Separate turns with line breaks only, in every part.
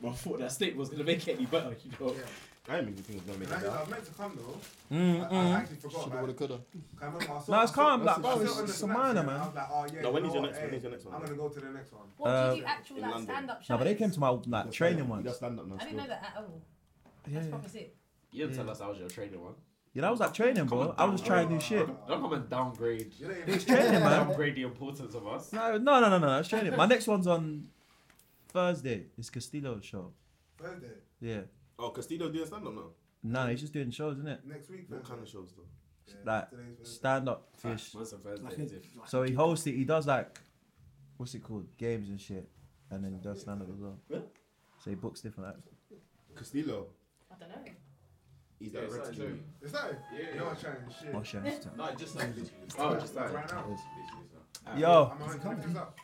Well, I thought that steak was gonna make it any better, you know.
Yeah.
I didn't even think it was gonna make
And I,
it
I
out.
was meant to come though.
Mm,
I, I
mm.
actually forgot
Shoulda,
about
woulda,
it.
coulda.
I remember I saw,
Nah, it's
I saw-
calm, like,
I
bro,
saw it
it's,
on the
it's a
Snapchat,
minor,
and I
man.
was like, oh yeah.
No, when is your
know
next-
what,
when
hey,
is your next one?
I'm gonna go to the next one.
What
Uh,
did you do actual
in
like
London.
stand up shows?
No, but they came to my like training
one.
once.
That's stand up now.
I didn't know that at all.
Yeah,
That's
yeah.
probably sick.
You didn't tell us I was your training one.
yeah, that was like training, bro. I was trying new shit.
Don't come and downgrade.
You know what I mean?
It's training, man.
Downgrade the importance of us.
No, no, no, no, no. It's training. My next one's on Thursday. It's Castillo's show.
Thursday,
Yeah.
Oh, Castillo doing stand up now.
No, he's just doing shows, isn't it?
next week.
What kind
Thursday.
of shows though?
Yeah,
Like
today's Thursday.
stand up fish.
Once and Thursday,
Like
is
a-
it?
So he hosts it. He does like, what's it called? Games and shit, and then he does stand up as well.
Really?
So he books different acts.
Castillo.
I don't know.
He's
Yeah,
that
it's
red
like
skin.
Zoe.
It's not.
Yeah, yeah.
You're not trying to shit.
Oh, shit.
No, just like literally.
Oh, just
Like,
like
right now.
literally, so.
uh,
Yo,
I'm a hundred pictures up.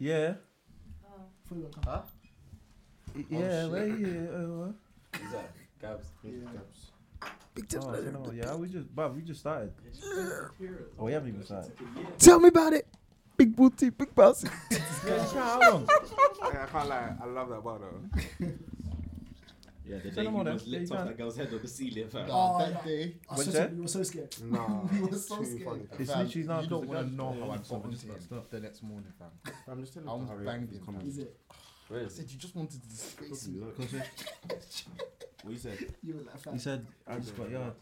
yeah,
Oh.
Fully got come-
yeah,
shit.
where you? Uh, what?
Is that Gabs?
Big
oh, I don't know. yeah, we just, but we just started. Oh, we haven't even started.
Tell me about it. Big booty, big bouncy.
Yeah, just try how long?
Hey, I can't lie. I love that bar though.
Yeah, the
Tell
day
him
he
on
was
that. There
licked
you
off
go.
that girl's head on the ceiling, fam.
Oh, that day, I
What's
was so,
that?
we were so scared.
Nah.
We were so
too
scared.
funny.
It's
Fam,
literally now
You
'cause
don't
the
want
guy-
to know how I
I'm
got
sorry,
onto
just got
him
stuff.
the next morning, fam.
I'm just telling
I
you
was
how it
banged
is
in,
coming.
fam.
Is it?
Where
I
is it?
said you just wanted to disgrace me.
What you said?
You were like, fam.
He said, I just got yard.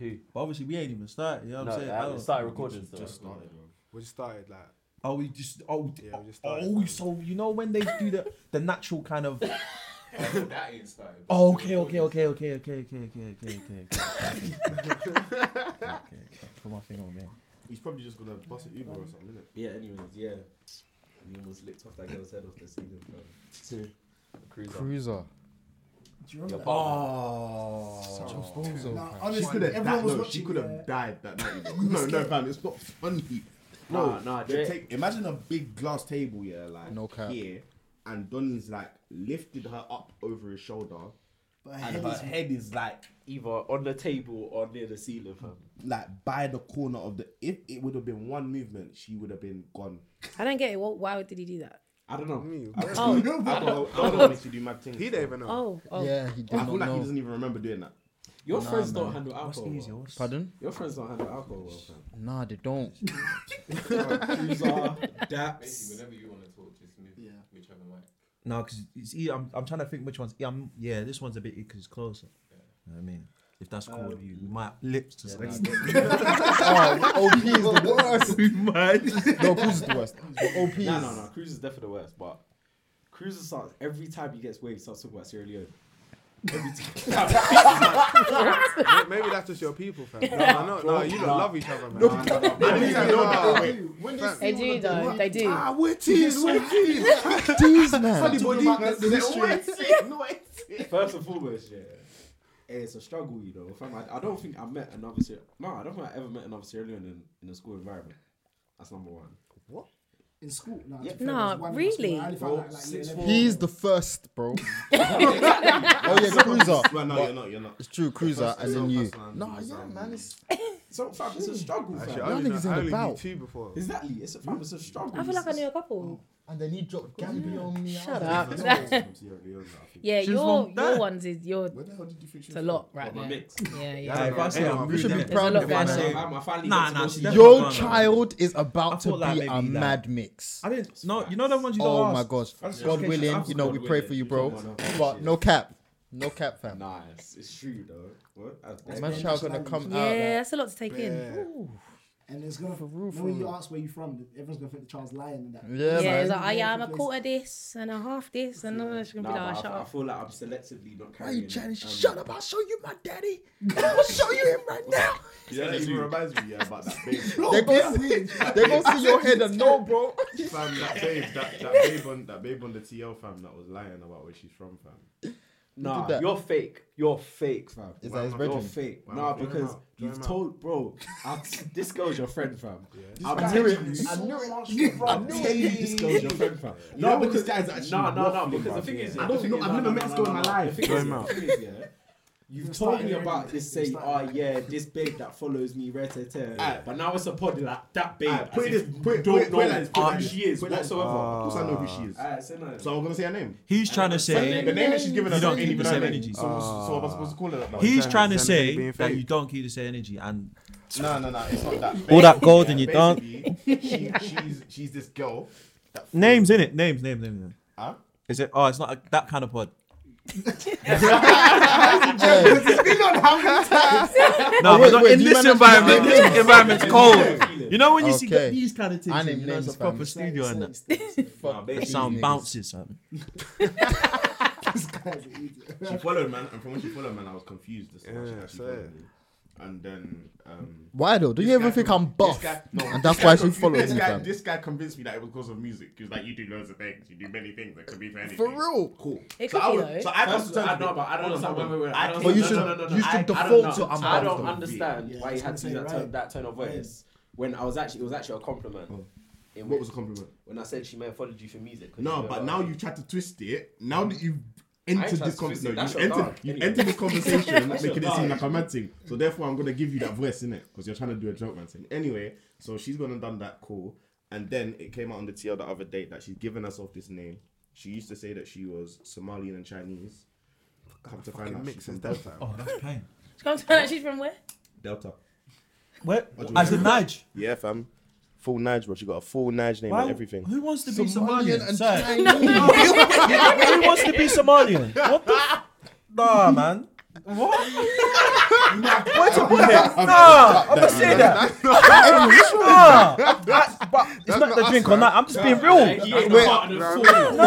Who?
But obviously, we ain't even started. You know what I'm
No,
saying?
I haven't
don't-
started recording still.
Just started, bro.
We just started like.
Oh, we just oh, we-
Yeah, we just
oh,
started,
oh,
man.
so you know when they do the the natural kind of
Oh, that ain't started.
oh, okay, okay, okay, okay, okay, okay, okay, okay, okay, okay. okay. okay. Put my finger on me.
He's probably just gonna bust an Uber or something, innit?
Yeah, anyways, yeah. He almost licked off that girl's head off the ceiling, fam. Cruiser.
Cruiser.
Do you remember
Yeah,
that?
Oh,
Such a bozo,
Nah,
fam.
she
honestly,
could have
everyone
died. No,
was
she
watching.
could have died that night. you know. No, no, fam, it's not funny.
Nah,
Oh, No,
nah,
they
Drake-
take- imagine a big glass table, yeah, like
No cap.
here, and Donnie's like lifted her up over his shoulder,
But
and
hell
her
is-
head is like
Either on the table or near the ceiling, fam.
like by the corner of the. If it would have been one movement, she would have been gone.
I don't get it. What, why did he do that?
I don't know.
Me.
Oh.
Alcohol, alcohol makes you do mad things.
He didn't even know.
Oh, oh.
Yeah, he did
I
not
feel like he
know.
doesn't even remember doing that.
Your
Nah,
friends
man.
don't handle
What's
alcohol.
easier?
well.
What's
Pardon?
Your friends don't handle alcohol, well, fam.
Nah, they don't.
Cruiser,
Basically,
Daps.
whenever you want to talk, just move
Yeah.
whichever mic.
No, because it's e- I'm, I'm trying to think which one's. Yeah, I'm, yeah this one's a bit because it's closer. You know what I mean, if that's cool with you, we might lips to
Yeah,
something.
oh, OP is the worst.
We might.
No, Cruz is the worst. But OP is.
No, no, no. Cruiser's definitely the worst, but Cruiser starts every time he gets waved, starts talking about Sierra Leone.
Oh.
May- Maybe that's just your people, fam. No, no, no, you don't love each other, man.
I didn't even know that. Wait,
When they
They do, though. They do.
Ah, witties, witties.
Jeez, man.
Funny body, man. No,
First and foremost, yeah. eh, It's a struggle, you know. Fam, I, I don't think I met another Sierra. No, I don't think I ever met another Sierra Leone in, in a school environment. That's number one.
in school. Nah,
Yeah.
to be fair,
Nah,
there's one in my school,
really?
I only
Bro,
found out, like, year
six
11.
four.
He's the first, bro. oh, yeah, Cruiser.
Well, no, you're not. You're not.
It's true, Cruiser, and then you.
Nah, yeah,
man. It's,
So, fam, it's a struggle,
Actually,
fam.
I only,
niggas
know,
in
I
the
only knew
bout.
two before.
Exactly. It's a, fam, it's a
Hmm.
struggle.
I feel like I knew a couple.
and then he dropped Gambi on me.
Shut
I
up.
was like,
It's from Sierra Leone, I think.
Yeah,
She's
your
from
your
there.
ones is your.
Where the hell did you think she
It's a
was
lot
But
right
my
now.
mix.
Yeah,
I
yeah.
don't
if I
know.
say I'm
Anyone
You should be
rude,
There's a
proud
lot
of
going
I
on.
say-
yourself.
My, my family
Nah,
gets to
nah,
go
she's
see-
definitely
Your
gone, man.
child is about
thought
to
that
be
maybe
a
that-
mad mix.
I didn't. No, you know the ones you don't
Oh
ask.
my gosh.
That's
God
okay,
willing,
that's
you know,
God
we pray
willing.
for you, bro.
Come on, no,
But
shit.
no cap. No cap, fam.
Nah, it's, it's true though. What? That's
My
bad.
child gonna come
Yeah,
out. like,
that's a lot to take in.
And it's gonna.
For real,
When
for
you
real.
ask where you from, everyone's gonna think the child's lying and that.
Yeah,
Yeah,
man.
it's like, oh, yeah, I'm a
Place-
quarter this and a half this, and all that's gonna
Nah,
be
but
like,
I,
shut
I
up.
feel like I'm selectively not
Why
carrying.
are you trying to
um,
shut up? I'll show you my daddy. I'll show you him right now.
Yeah, that even reminds me yeah, about that babe.
They go see, they go see your head and no, bro.
fam, that babe, that, that babe on that babe on the TL fam that was lying about where she's from, fam.
Nah,
did that?
you're fake. You're fake, fam.
Is
Why
that his
am I-
You're
bedroom?
fake.
Why am
nah,
I- Join him
because
out. Join
you've
him out.
told, bro. I, this girl's your friend, fam.
I
I'm
knew
telling
it.
you.
I knew it.
I'm telling you, this girl's your friend, fam.
You know what, this guy's actually
no, no, no.
waffling,
Because the
bruv,
thing
yeah.
is,
I don't know- I've never met this girl in my life.
Join him out. You've
You're
told
starting
me
your
about
own
this
thing,
saying,
you're
oh
starting
yeah, this babe that follows me, red
Aye.
But now it's a pod like that babe.
Aye,
as
put it
if
this-
you
put it-
don't
put it- put it
know
like this, put it
who
like this,
she is
put it like this.
whatsoever.
Of course I know who she is.
Alright, say nothing.
So I'm gonna say her name.
He's trying to
The
say
name that she's given us,
You don't
I ain't
keep
even
the
her
same
name.
energy.
So, so am I supposed to call her that now?
he's
Zen-
trying to
Zen
say
being
that
fake.
you don't keep the same energy and
No, no, no. It's not that.
All that gold and you
Basically, She, she's she's this girl. That
names in it. Names, names, names. names.
Huh?
Is it? Oh, it's not a, that kind of pod. No, but
wait,
not
wait,
in
do you
this
manage-
environment, this environment's cold. You know when you see
Okay.
these kind of
I
things,
name
you know, it's a
names,
proper
fam.
studio and that.
Nah,
The
basically,
sound
niggas.
bounces, fam.
This guy's an idiot.
She followed man, and from when she followed man, I was confused as to why she
Yeah,
actually
so-
followed me. And then um,
Why though? Do
This
you ever
guy
think
con-
I'm
this
buff?
guy- no,
and
this
that's why
guy
she
confu-
follows
this
me,
guy,
fam.
this guy convinced me that it was because of music. He was like, you do loads of things. You do many things. That could be for anything.
For real.
Cool.
It
so
could
I
be,
was-
though.
So I
That's-
understand.
I know, but I don't understand. Wait, wait, wait. I don't
But you
no,
should-
no, no, no,
you
no.
should
I- I don't
default
know.
to I'm
I
buff,
don't
though.
understand
Yeah,
why you had
that's what
to
I'm
use that,
saying,
turn, that tone of voice when I was actually it was actually a compliment. In
What
which-
was the compliment?
when I said she may have followed you for music? 'cause
No,
you
but
know-
now you tried to twist it. Now that you've
I ain't
entered
tried
this
to twist it,
conversation,
that's
you
your
entered,
dog,
you
anyway.
entered the conversation,
That's your
making it
dog.
seem like a mad thing. So therefore, I'm gonna give you that voice in it because you're trying to do a joke, man. Thing. Anyway, so she's gonna done that call, and then it came out on the TL the other day that she's given herself this name. She used to say that she was Somalian and Chinese. Come to find out, she's
mixes
from
them,
Delta.
Oh, that's pain.
Come to that she's from where?
Delta.
Where?
do you
As a
mean?
Nige.
Yeah, fam. Full Nige, bro. She got a full Nige name
Why-
and everything.
Who wants to be
Somalian
Somalian?
and
sir?
Chinese.
Who wants to be Somalian? What the? f- Nah, man. What? What's up with that? Nah, I'm gonna say that. Nah, I- but it's not the drink or not. I'm just being
Like,
real.
he ain't the
Wait,
partner
bro.
for you.
Nah,
Hold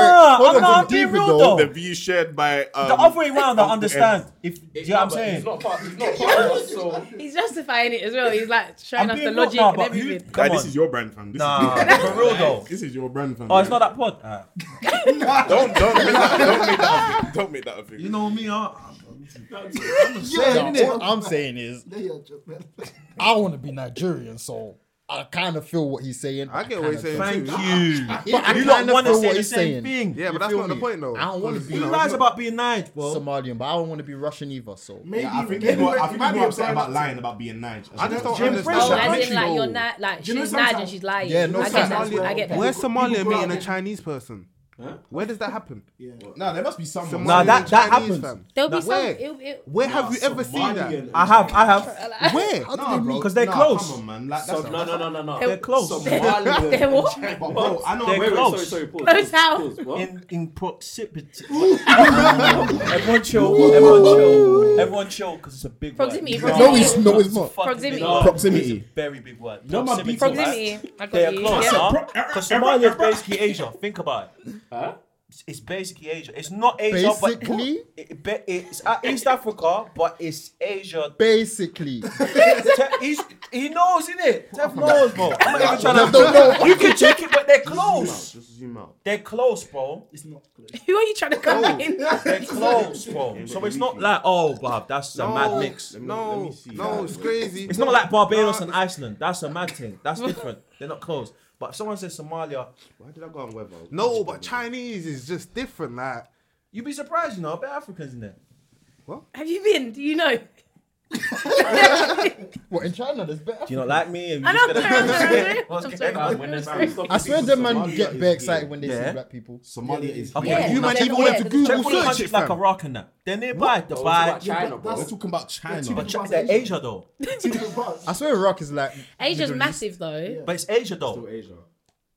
I'm
on,
not I'm
from
being
David,
real
though.
though.
The
The
view shared by um,
other way round, I understand. If do you know what I'm
But He's
saying.
not part. He's not part of us. So
He's justifying it as well. He's like showing us the
real-
logic
nah,
and
but who-
everything.
Guy,
Come
this
on.
is your brand, fam. This
Nah,
is
for real though.
This is your brand, fam.
Oh, it's not that pod. Alright.
Don't don't make that, don't make that a thing. Don't make that a thing.
You know me, huh?
Yeah, What I'm saying is,
They're your joke, man.
I want to be Nigerian, so I kind of feel what he's saying.
I get
kinda
what he's saying.
don't.
Thank
Nah.
you.
But I
You
kind
don't
of
want
feel
to say
what
the
he's
same
saying.
thing.
Yeah,
You
but that's
feel
not the
me?
point, though.
I don't want to be
He lies about being nice, bro.
Somalian, but I don't want to be Russian either. So
Maybe,
Yeah, I think
maybe
he's more, I
we're-
think he's
maybe
more
we're
upset
going
about
to-
lying about being Nige.
I just don't
Jim
understand.
Oh,
Pressure,
that.
as
country,
in like you're
though.
not like
Do you know
she's Nige and
sometimes-
she's lying.
Yeah, no
I get that.
sometimes-
I get that.
Where's Somalia
People grow
meeting
up
a
in-
Chinese person?
Huh?
Where does that happen?
Yeah.
No, there must be someone.
Somalian
Nah,
and
that- that
Chinese,
happens.
fam.
There'll be
Nah,
some.
where?
It'll, it'll,
Where have you ever seen that?
Somalian.
I have, I have.
where?
Nah,
How do they
bro.
meet?
Because they're
Nah,
close.
Come on, man. Like,
So,
that's
no, no, no, no, no.
They're close.
Somalian.
They're what?
But
But bro, I know.
They're
wait, wait,
Sorry,
close.
sorry, pause.
Close how?
pause, what?
in in proximity. everyone chill. Everyone chill. Everyone chill because it's a big
Proximity,
word.
No, it's no, it's not.
Fucking
Proximity.
big word.
Proximity.
It's a very big word.
No, my beef-
Proximity. I
They are
got you.
close,
Yeah.
huh? Because Somalia is basically Asia. Think about it. It's- It's basically Asia. It's not Asia,
Basically?
but it, it, it's uh, East Africa, but it's Asia.
Basically,
Te- he's, he knows, innit? Tef knows, bro. I'm not even trying
No, no,
to. You can check it, but they're
Just
close.
zoom out.
They're close, bro.
It's not close.
Who are you trying to come in?
They're close, bro.
Yeah,
So
but
it's
you
not
can-
like, oh, Bob, that's a mad
No,
mix.
Let me- let
No,
me see
no,
that.
it's crazy.
It's not like Barbados and Iceland. That's a mad thing. That's different. They're not close. But if someone says Somalia,
Why did I go on weather?
No, but Chinese is just different. Like,
you'd be surprised, you know, about Africans in there.
Have you been? Do you know?
what in China there's better.
Do you not like me? Are you
I
just
know.
gonna-
I'm sorry.
What's
I'm
going
sorry.
on?
When they
Sorry.
stop
I swear,
people,
them man
Somalia
get
is
very
big.
excited when they
Yeah.
see black people.
Somalia is.
Okay.
big.
Yeah,
you man
that's-
even went to
yeah, that's-
Google
Check all the
search it,
countries like
fam.
Iraq and that. They're nearby,
It's about
Dubai.
China, bro.
That's-
talking about China.
But Ch- they're Asia though.
I swear, Iraq is like
Asia's
Middle East.
massive though.
But it's Asia
Still
though.
Asia.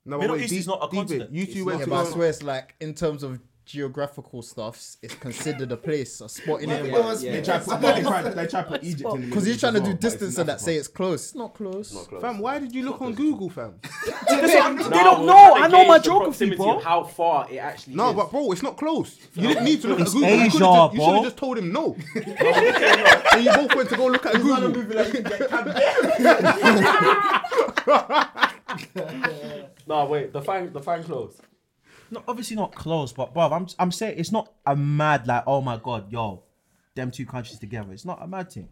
No,
Middle East is not a continent.
You two went
Yeah,
to
but I
go.
swear it's like in terms of geographical stuff, it's considered a place, a spot in it.
Yeah,
They
yeah.
try to they try- they try to put Egypt in the Middle
Because you're
East
trying to
as well, but
do
it's in
distance and that,
Africa.
say it's close. It's not close.
Fam, why did you look on Google, fam?
That's what I'm- They
No,
don't
we're
know.
trying
I
to
know my
gauge the
geography,
proximity
bro.
of How far it actually
No,
is.
but bro, it's not close. You didn't need to look at Google.
Asia,
you, could've just, you
bro.
should have just told him no. so you both went to go look at Google.
No, wait. The fan, the fan clothes.
No, obviously not close, but bro, I'm I'm saying it's not a mad like oh my god, yo, them two countries together. It's not a mad thing.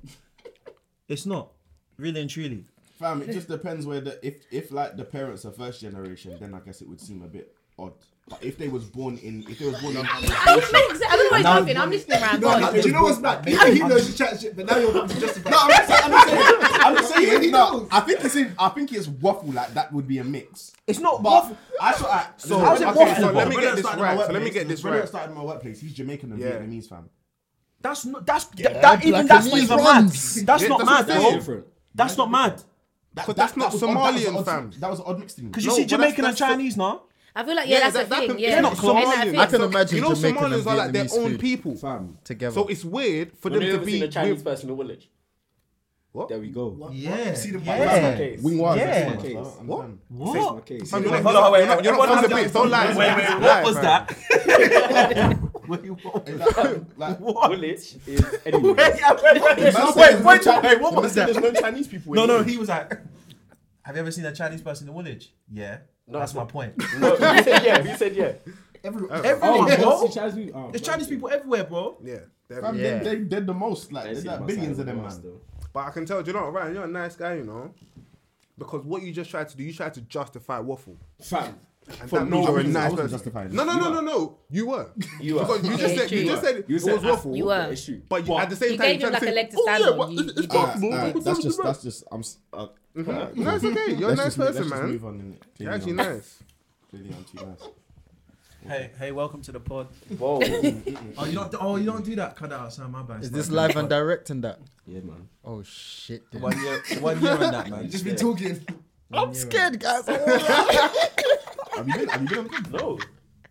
It's not really and truly.
Fam, it just depends where the if if like the parents are first generation, then I guess it would seem a bit odd. But if they was born in if they was born in
I don't know exa- I don't know what he's
Now-
laughing. I'm listening around.
No,
Go on.
no, do you know what's bad? He, he knows you chat shit, but now you're going to justify.
No, I'm just saying. I'm just saying. I'm just saying
He
no,
knows.
I think it's in, I think it's waffle. Like that would be a mix.
It's not
But
waffle.
I saw. I, so
how's it waffle,
so let
bro?
me
When I
get this
started my
right. So let me
workplace-
get this
when I
right.
started my workplace. He's Jamaican and
Yeah.
Vietnamese, fam.
That's not. That's that. Even
like
that's
a
not
meat
even mad.
runs.
That's
Yeah,
not
that's
mad,
what I'm saying.
bro.
Different.
That's not mad.
That,
But that's
that-
not
was odd- that was
Somalian,
odd-
fam.
That was an odd mix to me.
Because you
No,
see,
but that's-
Jamaican and
that's the-
Chinese, nah.
I feel like yeah,
Yeah,
that's
that-
a
that
thing.
can-
Yeah,
they're not
Isn't that a
Somalians.
thing?
I can imagine
You know,
Jamaican and
Somalians are like their
Vietnamese
own
food
people.
Fam,
together.
So it's weird for
Have
them
you
to
ever
be
seen a Chinese
with.
person in the village?
there we go.
yeah,
See the
That's my
yeah.
case.
Wing wires, that's
Yeah.
my case.
What?
That's my
What?
case.
Fam, you're
Hold
not- you're
on,
not- you're
wait, wait,
not- you're not
wait,
from
wait,
the
wait,
bits. Don't lie.
Wait, wait,
Lie,
what was
fam.
that?
Is that- like-
Woolwich is anywhere.
Wait, wait, wait,
Man said
wait,
there's no
wait,
Chi-
wait, what
man
was
said
that?
There's no Chinese people.
No,
in
no,
England.
he was like, Have you ever seen a Chinese person in the village? Yeah. that's my point.
No, you said yeah. You said yeah.
Everyone.
Everyone, bro.
Chinese people. Oh,
There's Chinese people everywhere, bro.
Yeah. they're-
Fam,
Yeah.
they, they did the most. Like, there's like billions of them, man.
But I can tell, do you know what, Ryan? You're a nice guy, you know. Because what you just tried to do, you tried to justify waffle.
Fam,
And
For
that
no
means you're a
reason. I
nice
wasn't
person.
justifying it.
No, no,
You
no,
are.
no, no. You were.
You are.
Because you just
Yeah,
said you
true.
just said
You
it
said
was
I-
waffle.
You were.
it's true.
But you, at the same
You
time,
gave
you're
him, like,
trying
a leg to
say,
stand
oh, yeah,
on.
but
You-
it's- it's
Alright,
waffle.
alright,
What's
that's
wrong
just
with
that's just I'm. s- Uh,
that? No, it's okay. You're a nice
let's just move-
person,
let's just
man.
move on, innit?
You're
Clearly
actually
I'm-
nice.
clearly I'm too nice.
Hey, hey, welcome to the pod.
Whoa.
Oh, you don't. Oh, you don't do that. Cut that out, Sam. My bad.
Is this live and direct in that?
Yeah, man.
Oh shit! dude.
One year, one year on that, man.
Just be talking.
I'm scared, guys.
Have you been? Have you been on the pod?
No.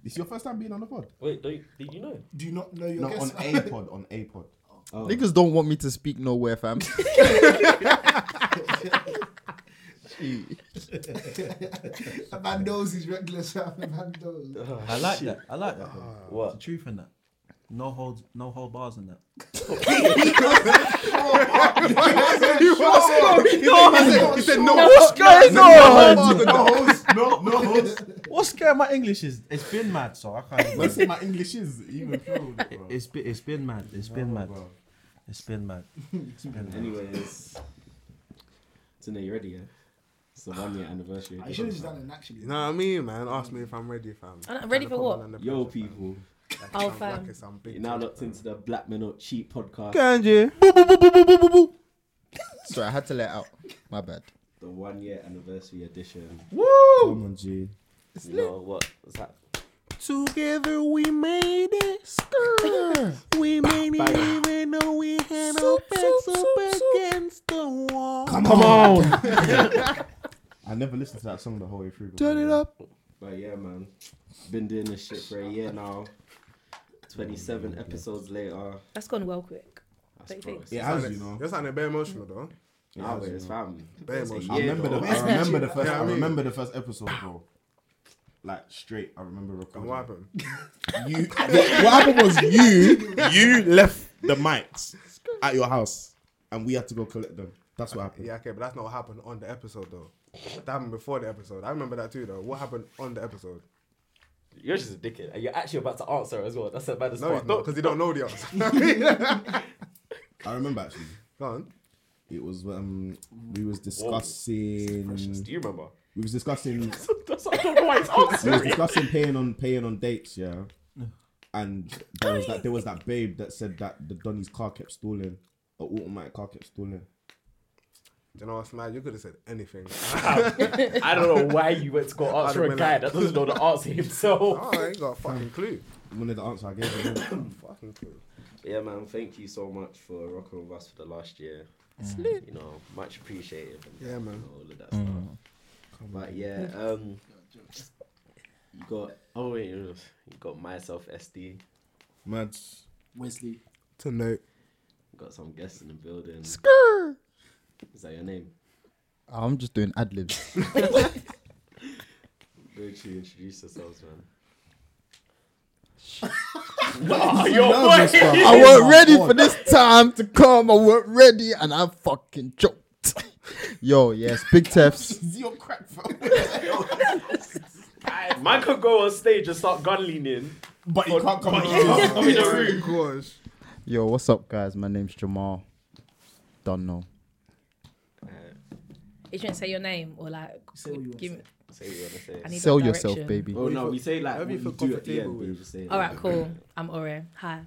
This is your first time being on the pod?
Wait. Don't, you- did you know?
Do not know your
No,
guest.
on a pod. On a pod.
Niggas don't want me to speak nowhere, fam.
A man knows he's reckless. A man knows.
I like that. I like that. bro. The
What?
truth in that. No holds. No hold bars in that.
He said- He said no.
What's going
No,
No, no host.
What's going? My English is. It's been mad, so I can't. even-
Let's see my English is even filled, bro.
It's been. It's been mad. It's been mad. It's been mad. It's been mad.
Anyways, so now you ready, yeah? It's the one year anniversary.
I should have just done it naturally.
You know what I mean, man? Ask me if I'm ready, fam.
I'm not ready
Tryna
for
put
what?
man under
Yo,
pressure, fam.
people,
Like,
Oh,
sounds
fam.
like it's some big
you're now
thing,
locked
fam.
into the Black Men Not Cheap podcast.
Kanji.
Sorry, I had to let out. My bad.
The one year anniversary edition.
Come on, G.
No. What? What's that?
Together we made it. we made it even though we had our backs up against the wall.
Come on. I never listened to that song the whole way through. Turn it up.
But yeah, man, been doing this shit for a year now. 27 episodes later.
That's gone well quick. Don't you think?
gross.
It
You're
has,
sounding-
you know.
You're sounding very emotional though.
Nah, but it's family.
Very
It's a
much.
year,
I remember the
though.
I remember the first
Yeah, I
I
mean-
remember the first episode, bro. Like straight, I remember
And
recording.
what happened?
You, what happened was you, you left the mics at your house, and we had to go collect them. That's what happened.
Yeah, okay, but that's not what happened on the episode though. That happened before the episode. I remember that too though. What happened on the episode?
You're just a dickhead. And you're actually about to answer as well. That's the baddest
No,
part.
it's not because you don't know the answer.
I remember actually.
Go on.
It was um we was discussing
Precious, Do you remember?
we was discussing
That's I don't know why it's
we was
answering.
discussing paying on paying on dates, yeah. And there was that there was that babe that said that the Donny's car kept stalling, or automatic car kept stalling.
Do you know what's mad? You could have said anything.
I don't know why you went to go answer a
been
guy
like-
that doesn't know the answer himself.
oh, I ain't got a fucking clue.
Wanted the answer I gave her.
Fucking clue.
Yeah, man, thank you so much for rocking with us for the last year.
Mm.
You know, much appreciated. and,
Yeah,
you
man.
know, all of that stuff. But yeah, um, you got oh wait, you got myself SD. You
Mad.
Wesley.
Tonight.
got some guests in the building. Is that your name?
I'm just doing ad libs.
Go to introduce yourselves, man.
Oh, your boy.
I weren't ready for this time to come. I weren't ready, and I fucking choked. Yo, yes, big Tefs.
Your crack, bro.
Man could go on stage and start gun leaning.
But you can't come. on.
I'm in the room.
Gosh.
Yo, what's up, guys? My name's Jamal. Don't know.
You shouldn't say your name or like.
Say what you want
give
to
me-
Say what you wanna say.
I need
Sell
a
yourself,
direction.
baby.
Oh no, we say like what
Whatever you
you
feel
do at the
comfortable
end.
with.
we just say
All
that.
right, cool. I'm Ore. Hi.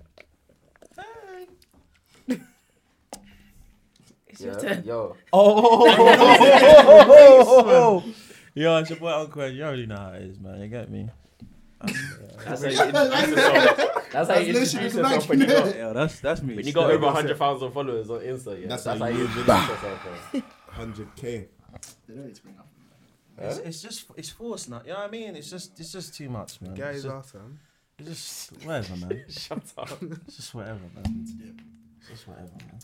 It's your
Yeah,
turn.
Yo,
Oh, yo, it's your boy Uncle Ed. You already know how it is, man. You get me?
that's how you introduce yourself. That's how you
That's literally
introduce yourself
like-
when you got
Yo, that's that's me.
when you got over 100,000 followers on Insta. Yeah,
That's
that's,
how
how
you
you introduce yourself. man.
100k.
They don't need to bring up.
It's, it's just it's forced now. You know what I mean? It's just it's just too much, man. It's
Guys
just,
are some.
it's just whatever, man.
Shut up.
It's just whatever, man. It's just whatever, man.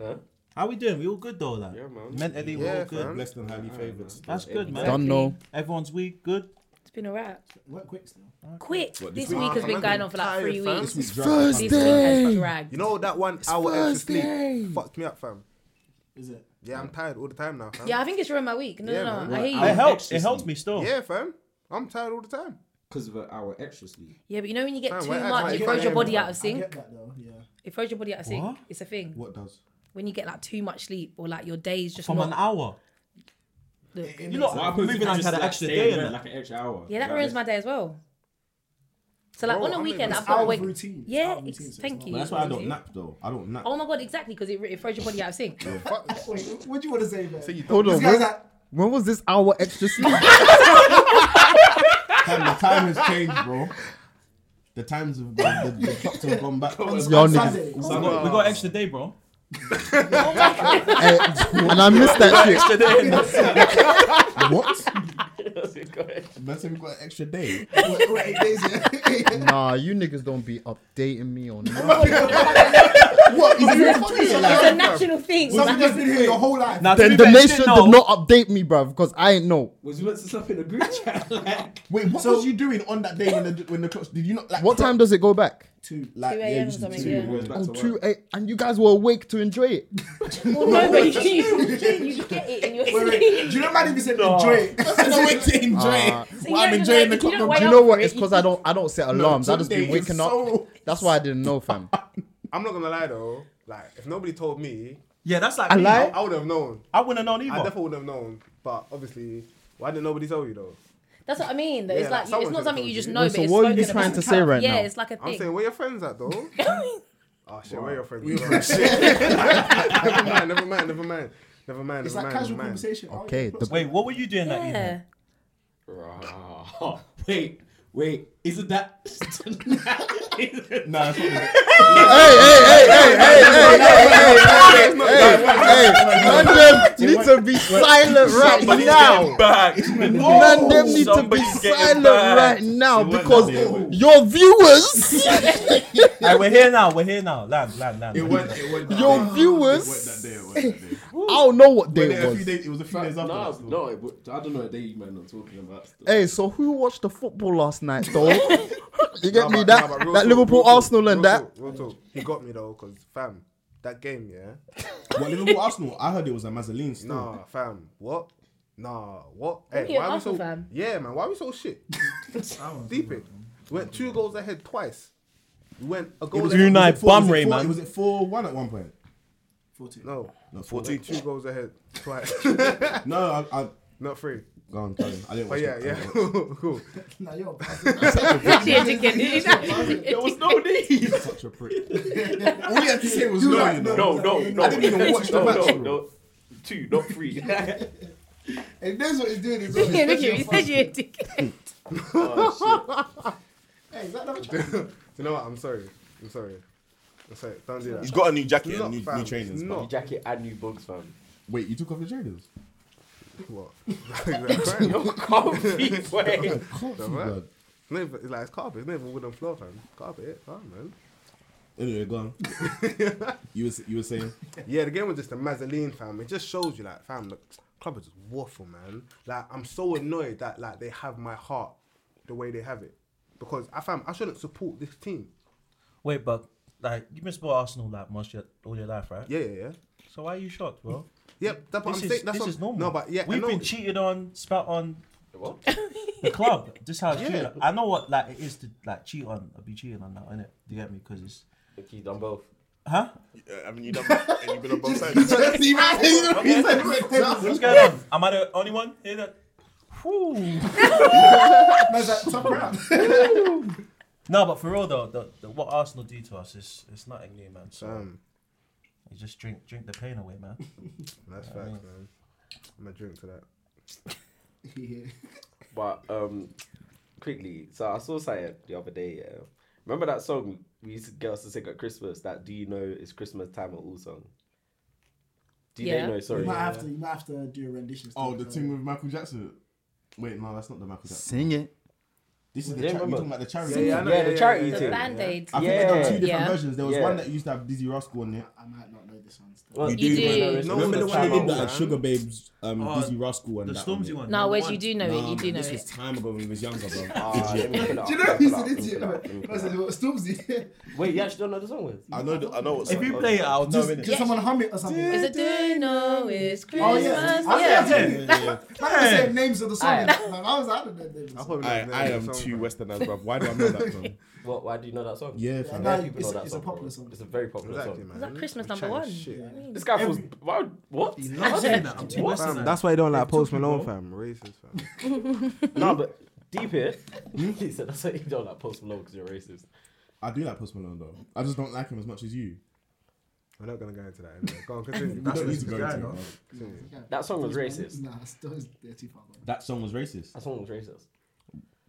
Huh?
How we doing? We all good though, like.
Yeah, man.
Mentally, we're
Yeah,
all good.
fam.
Blessed and highly favoured.
That's good, man.
Don't know.
Everyone's week good.
It's been a wrap.
Work quick still.
Quick.
What, this
this
week?
week has been
I'm
going on for like
tired,
three
fam.
weeks.
This week dragged
This
Thursday.
week
the
has
Thursday.
dragged.
You know that one hour extra
Thursday.
sleep fucked me up, fam.
Is it?
Yeah, I'm tired all the time now, fam.
Yeah, I think it's ruined my week. No,
Yeah,
no,
man.
no. I hear you.
It helps. It
Ecstasy.
helps me still.
Yeah, fam. I'm tired all the time.
Because of our extra sleep.
Yeah, but you know when you get
Man,
too
why- I
much,
can't
it
get
throws
that
your body
anymore.
out of
I
sync.
get that though. Yeah.
It throws your body out of sync.
What?
It's a thing.
What does?
When you get like too much sleep or like your days just
From
not.
an hour.
Look.
You lot
What
are
happens if
moving
you
like
just
had an
like
extra
stay
day
in
in
bed
it.
like an extra hour?
Yeah, that
Like,
ruins my day as well. So like
Bro,
on a
I'm
weekend,
even-
I've
Out
got to
of
wake.
routine.
Oh,
It's
Yeah,
out of routine,
it's-
so
thank
it's
you.
Well, that's why I
Thank
don't
you.
nap though. I don't nap.
Oh my god, exactly because it, it throws your body out of sync.
not- Wait, what do you want to say, man? So you
Hold on.
this guy's
When,
like,
when was this hour extra sleep?
Fam, the time has changed, bro. The times have the, the, the clocks have gone back.
Y'all
on
niggas-
Sunday.
We got, we got extra day, bro.
Eh, and I missed that shit.
Extra day. innit?
what?
Go ahead.
That's if we got an extra day.
Wait, wait, eight days, yeah.
Nah, you niggas don't be updating me on nothing. what? Is it funny?
It's a national thing.
Something that's been here your whole life.
Now, to
Then
be
the
fair,
nation
shit,
did
no.
not update me, bruv, because I ain't know.
Was you meant to stop in a group chat? Like,
Wait, what was you doing on that day when the when the clocks? Did you not like?
What time does it go back?
Two.
Like,
2
yeah,
a.m.
you
or
should
something,
do
yeah.
it.
goes back
Oh,
to work.
2 8, and you guys were awake to enjoy it.
Well, no, but you, you get it in your
Wait, wait. Do you know mind if you said enjoy Ah. it?
No way to enjoy it.
So you
Well, I'm
don't
enjoying
like-
the
you
clock.
don't
on-
wake
You
up
know
for
what?
it.
It's because I don't I don't set alarms. I just be
Sunday is
waking up.
so-
That's why I didn't know, fam.
I'm not gonna lie though. Like, if nobody told me,
Yeah, that's like
I
me.
I,
lie.
I would have known.
I wouldn't have known
I
either.
definitely would have known. But obviously, why didn't nobody tell you though?
That's what I mean. though.
Yeah,
it's
like,
like, it's
someone
not
should
something
have
you
told
just
you.
know.
so
but it's
what are you
spoken
trying
about.
to say right
yeah,
now?
it's like a
I'm
thing.
saying, where your friends at though? oh shit, where your friends? never mind, never mind, never mind, never mind.
It's
never mind, never
like casual
mind.
conversation. Oh,
Okay, the-
Wait, what were you doing that evening?
yeah.
Rah.
Wait, wait, isn't that?
Nah, it's not the-
Man, them need to be silent right now.
Back.
Man, them need to be
Somebody's getting
silent
back.
right now
It wasn't
because
that way.
your viewers,
Alright, we're here now. We're here now. Land, land, land.
It went. It went. that
your
day. It went that
viewers.
day. It went that day.
I don't know what day
Wait, a
it
few
was.
days- It was a few days after.
no,
that still.
no, it, would- I don't know a day you might not talking about. Still.
Hey, so who watched the football last night though? You
Nah,
get me
but-
that
nah, but real
that
talk,
Liverpool
real talk,
Arsenal and
real
that.
talk, real talk. He got me though, cause fam, that game, yeah.
What Liverpool Arsenal? I heard it was a Mazzoline still.
Nah,
Hmm.
fam, what? Nah, what?
Really,
why
an
we so?
Arsenal fan?
Yeah, man, why we so shit? Deep it. Went two goals ahead twice. We went a goal.
was
ahead-
Was
Unai
it four- was it
Bumray,
four-
man.
Was it four one at one point?
Forty.
No,
No,
we two goals ahead twice,
No, I, I
not three.
go on. Tell him. I
Oh,
didn't
But
watch
yeah,
it.
yeah, cool.
Nah, you're a
Yeah, to get it.
There was no need.
Such a prick. All he had to say was
You
no,
like,
you
no.
know.
Eh, No, no, no.
I didn't even watch
no,
the match,
No,
bro.
no. Two, not three.
And that's what he's doing. Is
Yeah, look at you. He said you're a dickhead.
Hey, is that another
Do
track?
you know what? I'm sorry. I'm sorry. I'm sorry. Don't do
He's
that.
got a new jacket
Not
and new,
fam,
new trainers.
not.
man.
New jacket and new bugs, fam.
Wait, you took off your trainers?
What? It's like
You're comfy, boy.
Don't worry. not even- it's like it's carpet. It's not even wooden floor, fam. Carpet, fam, man.
Anyway, go on. you was you were saying
Yeah, the game was just a mazzoline, fam. It just shows you, like, fam, the club is just waffle, man. Like, I'm so annoyed that like they have my heart the way they have it, because I fam, I shouldn't support this team.
Wait, but like you've been supporting Arsenal like most your, all your life, right?
Yeah, yeah, yeah.
So why are you shocked, bro?
Yep, that's what
This,
I'm
is,
saying. That's
this
what,
is normal.
No, but yeah, I
we've
know.
been cheated on, spat on
What?
the club. This how it's
Yeah.
treated. I know what like it is to like cheat on. I'll be cheating on now, innit? Do you get me? Because it's
Look, He's done both.
Huh?
Yeah, haven't you done? and you've been on both sides.
See, man, he's the reason we're
What's going on? Am I the only one here that? Whew.
Man's like, top round.
No, but for real though, the, the, what Arsenal do to us is it's nothing new, man. So
Um,
you just drink drink the pain away, man.
that's facts, man. I'm gonna drink to that.
But um, quickly, so I saw something the other day. Yeah. Remember that song we used to get us to sing at Christmas? That "Do you know it's Christmas time" at all song. Do you
Yeah.
know? Sorry.
You might have to, you might have to do a rendition.
Oh, the thing with Michael Jackson. Wait, no, that's not the Michael Jackson.
Sing it.
This is the
Yeah,
cha- we're
remember.
talking about the charity.
Yeah, yeah, I know,
yeah, the charity
The
thing.
band aid.
I think they done two different
Yeah.
versions. There was
Yeah.
one that used to have Dizzy Rascal on it.
I might not know this one. Still.
Well,
You
You
do,
do.
No,
Remember
it's
the
the
one they
time
did that
out,
at Sugar Babes, um,
Oh,
Dizzy Rascal and
The
that
Stormzy one.
No, whereas
one.
you do know it, you do know
this
it.
was time ago when we was younger, bro.
Ah, let me
Legit.
look it up,
Do you know
let me
he's
look
an
it up, let me look it up,
idiot?
let me look it
That's
up.
what Stormzy.
Wait, you actually don't know the song with?
I know. The, I know what's.
If you play it, I'll know it.
Just someone hum it or something.
Is it do know it's
Oh
Christmas?
yeah, I
yeah.
was saying names of the song.
Alright.
and that, man. I was out of that.
I, probably
I,
know the
I
name of
am
the song,
too
man.
westernized, bruv. Why do I know that song?
What? Why do you know that song?
Yeah,
Yeah,
fam.
no,
Many people
it's,
know that
it's a
song, bro.
popular song.
It's a very popular
Exactly,
song.
man.
Is that
We're
Christmas number
chatting
one?
shit.
This guy feels. Why? would- What?
I'm saying that. I'm too Western.
Fam,
now.
that's why you don't like Post Malone, fam. Racist, fam.
No, but deep here. he said that's why you don't like Post Malone because you're racist.
I do like Post Malone though. I just don't like him as much as you.
We're not gonna go into that. Anyway. Go on, continue.
We
That's
don't need to go
guy,
into it,
no?
bro.
That song was racist.
Nah, it's- it's- they're too far gone.
That song was racist.
That song was racist.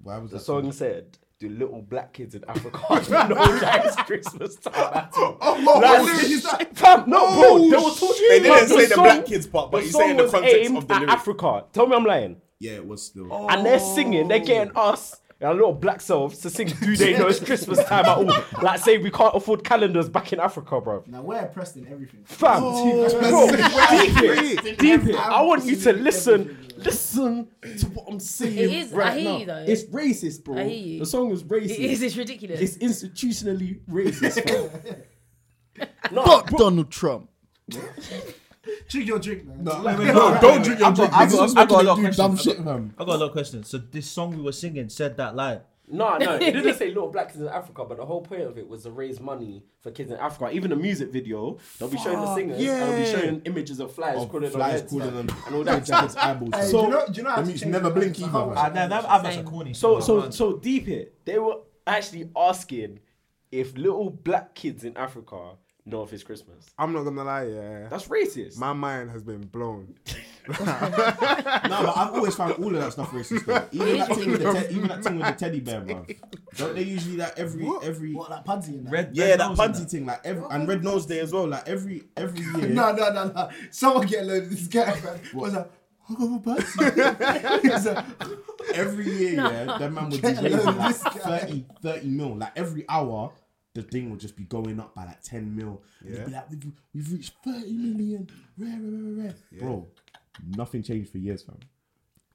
Why was
The
that
song said, "Do little black kids in Africa know that it's Christmas time?"
Oh,
Like, Fam, no, bro. They were talking
They didn't
about
say the
song-
black kids part, but
the
you
song
say in the
was
context
aimed
of the
at
lyric.
Africa. Tell me I'm lying.
Yeah, it was still.
And they're singing, they're getting us. Our little black selves to sing Do They Know It's Christmas Time at all. Like, say we can't afford calendars back in Africa, bro.
Now we're oppressed in everything.
Fam, bro, deep
Free.
it, deep it. I want you to listen, listen to what I'm saying.
It is- I
right
hear
now.
you though.
It's racist, bro.
I hear you.
The song was racist.
It is. It's ridiculous.
It's institutionally racist, bro.
Fuck Donald Trump.
Drink your drink, man.
no, don't drink your drink.
I've got, I've got a lot of
do dumb
questions.
shit, fam.
I've got a lot of questions. So this song we were singing said that line.
No, no, it didn't say little black kids in Africa, but the whole point of it was to raise money for kids in Africa. Even the music video, they'll be showing the singers and they'll be showing images of flies
Of
crawling
flies
on heads
crawling
and,
on-
all that jazz.
Jacket's eyeballs.
Hey,
So
do you know, do you know how
that
to
means
change
never
the
blink
lyrics?
either,
I
man.
can't-
Ah, nah, them adverts are corny.
So,
still,
so,
man.
so deep it. They were actually asking if little black kids in Africa know if it's Christmas.
I'm not gonna lie, yeah.
That's racist.
My mind has been blown.
No, but I've always found all of that stuff racist. Though. Even that thing with the te- even that thing with the teddy bear, bro. Don't they usually that every every
What, like Pudsey and that?
Red,
yeah
red
that
nose and
punty thing like every and Red Nose Day as well. Like every every year.
No, no, no, no. Someone get a load of this guy, man. Was like, I got a Pudsey. He was like,
every year, yeah, that man would be
Get
raising
alone,
like
this guy.
30, 30 mil. Like every hour, the thing would just be going up by like 10 mil. And he'd be like, we've, we've reached 30 million. Rare, rare, rare, rare. Bro, nothing changed for years, fam.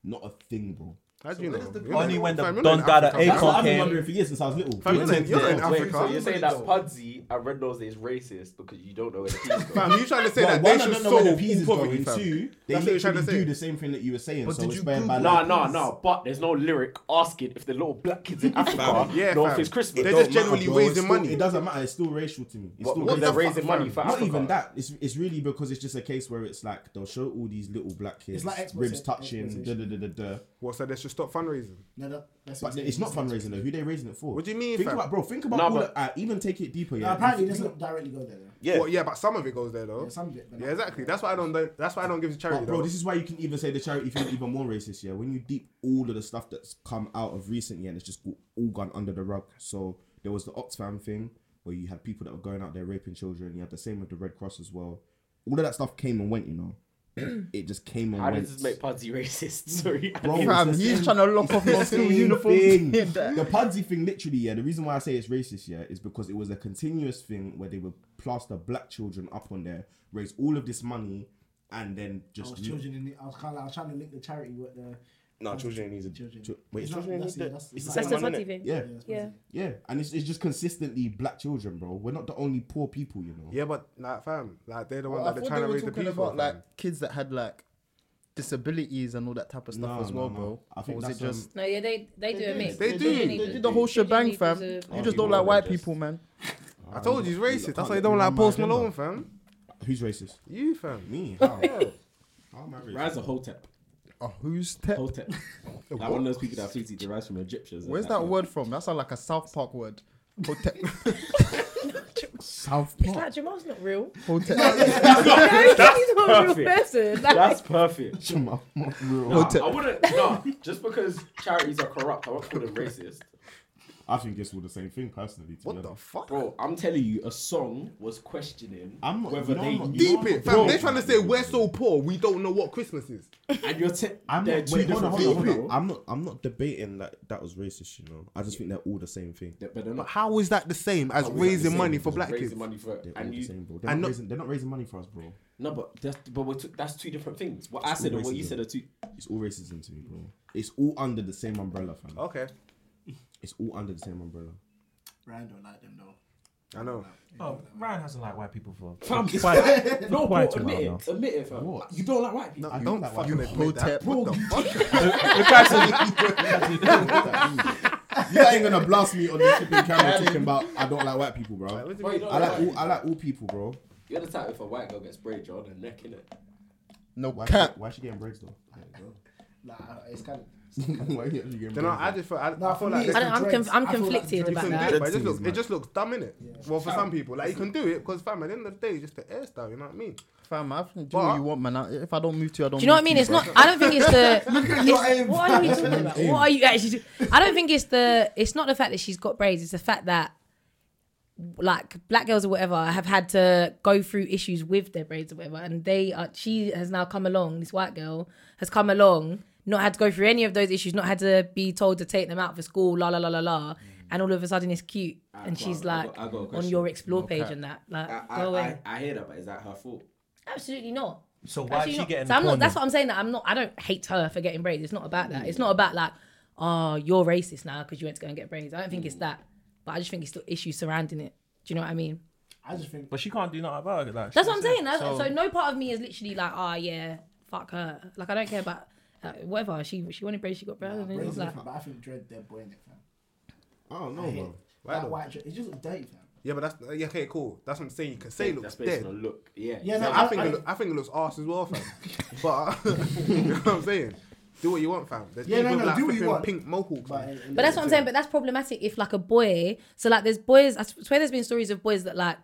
Not a thing, bro.
How do you know? You're not-
Only when the
fam, you're not
Don
in
Dada
Africa,
Akon
fam.
That's what I've been
came-
wondering for years since I was little.
Fam, you're not in- you're not in
Wait, so
Africa.
you're saying that Pudsey and Red Nose Day is racist because you don't know where the peas go?
Fam, you trying to say
Well,
that
one,
they
I
should
don't know where the
solve
peas
all
is
poverty,
going.
fam?
Two, they
That's what you're trying
literally
to
do
say.
the same thing that you were saying.
But
so
did
it's
you
banned by
Google
No,
like-
no, no. But there's no lyric asking if the little black kids in Africa
Yeah,
know if
fam.
it's Christmas.
They
Don't
just generally
matter, bro. It's
raising
still-
money.
It doesn't matter. It's still racial to me. It's
What-
still
what
racial.
they're raising money for
Not
Africa.
even that. It's it's really because it's just a case where it's like they'll show all these little black kids,
It's like explicit-
ribs touching, da da da da da.
What, so they should stop fundraising?
no, no, that's
But it's not fundraising though. Who they raising it for?
What do you mean,
Think
fam?
about bro. Think about
Nah,
all
but-
the- uh, even take it deeper.
No,
Yeah.
apparently, it doesn't directly go there, though.
Yeah. Well, yeah, but some of it goes there though.
Yeah, some of it, but
Yeah,
not-
exactly. That's why I don't. That's why I don't give to charity.
But bro,
though.
this is why you can even say the charity thing even more racist. Yeah, when you deep all of the stuff that's come out of recently and it's just go- all gone under the rug. So there was the Oxfam thing where you had people that were going out there raping children. You had the same with the Red Cross as well. All of that stuff came and went. You know, it just came and
How
went.
does this make Pudsey racist? Sorry.
Bro, it's
Fam,
the
he's
same-
trying to lock off
it's the
my school
same
uniform.
thing.
That-
the Pudsey thing, literally, yeah. The reason why I say it's racist, yeah, is because it was a continuous thing where they would plaster black children up on there, raise all of this money, and then
I
just
was Oh, children in the, I was kind of, I was trying to link the charity with the
No, children needs a.
children.
Ch- wait,
It's
children
not-
need that-
that's-
it's the
that's-
That's
that's-
same
just
one,
what
innit?
TV.
yeah,
Yeah.
yeah, and it's, it's just consistently black children, bro. We're not the only poor people, you know.
Yeah, but like, fam, like they're the ones
I
that
thought
they're
they
trying to
were
raise the
talking
people.
about
fam.
like kids that had like disabilities and all that type of stuff
No,
as well,
no, no.
bro.
I think
or was it
that's,
just
No, yeah, they they do a mix.
um, They do.
do.
they did the whole shebang, fam? You just don't like white people, man.
I told you he's racist. That's why
I
you don't like
can't
Post
remember.
Malone, fam.
Who's racist?
You, fam.
Me.
How?
How am I racist?
Rise of Hotep.
Oh, who's tep?
Hotep. like
what?
one of those people that seems to derives from Egyptians. and
Where's that word from? That sounds like a South Park word. Hotep. South
It's like Jamal's not real.
Hotep.
no, he's not a real
perfect.
person. Like,
That's perfect.
Jamal, not real.
Nah,
Hotep.
I wouldn't. No, just because charities are corrupt, I won't call them racist.
I think it's all the same thing, personally. To
What
be
the
honest.
fuck?
Bro, I'm telling you, a song was questioning
I'm not-
whether
no,
they
I'm not-
knew-
Deep it, fam.
Bro.
They're trying to say we're so poor, we don't know what Christmas is.
and you're te-
I'm
they're
not,
two
wait, hold on,
different
hold on, hold on.
people.
I'm not. I'm not debating that that was racist. You know, I just think they're all the same thing.
They're- But they're
But
not
how is that the same as
How is that the
raising
same?
money for
Because
black
raising
kids?
money for
They're all
and
the
you
same, bro. They're
and
not,
not-
raising, they're not raising money for us, bro.
no, but that's but we're two, that's two different things. What I
It's
said
all
and what you
racism.
said are two.
It's all racism to me, bro. It's all under the same umbrella, fam.
Okay,
It's all under the same umbrella.
Ryan don't like them though.
I know.
Oh, Ryan hasn't liked white people for.
Fam, it's
quite,
no, bro,
quite a
admit
while
it, admit it, fam.
What?
You don't like white people.
No, I don't fucking
You
admit that.
Hotep. What the fuck?
you ain't gonna blast me on this flipping camera talking about I don't like white people, bro.
Bro, you don't
I
like white
like all,
people.
I like all people, bro.
You're the type if a white girl gets braided, you're on her neck, innit?
No
Why,
cap.
why is she getting braids though?
Nah, it's kind of.
why is she getting braids?
Then I, I just feel, I, I feel
for
like
me,
there's
I
I don't, I'm, conf- I'm
I feel like
conflicted
Drake
You
about
can
that.
do it, but it just
Dreadful
looks,
is
it
mad.
just looks dumb, innit? Well, for some people, like you can do it because, fam, at the end of the day, it's just the hairstyle. You know what I mean?
Fam, I think do what you want, man. I- If I don't move to you, I don't.
Do you know what I
move
mean?
to
It's not. I don't think it's the.
your
it's-
aim.
What are we talking about? What are you actually? doing? I don't think it's the. It's not the fact that she's got braids. It's the fact that, like black girls or whatever, have had to go through issues with their braids or whatever, and they are. She has now come along. This white girl has come along, not had to go through any of those issues, not had to be told to take them out for school, la la la la la, and all of a sudden it's cute, and
well,
she's
Mm. I
like
got- I got a
on
question.
your explore page
cap.
and that, like
I, I,
go away.
I, I hear that, but is that her fault?
Absolutely not.
So why
Actually
is she
not.
getting?
So I'm not.
porn
That's
then?
what I'm saying. That I'm not. I don't hate her for getting braids. It's not about that.
Mm.
It's not about like, oh, you're racist now because you went to go and get braids. I don't think
Mm.
it's that. But I just think it's the issue surrounding it. Do you know what I mean?
I just think.
But she can't do nothing about it. Like,
That's
she
what I'm
said.
saying. That's, so,
So-
no part of me is literally like, oh yeah, fuck her. Like I don't care about uh, whatever. She she wanted braids. She got braids.
Nah,
and it was
Braden's
like,
different, but I think Dread dead boy in it, fam.
I don't know,
I hate it.
bro.
Why
That
though?
white Dread, it just look dirty, fam.
Yeah, but that's uh, yeah, okay, cool. That's what I'm saying. You can say it looks
That's based
dead.
on a look. Yeah.
Yeah, no,
No,
exactly.
I think
I-
it look, I think it looks arse as well, fam. but you know what I'm saying? Do what you want, fam. There's
Yeah,
people
no, no,
with, like
do what you
flipping
want.
pink mohawks.
But,
man.
it- it
But that's
looks
what I'm
dead.
saying. But that's problematic if like a boy. So like there's boys. I swear there's been stories of boys that like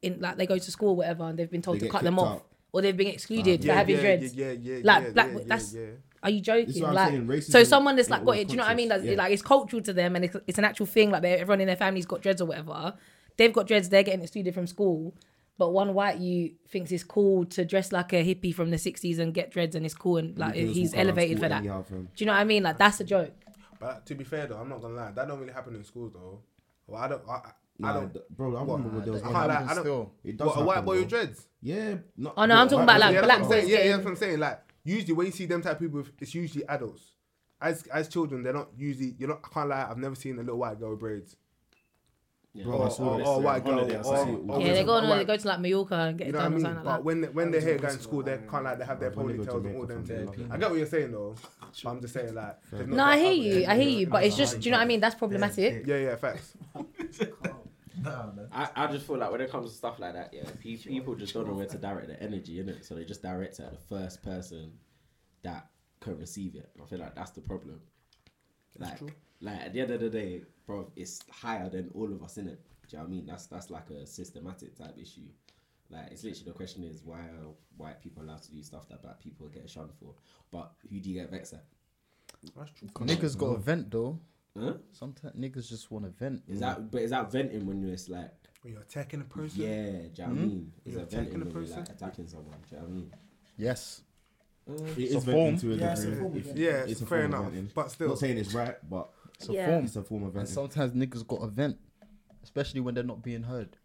in like they go to school or whatever and they've been told
They
to
get
cut them
kicked
off
out.
or they've been excluded for
yeah,
having
yeah,
dreads.
Yeah, yeah, yeah,
Like,
yeah,
black-
yeah,
that's-
yeah,
Are you
This
joking?
is what I'm
Like,
saying, racism
so someone that's
in
like
all
got it. Do you know what I mean? Like,
cultures, yeah.
like it's cultural to them, and it's, it's an actual thing. Like they- everyone in their family's got dreads or whatever. They've got dreads. They're getting excluded from school. But one white you thinks it's cool to dress like a hippie from the '60s and get dreads, and it's cool, and like
Because
he's
all kinds of
elevated
school
for that.
anyhow,
Do
fam.
you know what I mean? Like that's a joke.
But to be fair though, I'm not gonna lie, that don't really happen in schools though. Well, I don't. I, I, I
Nah,
don't.
th- bro, I remember there was
I
one.
can't lie.
that-
I don't.
still.
It does
What, a white
happen,
boy with
bro.
dreads?
Yeah. Not,
Oh, no, I'm
Bro,
talking
white
about,
boys-
like,
yeah, that's
black
what I'm saying.
boys
Yeah, yeah,
getting-
that's what I'm saying. Like usually when you see them type of people, with- it's usually adults. As as children, they're not usually. You know, I can't lie. I've never seen a little white girl with braids.
Yeah.
Bro, I
or,
saw
or,
this.
or
uh,
white girl.
holiday, I saw
Or,
it all
or
the
yeah, they
time.
go on,
white-
they go to like Mallorca and get
You
it
know what I
done or
mean?
something like
But
that.
when they- when their
was
hair
always
going to school, they
like-
can't like they have their
I
ponytails
remember
and
Jamaica
all them
from
things.
Jamaica.
I get what you're saying though, but I'm just saying like. they've not
No, I
got
hear
other
you. I
hair.
hear you. But it's just, do you know what I mean? That's problematic.
Yeah, yeah, facts.
I, I just feel like when it comes to stuff like that, yeah, pe- people just don't know where to direct their energy in it, so they just direct it at the first person that can receive it. I feel like that's the problem. like, like at the end of the day, bro, it's higher than all of us in it. Do you know what I mean? That's that's like a systematic type issue. Like it's literally the question is why are white people allowed to do stuff that black people get shunned for? But who do you get vexed at?
Niggas got a vent though.
Huh?
Sometimes niggas just want a vent.
Is that
Mm.
but is that venting when you're just like
When you're attacking a person.
yeah, do you know what I mean? Is
Mm. You're
it venting
attacking the
when you're like
person?
attacking someone? Do you know what I mean?
Yes.
It
a
is
form.
venting to a
Yeah, it's a
degree.
form,
If-
yeah.
Yeah,
It's a
fair
form of
enough.
venting.
But still,
Not saying it's right, but
It's a
Yeah.
form.
it's a form of
And
venting.
sometimes niggas got a vent, especially when they're not being heard.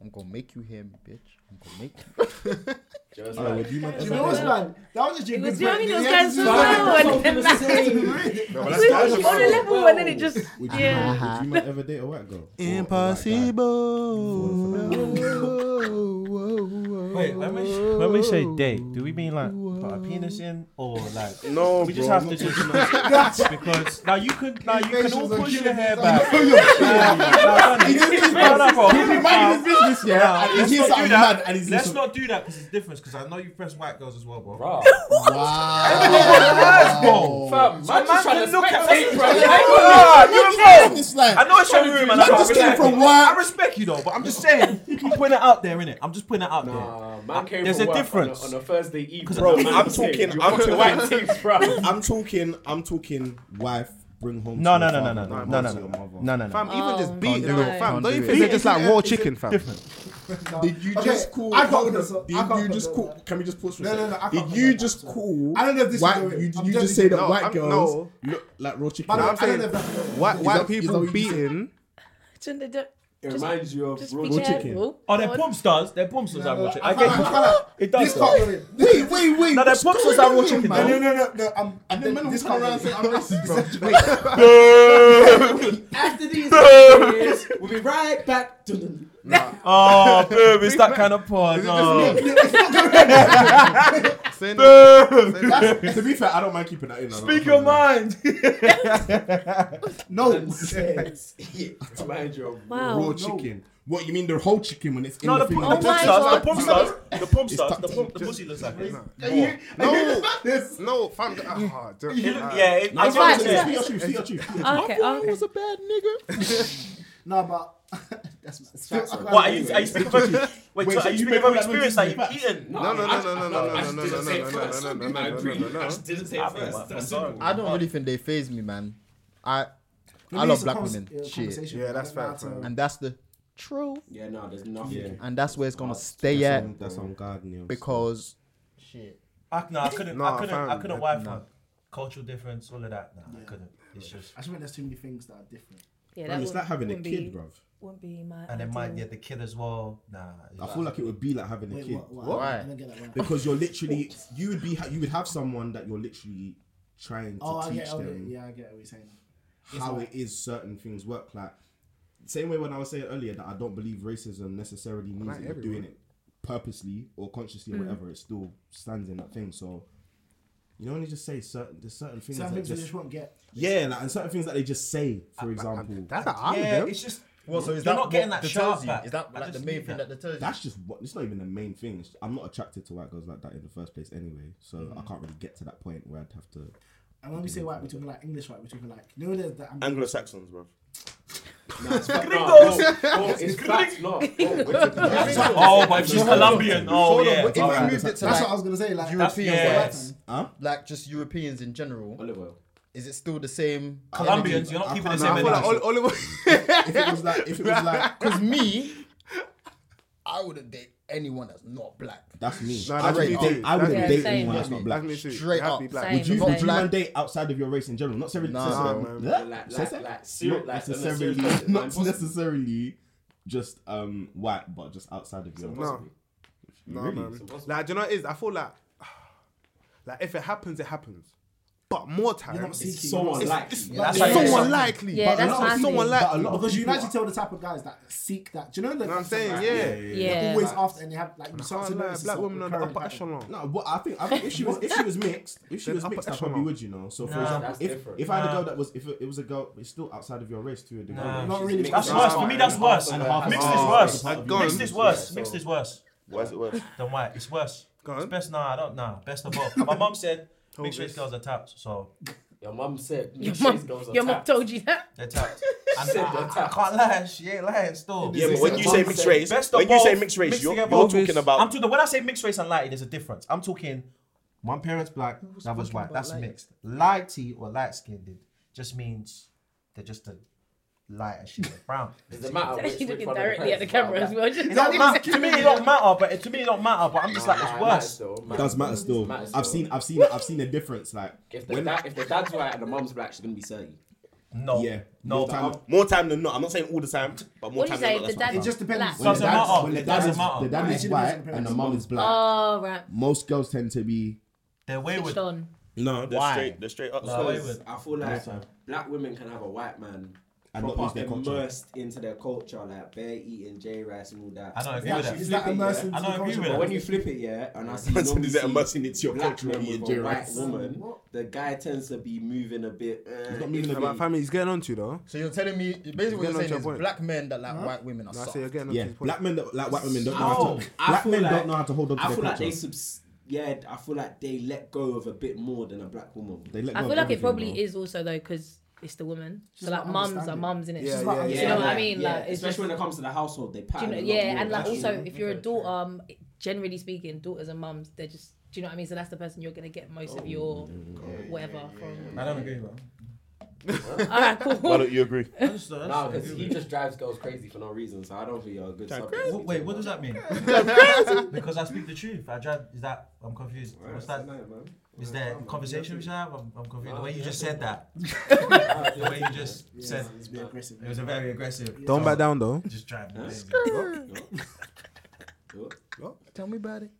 I'm gonna make you hear me, bitch. I'm gonna make.
Joe's
Oh, would you
like-
mind-
Do you know what's man? That was actually a
It
good
was the only
bit.
those
Yeah,
guys
this
who
is
were
fine. That's what I'm saying.
No, but
We
that's,
were
that's
on a
about-
level and then it just
Would you,
yeah.
would you might ever date a white girl? Or a white guy?
Wait, when we, when we say date, do we mean like put a penis in or like?
No,
we just
bro,
have to just because now you can now you can all
Innovations are
push your
killing
hair
us.
back. Nah, nah, nah, nah, nah, bro. Nah,
business, yeah.
let's
he's
not
a man
do that.
and he's
Let's
just-
not do that because it's different. Because I know you press white girls as well, bro.
Bruh.
Yes, bro.
Fam, man,
man
just trying
can
to
look
look
at
at me,
us-
bro.
Yeah.
Like,
It's like,
I know it's your room, and I
That
can't
just came
relax.
from where?
I respect you though, but I'm just saying, I'm putting it out there, innit? I'm just putting it out there.
Nah, man came
There's
from
a
work on
difference.
On a, Thursday evening.
Bro,
Man,
I'm
was
talking-
saying, You're
I'm
watching
talking-
white teams, bro.
I'm talking. I'm talking. Wife, bring home.
No,
to
no,
your
no, no,
father,
no, no,
bring
no,
home
no,
to your
no,
mother.
no, no, no.
Fam, even just beating
do
them,
it.
fam.
Can't
Don't
do
you think
it.
they're
Beating
just like
is-
raw
is
chicken, fam?
Different.
Did you
Okay,
just call?
I can't
hold
put
on,
this up.
Did
I can't
you
put
just
this
call?
up.
Can we just pause for a
No,
second?
no, no, I can't
Did
put
you
this up.
just call?
I don't know if this is
white.
the way.
You,
I'm
you just
just-
say that
No,
white
I'm-
girls
no.
look like raw chicken.
But
No,
I
I'm
don't
saying
know if that's the way.
white
that-
white
is that
people
what you just said?
beating.
Just, just,
It reminds you of
just
raw
be
chicken.
careful.
Oh, they're
Don't-
pump stars. They're pump stars. I
No,
watch it.
I
I get
can't- I
you.
can't-
It
This
does.
part
though.
with it. Wait, wait, wait.
No, they're
what's
pump
going
stars. I
on,
watch it.
man? No,
though.
no, no, no. I'm. And then this can't around saying I'm racist, bro.
After these messages, we'll be right back. to
Oh, babe, it's that kind of pod. no.
Saying that- saying that-
to be fair, I don't mind keeping that in. I don't
Speak
mind.
your mind.
No.
It reminds you of
Raw
Wow.
chicken. What you mean the whole chicken when it's in
No,
the
the
thing?
pump
Oh
the
like-
pump
my
stars. The
God.
pump stars. The pump stars. The
tucked
pump. The pussy looks like this.
No, no, fam. ah, don't-
You look- Yeah, it- I
it's
know what
fine,
you're saying.
it's
Speak your truth, speak your truth.
Okay. Okay.
was a bad nigga.
No, but that's
Facts, man.
What are you? Are you speaking about? you- Wait,
Wait,
so
so
are you
you
speaking
make
from
that
experience?
when
Like
you
you've eaten?
No, no, no, no, no, no,
I
no,
just
no,
didn't
no,
say it
no, no,
first.
no, no, no,
I
no,
agree.
no, no.
I just didn't say it
I've been
first.
working,
That's
sorry.
simple.
I don't really think they phase me, man. I I
Maybe
love
it's a
black
cons-
women.
yeah,
Shit.
conversation.
Yeah,
I
that's
don't know
facts,
how to-
man.
And that's the truth.
Yeah, no, there's nothing.
And that's where it's gonna stay at
on- That's on God news.
because shit.
I, no, I couldn't. I
Nah,
couldn't. I
fam,
couldn't
I-
wife her. Cultural difference, all of that. Nah, I couldn't. It's just.
I just think there's too many things that are different.
Yeah,
Bro,
that
it's like having a
wouldn't
kid,
be-
bruv.
Wouldn't be my.
And then
ideal.
might yeah, the kid as well. Nah.
I feel like it would be like having a
Wait,
kid.
what? What?
Why?
I don't get that. Why?
because you're literally you would be you would have someone that you're literally trying to
Oh, I
teach
get. Okay,
them
yeah, I get what you're saying.
how it is certain things work like same way when I was saying earlier that I don't believe racism necessarily means that you're doing it purposely or consciously or whatever it still stands in that thing so you don't only just say certain there's certain things
Some
that
things you
just,
just won't get.
yeah like and certain things that they just say for example
That's how I'm
yeah,
them.
it's just.
Well, so is
You're
that
not getting
what
that
deters
sharp
you?
back.
Is that
I
like the
just
main
need
thing
that.
that deters you?
that's just what it's not even the main thing It's- I'm not attracted to white girls like that in the first place anyway so I can't really get to that point where I'd have to
And when we say white, we're talking like English white. We're talking like you know there's that.
Anglo Saxons, bro.
No, it's fact- no, no,
oh,
no, it's facts, not.
Oh, but if she's Colombian, oh
Hold on,
yeah.
what if
alright.
we moved it to
That's
like,
what I was gonna say. Like
European
that's-
like just Europeans in general?
Olive oil.
Is it still the same?
Colombians, you're not keeping the
Nah,
same
I feel like
energy.
Oli- Oliver.
if it was like if it was like
Because me, I wouldn't date anyone that's not black.
That's me.
Nah,
I
that's
wouldn't
me
date,
too.
I wouldn't
Yeah,
date
same.
anyone that's not black.
Black me too.
Straight
You have
up.
to be black.
Same.
Would
Do you,
Not
do you
black.
man date outside of your race in general? Not necessarily.
Nah,
necessarily
man.
Like- like-
Says
like-
that?
like serious-
Not
like, on a serious
necessarily.
note,
Not
impossible.
necessarily. Just um white, but just outside of your.
No.
You
No,
really?
man. Like, do you know what it is? I feel like, like if it happens, it happens. But more times, it's,
seeking.
So
It's-
unlikely.
Yeah,
it's
that's how you
so
get
unlikely.
Yeah,
but
that's
a lot
my
of- so
thing.
unlikely.
But a lot of
Because you
people
actually tell the type of guys that seek that. Do you know the?
You know what I'm saying? Yeah.
Yeah.
Always after, and they have like you
Can't
start to
lie,
notice.
black women on the upper echelon.
No, but I think I think if she was if she was mixed, if she
Then
was
upper
mixed, I
echelon.
probably would, you know. So for
Nah.
example,
That's
if,
different.
if I had a
Nah.
girl that was if it was a girl, it's still outside of your race to a degree.
Nah.
Not really.
That's
Nah,
worse. For me,
Oh,
that's worse.
And half
Mixed
of-
is
half
worse.
of your-
Go on.
Mixed is worse.
Yeah,
Mixed
so-
is worse
Why is it worse?
than white. It's worse.
Go on.
It's best. Nah, I don't. Nah, best of both. My mum said mixed race
this.
girls are tapped, so
Your mum said
Your
these
mum,
girls are
your mum
tapped.
told you that.
they're tapped. And
said
I,
they're
I, I can't lie. She ain't lying still.
Yeah, but when you say mixed race,
Best of
when you say
both,
mixed race,
mixed
you're,
together.
you're talking
I'm
about.
talking. When I say mixed race and lighty, there's a difference. I'm talking. One parent's black, that was white. That's mixed. Lighty or light skinned just means they're just a lighter shade of brown.
It doesn't matter which-
She's
which
looking
one of
directly at the
parents is
camera as
black.
well.
It don't matter. To me, it don't matter. But it- to me, it don't matter. But I'm just like,
Nah,
it's
it matters
worse.
still, it
It
matters.
does matter still.
Matters
I've
still.
seen I've seen I've seen a difference. Like
If the,
when
dad, if the dad's white and the mum's black, she's gonna be silly.
No.
Yeah.
No,
More time,
but-
more time than not. I'm not saying all the time, but more
What do you
time
say,
than
the
not. that's
dad-
my
It just
time.
depends.
When the
Doesn't
dad's-
matter.
when the
It
dad
doesn't
is-
matter.
The dad is
Actually,
white and the mum is black.
Oh, right.
Most girls tend to be.
They're wayward.
Switched on.
No,
they're Why? straight-
They're straight
up. No, Because wayward.
I feel
Most
like
time.
black women can have a white man
And not
proper
lose their culture.
immersed into their culture, like bare eating J rice and all that.
I don't agree
But
with
when
that.
you
Is
flip
that
it,
immersed
yeah-
into
I don't
the
agree
culture?
with
But
that.
when you flip it, yeah, and I see
That's
normally
what is that
see
immersing into your
black
culture,
men
eating
with
J
a white
rice?
woman, the guy tends to be moving a bit. Uh,
not moving a
About family, he's getting on to you, though.
So you're telling me basically what
You're getting
you're
onto
saying
a
is
point.
black men that like white women are
No, I
soft.
say you're getting on
Yeah,
to his point.
black men, that, like white women, don't know
Oh,
how to. Black men don't know how to hold on to
I
their
feel like they
culture.
subs- yeah, I feel like they let go of a bit more than a black woman.
They let
I
go
feel
of
like it
everything,
probably
bro.
is also though because it's the woman. so
She's
like
not
mums are
understanding.
mums, innit?
Yeah,
She's
yeah, yeah.
not- You know what I
like,
mean?
yeah,
Like it's
especially
just,
when it comes to the household, they
do you
pattern.
know,
a lot
yeah,
more.
and like
That's
also
true.
if you're a daughter, um, generally speaking, daughters and mums, they're just. Do you know what I mean? So that's the person you're gonna get most of your whatever from.
I don't agree with that.
All right, cool.
Why don't you agree?
I just, I just
No,
don't
because
agree
he
with
just drives girls crazy for no reason, so I don't think you're a good subject.
it. Wha- Wait, what does that mean? because I speak the truth. I drive. Is that I'm confused? What's that? Is there a conversation we should have? I'm, I'm confused. The way you just said that.
Ah,
the way you just said it was a very aggressive.
Don't back down, though.
Just drive.
Yes.
crazy.
Tell me about it.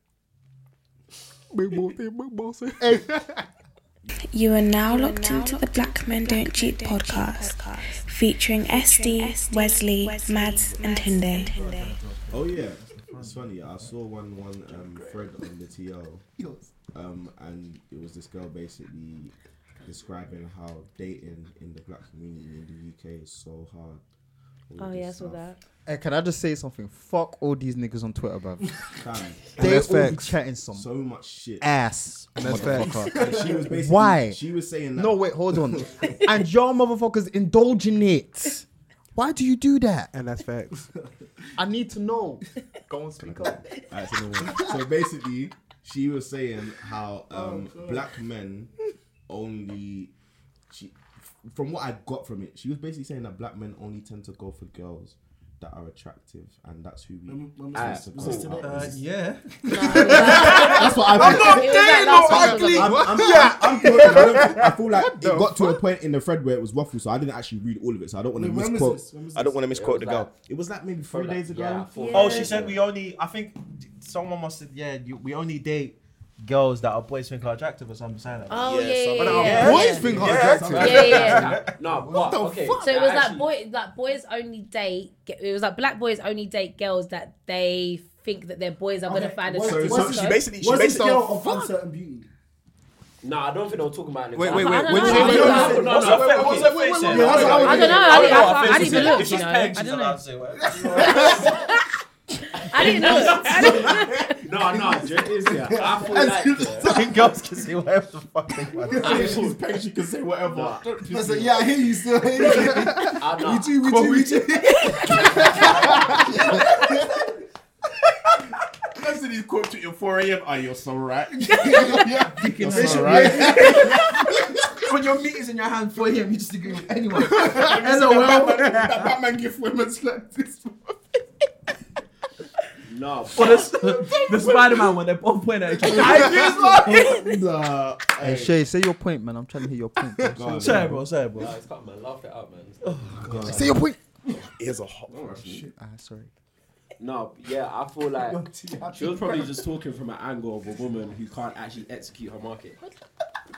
You are now locked into the Black Men Don't Cheat podcast, featuring SD, Wesley, Mads, and Hyundai.
Oh yeah, it's funny. I saw one one um, thread on the TL, um, and it was this girl basically describing how dating in the black community in the UK is so hard. All
Oh
this
yeah, I saw
stuff.
that.
Hey, can I just say something? Fuck all these niggas on Twitter, bruv.
Fam,
they all
that's
be
facts.
chatting some
so much shit.
ass,
That's facts.
motherfucker.
And she was basically,
Eh, Why?
She was saying that.
no, wait, hold on. and y'all motherfuckers indulging it. Why do you do that?
And that's facts.
I need to know. Go and speak up.
Alright, so, no worries. so basically, she was saying how um, black men only. She, from what I got from it, she was basically saying that black men only tend to go for girls that are attractive, and that's who we.
Ah,
tend to
cool.
go
Resist
after.
Uh, yeah.
That's what I.
not dating no ugly.
I'm, I'm, yeah, I'm, I'm, I, don't- I feel like it got to a point in the thread where it was waffle, so I didn't actually read all of it. So I don't want to
Wait, when was
misquote.
this? When was
I don't want to
It
misquote
was
the girl.
like-
It was like maybe three
Like,
days ago.
yeah, four
Oh,
days
she said
ago.
we only. I think someone must have. Yeah, you, we only date girls that our boys think are attractive or something. Saying that.
Oh yeah,
Yeah,
yeah,
so-
yeah, yeah.
Boys think I'm attractive.
Yeah, yeah, yeah.
No, but okay.
So it was
actually-
like boy, like boys only date. It was like black boys only date girls that they think that their boys are gonna find
what's-
attractive.
what's the-
So-
She basically, she
What's this
basically.
girl of uncertain beauty?
No, I don't think they were talking about. it.
Wait,
I
wait,
don't
wait.
don't
When
know.
you
I
say
don't
wait,
know.
wait, wait,
What's her face? What's her face? saying?
that's what I
I don't know. I, didn't, I, I, I didn't
If
look. You
she's
know,
pegged,
I
she's
don't
allowed
know.
to say whatever.
I didn't look. I didn't,
No, no, it is yeah. I feel like yeah.
Think girls can say whatever the fuck they want.
She's pegged, she can say whatever.
I said, yeah, I hear you still. I hear you.
I,
We
no,
do, we do, we do.
That's in his quote at 4 a.m. Oh, you're so right.
yeah,
You're
They should-
so right.
when your meat is in your hand for him, you just agree with anyone.
That Batman- that Batman gift women's like this.
no.
the Spider Man one, they're both pointing at each other. I agree as
Nah,
Hey, Shay, say your point, man. I'm trying to hear your point. bro.
God,
Sorry, bro. Sorry, bro.
No, it's cut, man. Laugh it up, man.
God.
say your point.
Ears are hot.
Don't rush me.
Ah, sorry.
No, yeah, I feel like she was
She's
probably just talking from an angle of a woman who can't actually execute her market.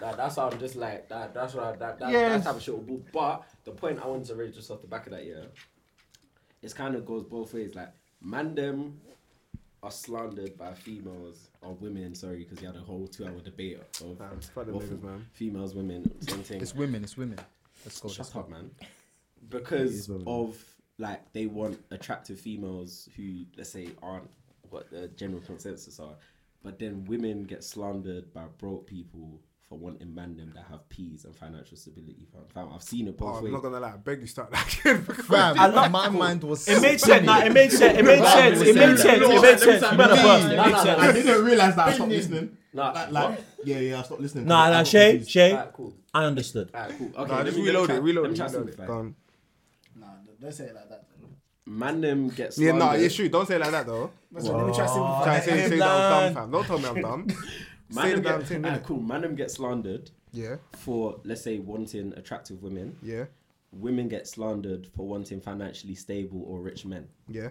That, that's how I'm just like that. That's what I, that that,
Yes.
that type of shit will. do. But the point I wanted to raise just off the back of that, yeah, it's kind of goes both ways. Like, man, them are slandered by females or women. Sorry, because you had a whole two-hour debate of
Nah, it's fuck them
waffle.
niggas, man.
females, women, same thing.
It's women. It's women. Let's go.
Shut
Let's
up,
go.
man.
It is
Because
women.
of like they want attractive females who, let's say, aren't what the general consensus are, but then women get slandered by broke people for wanting man them that have peas and financial stability. Fam, fam I've seen it
Oh,
both
I'm
ways.
not gonna lie. I beg you start that again. because-
Fam, my mind was.
It made sense. Nah, it made sense. It made sense. It made sense. It made sense. You better burst. It made sense.
I didn't realize that I stopped listening.
Nah,
Like, like, yeah, yeah, I stopped listening.
Nah, nah,
I got
Shay,
confused.
Shay,
Alright, cool.
I understood.
Alright, cool. Okay,
Nah,
let
just
me, let me
reload
try-
it. Reload
let me
it.
try
Reload it.
simplify.
Go on.
Nah, don't say it like that.
Man them get
Yeah,
slandered.
no, it's true. Don't say it like that though.
That's what, let me try to simplify.
Try and say,
him
say that I'm
learn.
dumb, fam. Don't tell me I'm dumb.
Man
say the
them
damn
get,
thing,
alright,
innit?
cool. Man them get slandered
Yeah,
for let's say wanting attractive women.
yeah.
women get slandered for wanting financially stable or rich men.
Yeah.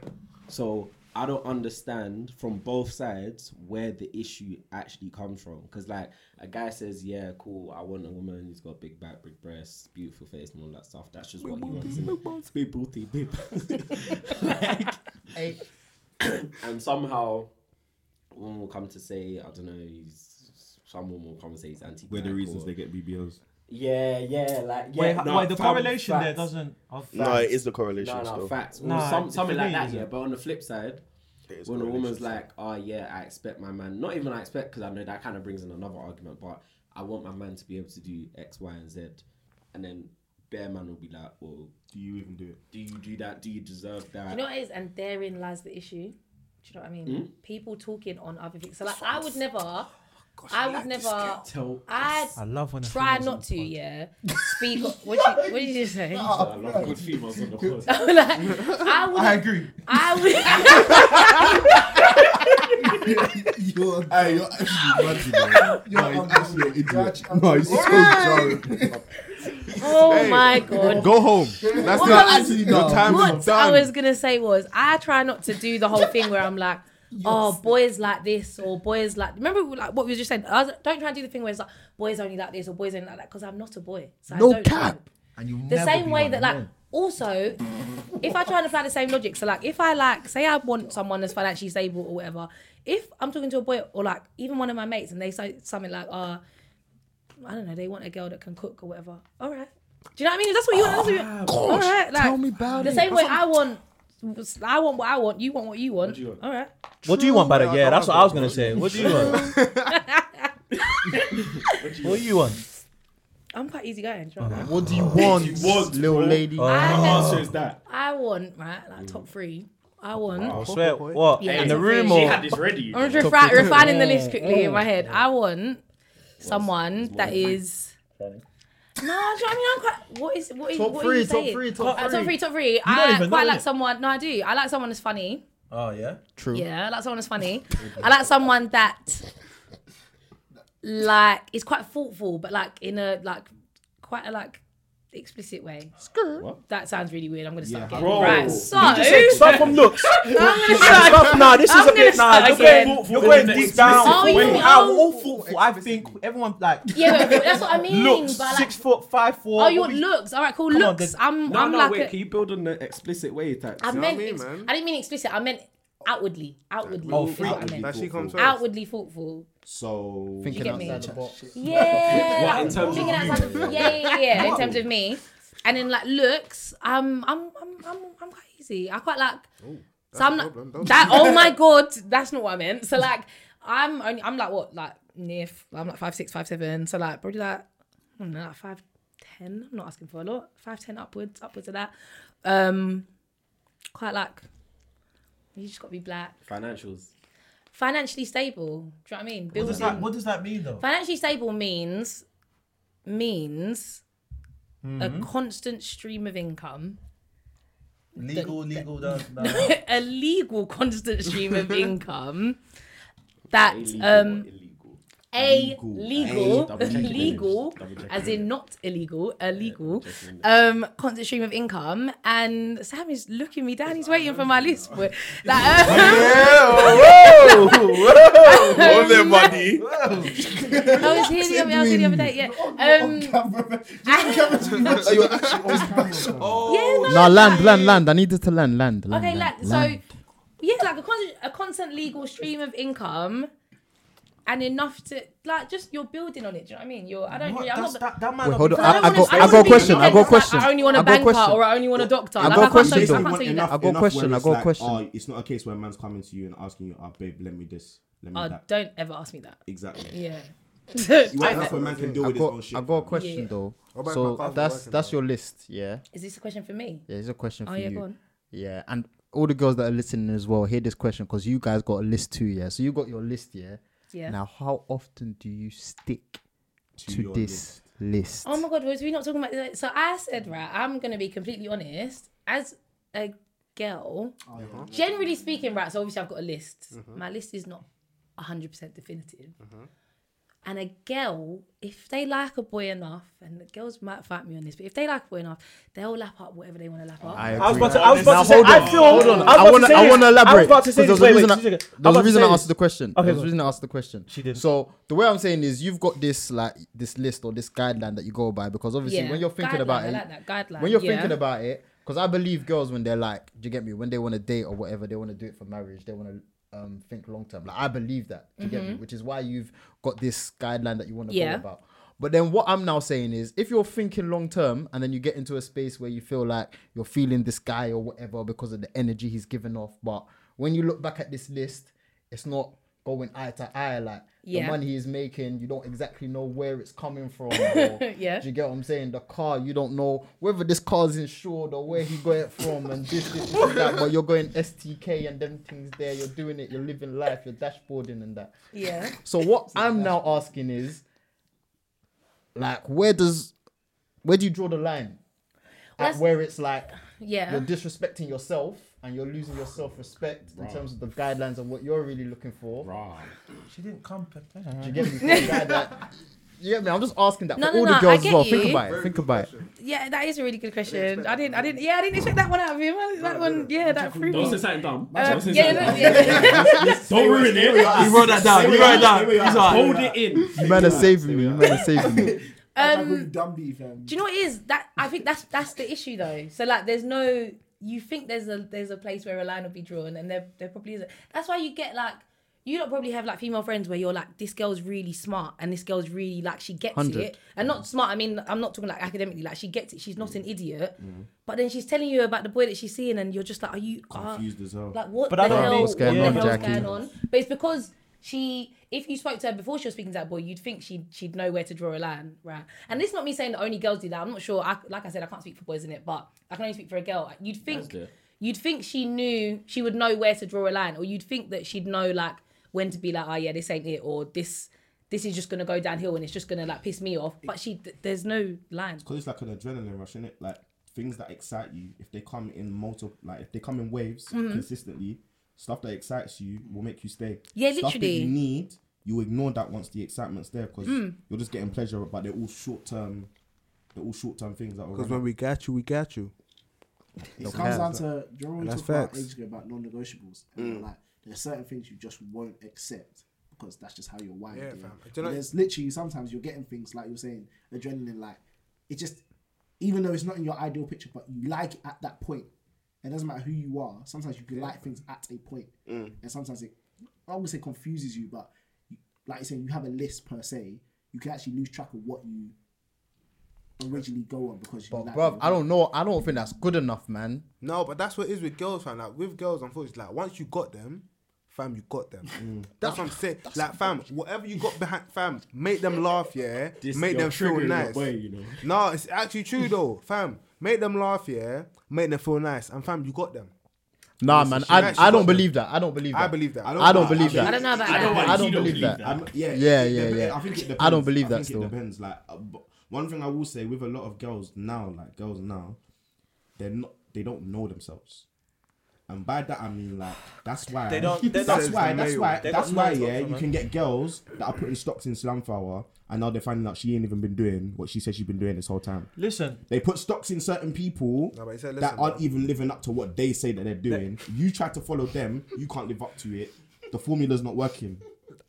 So I don't understand from both sides where the issue actually comes from. Because like a guy says, yeah, cool, I want a woman who's got big back, big breasts, beautiful face, and all that stuff. That's just what he wants. innit? Big booty, big. like, and somehow, one will come to say, I don't know, he's, someone will come and say he's anti.
Where the reasons they get BBLs.
Yeah, yeah, like yeah.
Wait, h-
no,
wait, the
fam,
correlation there
facts.
doesn't- oh, of-
Facts.
No, it is
the correlation
No, no,
still.
facts. Well,
Nah,
some,
it's
something like that,
definitely
yeah.
isn't.
But on the flip side,
is
when a
correlation
woman's like, "Oh yeah, I expect my man," not even I expect, because I know that kind of brings in another argument. But I want my man to be able to do X, Y, and Z, and then bare man will be like, "Well,
do you even do it?
Do you do that? Do you deserve that?"
You know what it is, and therein lies the issue. Do you know what I mean?
Mm.
People talking on other things. So like, I would never. I would never.
Tell
I
I love when a
try
female's on
not to. Yeah, speak. What you, what did you say?
I love good females on the pod.
like, I would.
I agree.
I would.
You're,
Hey, you're actually mad, you know.
You're
No, he's
on-
actually an idiot. No, he's so
Ah!
jarring.
Oh my god.
Go home. That's
What
not
I was-
actually your time is
What I
done.
was gonna say was I try not to do the whole thing where I'm like, oh, boys like this or boys like. Remember, like what we were just saying. I was, don't try and do the thing where it's like boys only like this or boys only like that because I'm not a boy. So I
No
don't
cap. And you
the same way that like also if i try and apply the same logic so like if i like say i want someone that's financially stable or whatever if i'm talking to a boy or like even one of my mates and they say something like uh i don't know they want a girl that can cook or whatever all right do you know what i mean that's what you want that's what you- all right like
tell me about
the
it.
same way
That's
i want i want what i want you want what you want, all right
What do you want, better? Yeah, that's what I was gonna say. What do you want? what do you want?
i'm quite easygoing do you know what I mean?
What do you want, little lady?
Uh-huh. Oh,
is that?
i want right like top three i want
I Oh, swear. What
Yeah.
in the room or?
ready.
I'm just refi- refining the list quickly in my head. I want someone that is. No, do you know what I mean? I'm quite. What is what is
Top
what are
three,
you
top
saying?
three, top
Uh,
three.
top three, top three.
don't
I
even
quite
know
like
it.
someone. No, I do. I like someone that's funny.
Oh yeah.
True.
Yeah, I like someone that's funny. I like someone that, like, is quite thoughtful, but like in a like quite a like explicit way.
What?
That sounds really weird. I'm gonna start again.
Bro.
Right,
You
so
Start from looks.
I'm gonna start.
Stop now. This
I'm
is a bit
gonna
now. You're
start
going,
again.
you're going deep down.
Oh, you
Wait,
mean-
I'm
oh.
all thoughtful. I think everyone like
Yeah, but that's what I mean.
looks
but like,
six foot five four.
Oh, you
What do
want
you-
looks? All right, cool.
Come on,
looks.
then.
I'm,
No,
I'm
no,
like.
wait.
a-
Can you build on the explicit way type?
I
know
meant.
what I mean,
ex-
man?
I didn't mean explicit. I meant outwardly. Outwardly.
Oh,
is what I
freaky.
meant.
That she comes first.
Outwardly thoughtful.
So
Thinking
get me?
outside the box.
Yeah.
What, in terms of
Thinking
you?
outside the- yeah, yeah, yeah. in terms of me, and then like looks, um, I'm, I'm, I'm, I'm quite easy. I quite like. so I'm
the
not
problem, don't
that. Oh my god, that's not what I meant. So like, I'm only, I'm like what, like near, f- I'm like five six, five seven. So like probably like, I don't know, like five ten. I'm not asking for a lot. Five ten upwards, upwards of that. Um, quite like. You just got to be black,
Financials.
financially stable. Do you know what I mean?
What does
Building-
that? What does that mean though?
financially stable means means
Mm-hmm.
a constant stream of income
Legal, legal. Does, no.
a legal constant stream of income that
Illegal
um
or illegal.
a
Legal.
legal
Double check it,
legal
double check it.
as in not illegal illegal
check it.
um constant stream of income and sam is looking me down he's waiting for my list um, but that
Hold
Um,
there, buddy.
i was here the other, I was here the other day yeah um yeah no,
Nah, land,
like-
land, land. I needed to land, land, land.
Okay,
land,
like so,
land.
yeah, like a constant, a constant legal stream of income, and enough to like just you're building on it. Do you know what I mean? You're I don't.
What?
Really, I'm
That's- that,
not.
that might
Wait,
not
hold
be
on.
I,
I-
don't
I
wanna-
got-
I don't
I got
wanna be
question, I
content.
got
Like,
question,
I only want
I
a
got
banker
question.
or I only want a doctor.
I
like,
got
I can't tell
question,
you, I
though.
can't tell you
enough,
that.
I got
enough
question,
where
I
it's
got
like,
question.
Oh, it's not a case where a man's coming to you and asking you, "Ah, babe, let me this, let me
Oh,
that."
don't ever ask me that.
Exactly.
Yeah.
You want enough where a man can deal
I
with his own
got,
shit.
I got a
man.
question
Yeah.
though.
What about my
So
father
that's
working
that's
though?
your list, yeah.
Is this a question for me?
Yeah, here's a question
Oh
for
yeah,
you.
go on.
Yeah, and all the girls that are listening as well, hear this question because you guys got a list too, yeah. So you got your list, yeah.
Yeah.
Now, how often do you stick to,
your
this list?
Oh my god, was we not talking about So I said, right, I'm gonna be completely honest. As a girl,
Uh-huh.
generally
Mm-hmm.
speaking, right, so obviously I've got a list. My list is not 100% definitive. And a girl, if they like a boy enough, and the girls might fight me on this, but if they like a boy enough, they'll lap up whatever they want to lap up.
I
I was
agree.
about to, I was
Now,
about to say,
hold on,
I feel.
hold
I,
on. I
was
wanna-
about to say this.
I wanna
I was
elaborate.
about to say
'cause there
this.
was a
Wait,
reason
wait,
I-
two seconds.
there was
I
a reason I
about to
asked
say
the question.
Okay,
There was
go
a
on.
reason I asked the question.
She did.
So the way I'm saying is, you've got this like this list or this guideline that you go by because obviously
Yeah,
when you're thinking
guideline,
about
I
it,
like that, guideline,
when you're
yeah.
thinking about it, because I believe girls when they're like, do you get me? When they want to date or whatever, they want to do it for marriage. They want to um, think long term. Like I believe that. Do you get me?
Mhm.
Which is why you've got this guideline that you want to
Yeah.
go about. But then what I'm now saying is, if you're thinking long term and then you get into a space where you feel like you're feeling this guy or whatever because of the energy he's giving off, but when you look back at this list, it's not going eye to eye. Like
Yeah.
the money he's making, you don't exactly know where it's coming from. or-
Yeah.
Do you get what I'm saying? The car, you don't know whether this car's insured or where he got it from and this, this, this and that. But you're going STK and them things there. You're doing it. You're living life. You're dashboarding and that.
Yeah.
So what I'm now asking is, like, where does, where do you draw the line? At
That's-
where it's like,
Yeah.
you're disrespecting yourself and you're losing your self respect in
Right.
terms of the guidelines and what you're really looking for.
She didn't come. Do
Do you get me? For a guy that- you get me? I'm just asking that
No,
for
no,
all
no, I
the girls
get
as well.
you.
Think about it.
Very
Think about it.
Yeah, that is a really good question. I didn't, I didn't, yeah, I didn't expect that one out of him. That one, yeah, that threw me.
Don't say something dumb.
Uh,
Don't say
yeah,
something
no,
dumb.
yeah.
Don't ruin it.
You wrote that down. You wrote it down. He's like-
Hold it in.
You man are saving me. You man are saving me.
Um,
Dumby fam.
Do you know what it is that I think that's that's the issue though. So like, there's no you think there's a there's a place where a line will be drawn, and there there probably isn't. That's why you get like you don't probably have like female friends where you're like this girl's really smart and this girl's really like she gets
100.
it, and not smart. I mean, I'm not talking like academically. Like she gets it. She's not an idiot.
Mhm.
But then she's telling you about the boy that she's seeing, and you're just like, are you are-
Confused as hell.
Like what
But
the
I don't
hell?
think-
What's going on,
Jackie?
going on? But it's because she, if you spoke to her before she was speaking to that boy, you'd think she she'd know where to draw a line, right? And this is not me saying that only girls do that. I'm not sure. I, like I said, I can't speak for boys in it, but I can only speak for a girl. You'd think
That's it.
you'd think she knew she would know where to draw a line, or you'd think that she'd know like when to be like, oh yeah, this ain't it, or this. This is just gonna go downhill and it's just gonna like piss me off. But she, th- there's no line.
Because it's like an adrenaline rush, isn't it? Like things that excite you, if they come in multiple, like if they come in waves
Mhm.
consistently, stuff that excites you will make you stay.
Yeah,
Stuff that
literally.
you need, you ignore that once the excitement's there because
Mm.
you're just getting pleasure, but they're all short term. They're all short term things that will
Because
run
when we got you, we got you.
It
comes down to you're
And
always
that's
talking about
facts.
ages ago about non-negotiables.
Mm.
And like there's certain things you just won't accept because that's just how you're wired.
Yeah,
you know?
fam. Do you know-
There's literally sometimes you're getting things like you're saying adrenaline. Like it just even though it's not in your ideal picture, but you like it at that point. It doesn't matter who you are. Sometimes you can like things at a point,
Mm.
and sometimes it I wouldn't say confuses you, but you, like you say, you have a list per se. You can actually lose track of what you originally go on because you like
Bruv,
what
I don't know. I don't think that's good enough, man.
No, but that's what it is with girls, fam. Like with girls, unfortunately, like once you got them, fam, you got them.
Mm.
That's what I'm saying. Like, fam, whatever you got behind, fam, make them laugh, yeah.
This-
make
you're
them feel
triggering your
nice.
boy, you know.
No, it's actually true though, fam. Make them laugh, yeah. Make them feel nice, and fam, you got them.
Nah,
Listen,
man.
she
I,
actually
I
got
don't
them.
believe that. I don't believe that.
I believe that.
I
I
don't,
don't-
believe
I
that.
don't- I don't know about
I
that.
don't,
I don't
believe
believe
that.
that.
I'm-
yeah,
yeah,
yeah,
it
yeah,
dep-
yeah.
I think it depends.
I don't believe
I
that
think It
still.
depends. Like uh, but one thing I will say with a lot of girls now, like girls now, they're not. They don't know themselves. And by that I mean like that's why
They don't- they
that's
don't-
why that's why
They don't
that's
know
why
themselves,
yeah you
man.
can get girls that are putting stocks in slam flower and now they're finding out she ain't even been doing what she said she's been doing this whole time.
Listen.
They put stocks in certain people
No, but he said,
that
listen,
aren't
bro.
even living up to what they say that they're doing. you try to follow them, you can't live up to it. The formula's not working.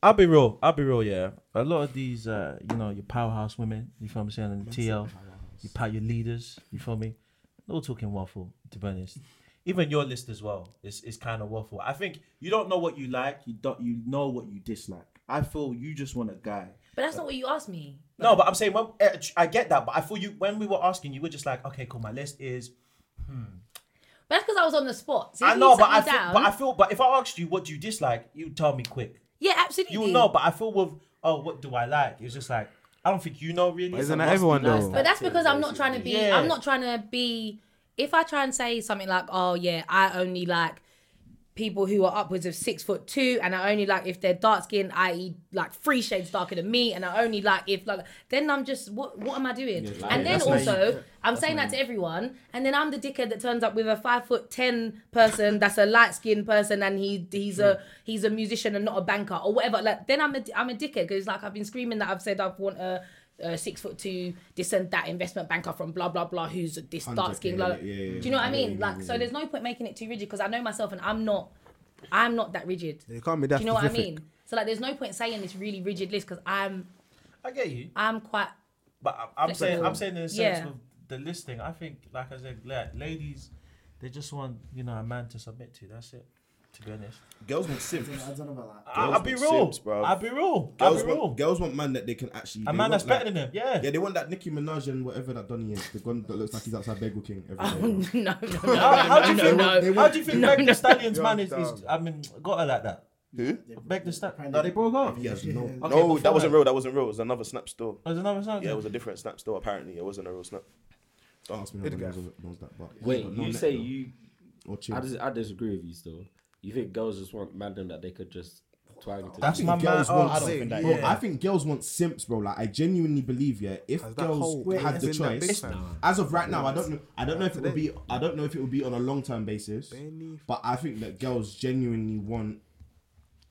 I'll be real. I'll be real. Yeah, a lot of these, uh, you know, your powerhouse women. You feel what I'm saying? And the TL, you power your leaders. You feel me? They're all talking waffle. To be honest, even your list as well is is kind of waffle. I think you don't know what you like. You don't. You know what you dislike. I feel you just want a guy.
But that's not what you asked me.
No, but I'm saying when, eh, I get that, but I feel you when we were asking, you were just like, okay, cool. My list is
But that's because I was on the spot. So if
I
you
know,
sat
but
me
I feel,
down-
but I feel, but if I asked you what do you dislike, you tell me quick.
Yeah, absolutely.
You know, but I feel with oh, what do I like? It's just like I don't think you know really.
But
so
isn't
it
that
must be
everyone
nice
though?
that-
But that's because I'm not trying to be.
Yeah.
I'm not trying to be. If I try and say something like, "Oh yeah, I only like people who are upwards of six foot two, and I only like if they're dark skinned, i.e., like three shades darker than me, and I only like if like then I'm just what what am I doing?
Yeah, it's
and
lying.
then
That's
also
naive.
I'm saying that to everyone, and then I'm the dickhead that turns up with a five foot ten person that's a light skinned person, and he he's a he's a musician and not a banker or whatever. Like then I'm a I'm a dickhead because like I've been screaming that I've said I want a. Uh, six foot two, this and that investment banker from blah blah blah, who's this dark skinned. Blah, blah.
Yeah, yeah, yeah.
Do you know what I
Yeah,
mean?
yeah,
like,
yeah,
so
yeah.
there's no point making it too rigid because I know myself and I'm not, I'm not that rigid.
You can't be that
Do you know what I
specific.
mean? So like, there's no point saying this really rigid list because I'm,
I get you.
I'm quite.
But I- I'm saying, I'm
Flexible.
saying in the sense
Yeah.
of the listing. I think, like I said, like, ladies, they just want you know a man to submit to. That's it. To be honest,
Girls want simps.
I don't know about that.
I,
Girls
I'll be
want
real.
simps, bruv.
I'll be real. I'll
Girls
be real.
want, girls want man that they can actually.
A
they
man
want
that's better than them. Yeah.
Yeah, they want that Nicki Minaj and whatever that Donny is. The one that looks like he's outside Bagel King every day.
no, no, no.
How, how do you
No,
think?
no, they
how
won't.
do you think Meg Thee Stallion's
You're
man is, is?
dumb.
I mean, got her like that.
Who?
Meg Thee Stallion.
No, they
broke up.
He has no.
no, that wasn't real. That wasn't real. It was another snap store.
There's another song.
Yeah, it was a different snap store. Apparently, it wasn't a real snap.
Don't ask me how
It
anyone
gaff.
knows, knows that. But
Wait,
No
you
neck,
say
though.
you?
Or chill.
I, dis- I disagree with you still. You think girls just want madam that they could just twang to?
That's
think
my man.
girls
Oh,
want
I don't
simps.
think that.
Bro,
Yeah.
I think girls want simps, bro. Like I genuinely believe, yeah. If
Has that
girls
whole- Wait, it's
had the
in that big
choice,
fan?
as of right now, I don't know. I don't know if it would
today.
be. I don't know if it would be on a long term basis.
Benny.
But I think that girls genuinely want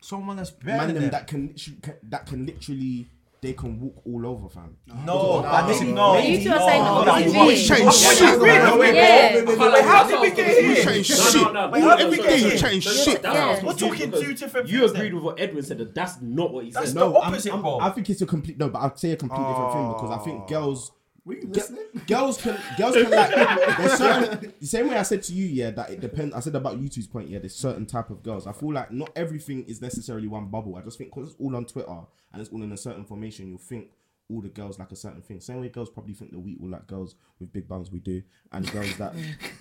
Someone that's
man
better
them
than
that can, lit- can that can literally they can walk all over, fam.
No, I
No.
think no.
You two are saying
no,
opposite
no,
thing.
no.
Wait,
Change shit.
wait, wait,
Yeah.
But how did we get
You
here?
change
No, no,
shit.
no, no.
You-
how do
Every
we
day
get
you
here?
change shit.
That's what I was
Yeah.
We're
confused
talking
because
two different
You
things
agreed
then.
with what Edwin said, and that's not what he
That's
said.
the
I'm-
opposite,
I'm-
bro.
I think it's a complete no, but I'd say a complete different thing because I think girls.
Were you
Ge-
listening?
girls can girls can like there's certain the same way I said to you yeah that it depends I said about you two's point yeah there's certain type of girls I feel like not everything is necessarily one bubble I just think because it's all on Twitter and it's all in a certain formation you'll think all the girls like a certain thing same way girls probably think that we all like girls with big bums we do and girls that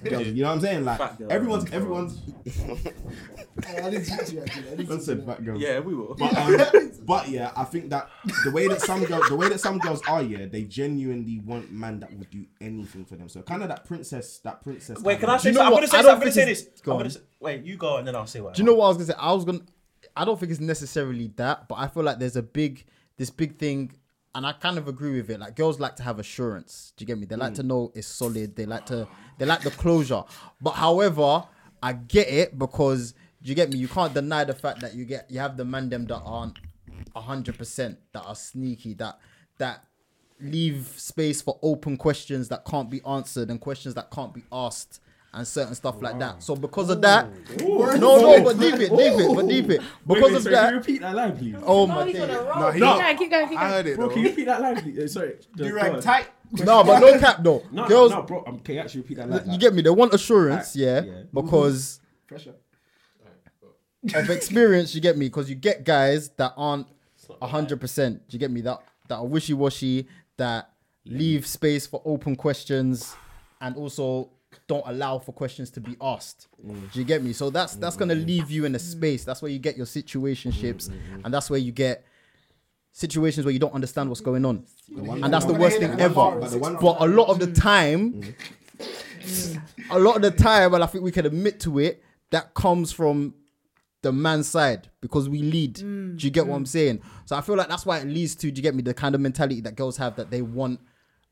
girls, you know what I'm saying like everyone's everyone's
I didn't speak to you actually.
I
I didn't speak to you.
said fat girls
Yeah, we will.
but, um, but yeah, I think that the way that some girls, the way that some girls are, yeah, they genuinely want man that will do anything for them. So kind of that princess, that princess.
Wait,
kinda-
can I
you
say?
know
something? I'm
what?
gonna say.
I
I'm
don't
gonna
think
say
it's-
this.
go
I'm
on.
gonna say- Wait, you go and then I'll say what.
Do you know what I was gonna say? I was gonna. I don't think it's necessarily that, but I feel like there's a big, this big thing, and I kind of agree with it. Like girls like to have assurance. Do you get me? They like to know it's solid. They like to, they like the closure. But however, I get it because do you get me? You can't deny the fact that you get you have the man them that aren't hundred percent that are sneaky that that leave space for open questions that can't be answered and questions that can't be asked and certain stuff like that. So because of that, no, no, but deep it, deep it, but deep it.
Wait,
Because
wait, sorry, Can
of
you
that,
repeat that line, please?
oh
Oh,
my
he's on a
god.
roll.
No, he-
keep
No.
going, keep going, keep
I
going.
heard it
Bro,
though.
can you repeat that line, please? Uh, Sorry. Direct
tight.
No, but no cap though.
No,
Girls,
no, bro. Um, can you actually repeat that line?
you get me. They want assurance,
Right,
yeah,
yeah.
because
Pressure.
of experience, you get me, because you get guys that aren't hundred percent. You get me that that are wishy washy, that leave space for open questions, and also don't allow for questions to be asked. Do you get me? So that's that's gonna leave you in a space. That's where you get your situationships, and that's where you get situations where you don't understand what's going on, and that's the worst thing
But
ever.
the one-
But a lot of the
Mm.
time, a lot of the time, and I think we can admit to it, that comes from the man's side because we lead.
Mm.
Do you get what I'm saying? So I feel like that's why it leads to, do you get me, the kind of mentality that girls have that they want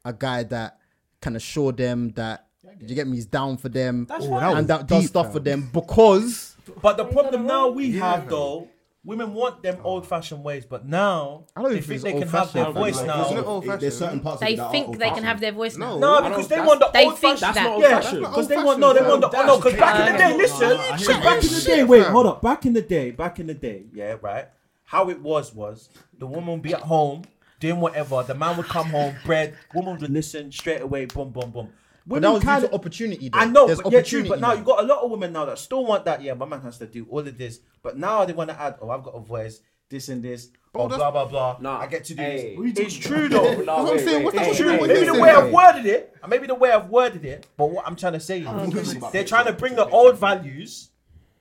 a guy that can assure them that, do you get me, he's down for them
Oh, that
and
was
that does
deep,
stuff
fam.
for them because.
But the problem now we have though, women want them old-fashioned ways, but now
Oh. I don't
they
even
think
think
they
it's
can have their
old-fashioned,
voice
Like,
Isn't
now.
it old
it- There's certain
fashioned?
parts of
They
it that are
think they can have their voice now.
No.
No, because they want the
They think
old-fashioned.
that.
not
Yeah,
old-fashioned.
because they want no, they want the oh, no, because back in the day, listen, because back in the day, wait, hold up, back in the day, back in the day, yeah, right. How it was was the woman would be at home doing whatever, the man would come home, bread, woman would listen straight away, boom, boom, boom.
But that
Women
was due
kind
to
of
opportunity. Though.
I know,
There's
but, yeah, true,
opportunity.
but now you got a lot of women now that still want that. Yeah, my man has to do all of this, but now they want to add, oh, I've got a voice, this and this, oh,
that's-
blah blah blah.
Nah,
I get to do
hey. What are you
this. It's true though.
No,
what I'm
wait,
saying,
wait,
what's the
hey,
problem
It's true.
hey,
with
Maybe
hey,
this
the
hey,
way
hey.
I've worded it, and maybe the way I've worded it, but what I'm trying to say is they're trying to bring the old values.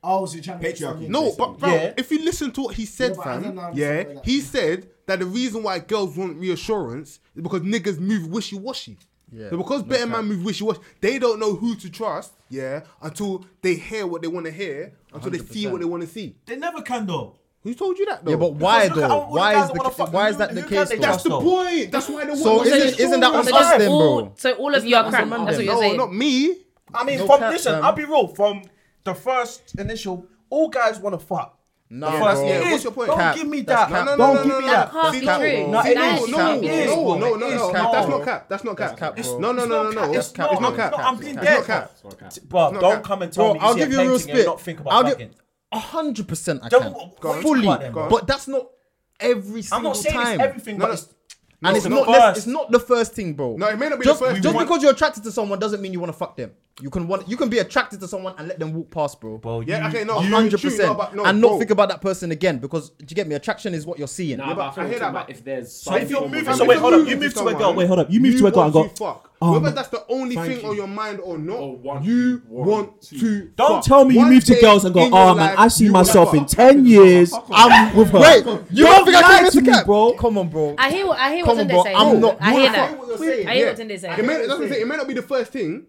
Oh, so you're trying to
Patriarchy.
No, but bro,
Yeah.
if you listen to what he said,
Yeah, but I don't
fam,
know how to say
yeah,
that.
he said that the reason why girls want reassurance is because niggas move wishy washy.
Yeah.
So because
No
better
cap.
man move wishy washy, they don't know who to trust. Yeah, until they hear what they want to hear, until they see what they want to see.
They never can though.
Who told you that though?
Yeah, but why
Because look at
though?
all the
Why
guys
is
that wanna
the
fuck
why
you,
is that
you
the
can't-
case?
they-
though?
that's
That's the
So-
point. That's why they want.
So
to
isn't-
see
isn't that
all
on the
us.
list then,
all,
bro?
So all of you are crap.
man
That's what
then.
you're saying.
No, not me.
I mean,
No
from
cap,
listen,
fam.
I'll be real. From the first initial, all guys want to fuck.
Nah,
The
bro.
first-
Yeah,
it
what's
is.
your point?
Don't
Cap.
give me
That's
that.
cap.
No, no,
Don't
no,
give
no,
me
no.
that.
Can't be
See,
true.
no,
No,
see,
it
no,
is.
no,
Cap.
no,
It is,
no,
bro.
no,
It
no,
is,
no. That- That's
no.
not cap. That's not cap.
cap,
It's-
bro.
No, no,
It's
no,
not
no,
cap.
no.
It's
It's not
not.
cap.
No, I'm being
It's
dead.
not cap.
It's not cap.
Bro,
No
don't
cap.
come and tell
Bro,
me.
I'll give you a real
And
spit.
not think about
I'll
fucking.
give hundred percent. I
Don't-
can
what- what you
fully,
talking about then, bro?
but that's not every
I'm
single
not saying
time.
it's everything,
No,
but
no.
it's
and
No,
it's
it's
not.
the
nec-
first.
It's not the first thing, bro.
No, it may not be
just,
the first.
Just
thing.
because you're attracted to someone doesn't mean you want to fuck them. You can want. You can be attracted to someone and let them walk past, bro.
Bro, you-
yeah, okay, no, you-
hundred
you- no,
percent,
but no,
and not
bro.
think about that person again because do you get me? Attraction is what you're seeing.
Nah, but I, feel
I hear
we're
that,
talking about
but-
if there's
So if you're
something-
moving-
Fam,
So
if
wait,
you're
hold up,
moving
you move to a
someone,
girl, wait, hold up, you move to a girl and
want
go,
to Fuck.
"Oh,
Whether
man,
that's the only
thank
thing
you."
on your mind or not,
Or want-
you
want
want
to.
to.
Don't
fuck.
tell me you
One
move to
day
girls and go,
in your
oh man,
life,
I see
you will
myself in
fuck."
10 years, I'm with her.
Wait, you don't think I
lie
can listen
to me,
to
bro.
bro? Come on, bro.
I hear what I hear
Come
what
on,
Tunde's
bro.
saying.
I'm not-
I hear that.
what you're saying.
I hear
Yeah.
what Tunde's
It may, that's
saying.
what I'm saying, it may not be the first thing.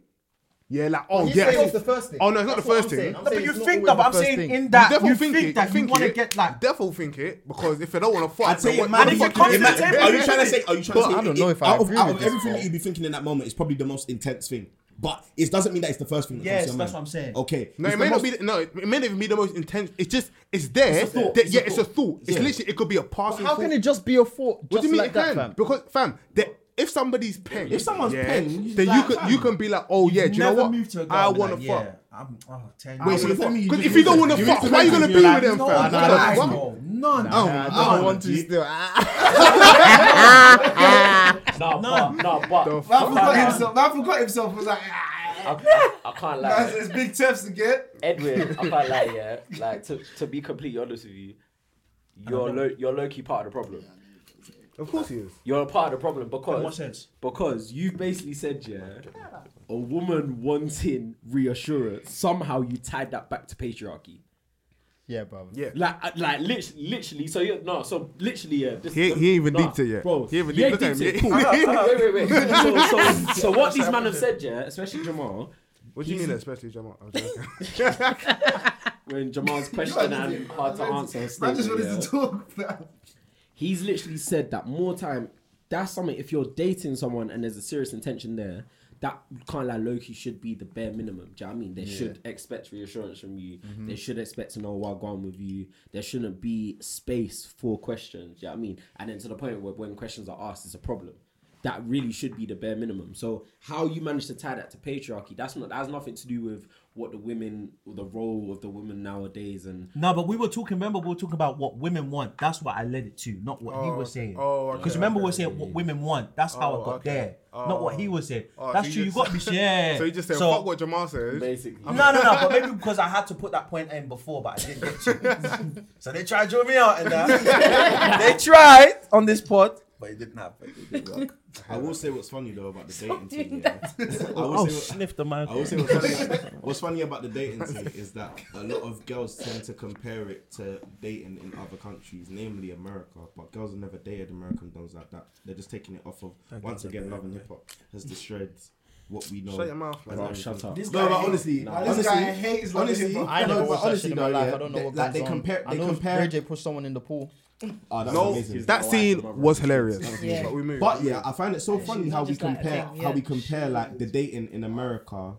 Yeah, like oh
He's
yeah.
saying it's the first thing.
Oh no, it's not
That's
the
what
first
I'm saying.
thing.
I'm
No, but
saying
you
it's not
think that,
always the
but I'm
first
saying
thing.
in
You
that,
definitely
you
think, it.
think that you
think
want to
it.
get like.
You definitely think it because if they don't want to
I
fuck,
tell
then
you,
what-
man,
And if
you
you
fucking-
come to the
ima-
table-
are you trying to say? Are you trying to
But
say?
I don't
it-
know if I
out of,
agree
out
with
of
this,
everything
bro.
that you'd be thinking in that moment, it's probably the most intense thing. But it doesn't mean that it's the first thing. That
Yes,
comes to your
that's
mind.
what I'm saying.
Okay.
No,
it's
it
the
may not
most-
be. The, no, it may not even be the most intense. It's just it's there.
It's a thought.
that-
It's a
yeah, it's a
thought.
thought. It's
Yeah.
literally it could be a passing.
How
thought.
can it just be a thought?
What
just
do you mean
like
it
that,
can?
fam?
Because fam, the, if somebody's pen,
If someone's
yeah,
pen, you-
then
like,
you
fam.
can you can be like, oh yeah, do you know
never
what?
moved to a girl
I
and be
want
like,
to fuck.
Yeah, I'm oh, 10
Wait,
years.
so you're telling me you
Because
just
if you don't
want
want
to
to fuck, why are you gonna be with them,
No,
fam?
nah, nah,
lies,
nah,
Why-
bro. None.
I don't want to still. Ah.
Nah, but, nah,
The
but
fuck?
Man forgot himself. Was like,
ah, I, I can't lie.
big tips again.
Edwin, I can't lie, yeah. Like to, to be completely honest with you, you're low you're low key part of the problem.
Of course he is.
You're a part of the problem
In what
because
sense?
because you've basically said yeah, a woman wanting reassurance. Somehow you tied that back to patriarchy.
Yeah, bro.
Yeah.
Like, uh, like, lit- literally. So you no, so literally, yeah. This,
He- he ain't even
nah,
deeped it yet.
bro.
He ain't even
ain't
deeped it.
deeped it.
Cool.
Uh, uh, wait, wait, wait. So, so, so what these men have said, yeah, especially Jamal,
What do you
He's-
mean, especially Jamal? I was joking.
when Jamal's question and hard to answer.
I just
statement,
wanted
yeah.
to talk. man.
he's literally said that more time. That's something. If you're dating someone and there's a serious intention there, that kind of like Loki should be the bare minimum. Do you know what I mean? They should expect reassurance from you. They should expect to know what's going on with you. There shouldn't be space for questions. Do you know what I mean? And then to the point where when questions are asked, it's a problem. That really should be the bare minimum. So how you manage to tie that to patriarchy? That's not. That has nothing to do with what the women, or the role of the women nowadays, and
No, but we were talking. Remember, we were talking about what women want. That's what I led it to, not what he
Oh,
was
okay.
saying.
Oh, okay,
Because remember,
okay.
we were saying what women want. That's how
Oh,
I got
okay.
there, not what he was saying.
Oh,
That's
so
true. You
just-
got me. Yeah.
So you just said
So-
fuck what Jamal says.
basically.
No, no, no. But maybe because I had to put that point in before, but I didn't get to. so they tried to draw me out, and that they tried on this pod, but it didn't happen. It didn't work.
I will say what's funny though about the dating thing.
doing
Yeah. I will
Oh,
say what-
sniff the man.
I would say what's funny, what's funny about the dating thing is that a lot of girls tend to compare it to dating in other countries, namely America. But girls have never dated American dons like that. They're just taking it off of. Once again, love and hip hop has destroyed what we know.
Shut your mouth, man.
as
Bro,
everything.
shut up.
No, but honestly, honestly,
hates Love and
honestly,
Hip Hop.
I never
no, but
watched that shit
honestly,
in my
though,
life.
yeah,
I don't know
they-
what
like they
goes on.
compare,
I
they
know
compare.
Ray J pushed someone in the pool.
Oh, that
No,
was amazing.
that scene was hilarious.
Yeah.
But we moved.
But yeah, I find it so funny
she's
how we
just like a
compare
thing, yeah.
how we compare like the dating in America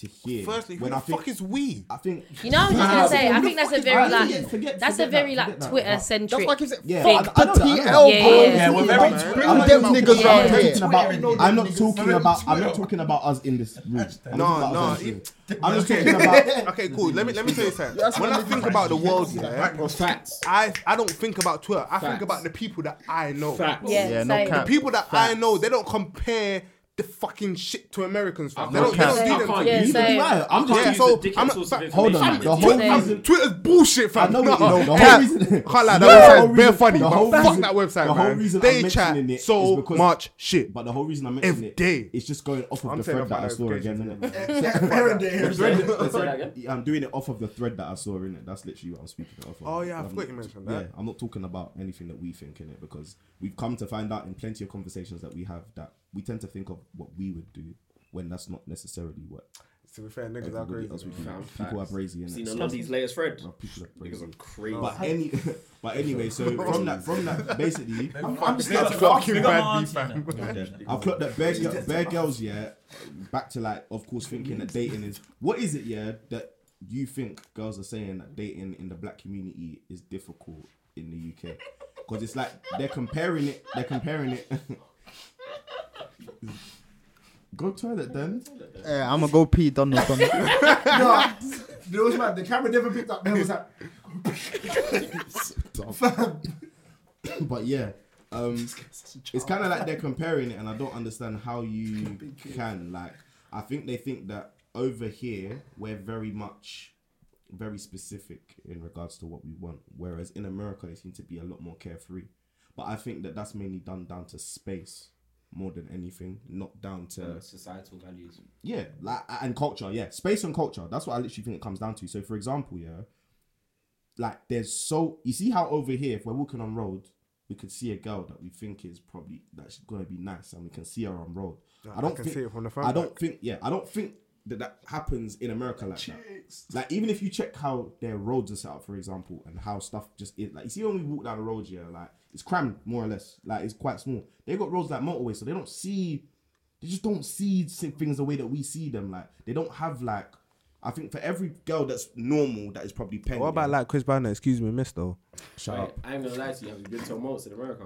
to here.
Firstly, who
when
the
I think,
fuck is we?
I think
You know, I was just gonna say. I
Nah,
think that's a
forget-
very
forget-
like.
forget-
That's a
forget
very
that,
like
forget that.
Twitter
That's
centric.
why I keep saying
Yeah.
fuck
I-
the
I know that, I know
TL,
that.
Yeah,
bro.
yeah, yeah.
Yeah, we're very Twitter.
I'm them niggas
Yeah.
round here.
talking about- I'm not talking about. I'm not talking about us in this room.
No,
I'm not talking about us
no,
in
it-
this room. I'm just talking about.
okay, okay, cool. Let me let me tell you something.
That's
when
what
I
niggas
think
like.
about the world, yeah,
Bro, facts.
I I don't think about Twitter. I think
Facts.
about the people that I know.
Facts.
Yeah,
Yeah, no
same.
cap.
People that I know, they don't compare the fucking shit to Americans. fam. They
No
don't, they don't
cap.
do them.
I can't
Yeah,
use
same.
it.
Right, I'm
Yeah,
just.
use the
so
dickhead
I'm
source of
fam,
Hold
information.
on. The whole
Twitter-
reason.
Twitter's bullshit, fam.
I know
no,
it is. The whole
Cap,
reason-
Can't lie, that
No,
website's
the whole
bare
reason-
funny,
the
but
whole
fuck
reason-
that website,
the whole
man.
reason
They
I'm
chat
mentioning it is
so
because-
much shit.
But the whole reason I'm mentioning
Every
it,
day.
it's just going off of
I'm
the
saying
thread that I
about
saw again,
notifications,
isn't it?
that again?
I'm doing it off of the thread that I saw in it. That's literally what I'm speaking off of.
Oh, yeah, I
I'm
forgot
not-
you mentioned
Yeah,
that.
I'm not talking about anything that we think in it because we've come to find out in plenty of conversations that we have that we tend to think of what we would do when that's not necessarily what.
To be fair, niggas are
everybody
crazy.
else would do.
man.
People are crazy. innit?
Seen a
So-
lot of these latest threads.
Bro, people are
Niggas
crazy.
are crazy.
But any, but anyway, so from that, from that, basically,
I'm,
fuck-
I'm just
they
not
got-
fucking
they got my
bad beef,
auntie
fam.
I've clocked that bare, girl, bare girls, yeah. Back to like, of course, thinking that dating is what is it, yeah, that you think girls are saying that dating in the black community is difficult in the UK because it's like they're comparing it, they're comparing it. Go toilet then.
Yeah, I'm gonna go pee. Done. no, done.
no, there was man. The camera never picked up. There was like,
but yeah, um, it's kind of like they're comparing it, and I don't understand how you can like. I think they think that over here we're very much, very specific in regards to what we want, whereas in America they seem to be a lot more carefree. But I think that that's mainly done down to space more than anything, not down to
Societal values.
yeah, like and culture, yeah, space and culture. That's what I literally think it comes down to. So, for example, yeah, like there's so you see how over here, if we're walking on road, we could see a girl that we think is probably that's gonna be nice, and we can see her on road. I don't
I can
think,
see it from the front
I don't think, yeah, I don't think that that happens in America like that. Like even if you check how their roads are set up, for example, and how stuff just is like you see when we walk down the road, yeah, like it's crammed more or less, like it's quite small. They got roads like motorways, so they don't see they just don't see si- things the way that we see them. Like they don't have like. I think for every girl that's normal, that is probably pending.
What about like Chris Banner? Excuse me, miss though.
shut
Right,
up?
I ain't gonna lie to you. Have you been to a Maltz in America?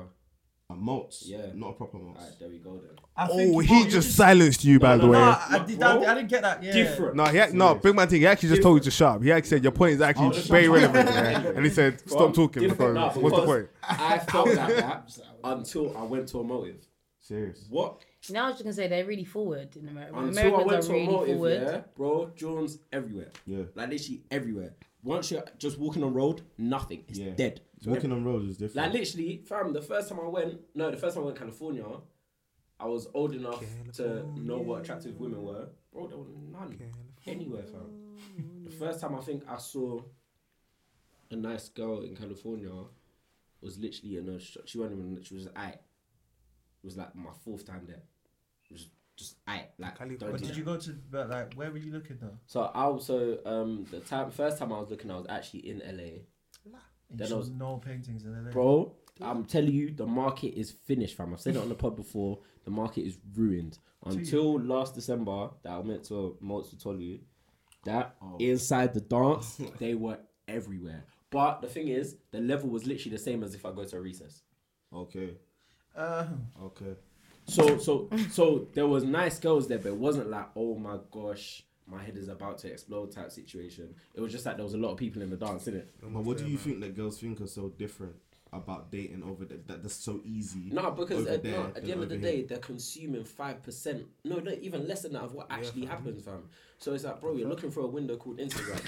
A malts,
Yeah.
not a proper malts.
Alright, there we go then.
I think
Oh,
you-
he
you
just silenced you, by the way.
No,
No,
I, did, I, I didn't get that. Yeah.
Different.
he act- no, big man thing. He actually just told you to shut up. He actually said your point is actually very relevant, yeah. and he said stop
Well,
talking
different
because
now,
what's the
because
point?
I felt like that until I went to a motive.
Serious.
What?
Now I was just gonna say they're really forward in America.
Until I went
Americans
to
are
a
really
motive,
forward.
yeah, bro. Jones everywhere.
Yeah.
Like literally everywhere. Once you're just walking on road, nothing. It's
Yeah.
dead.
Walking on roads is different.
Like literally, fam. The first time I went, no, the first time I went to California, I was old enough to know what attractive women were. Bro, there were none anywhere, fam. The first time I think I saw a nice girl in California was literally in a. sh- She wasn't even. She was I. It was like my fourth time there. It was just I. Like,
Cali-
don't
But
do
did
that.
you go to but like where were you looking though?
So I also um the time first time I was looking, I was actually in LA,
You
Then I
saw
was-
no paintings in LA.
bro. I'm telling you, the market is finished, fam. I've said it on the pod before. The market is ruined until last December that I went to Malts with Tolu. That inside the dance, they were everywhere. But the thing is, the level was literally the same as if I go to a recess.
Okay.
Uh,
Okay.
So so so there was nice girls there, but it wasn't like oh my gosh, my head is about to explode type situation. It was just like there was a lot of people in the dance, innit?
But what do you think that girls think are so different about dating over there? That that's so easy.
No, because
over
at,
there
no, at
than
the end of the
over
day,
here?
they're consuming five percent. No, no, even less than that of what actually happens, fam. So it's like, bro, you're looking for a window called Instagram.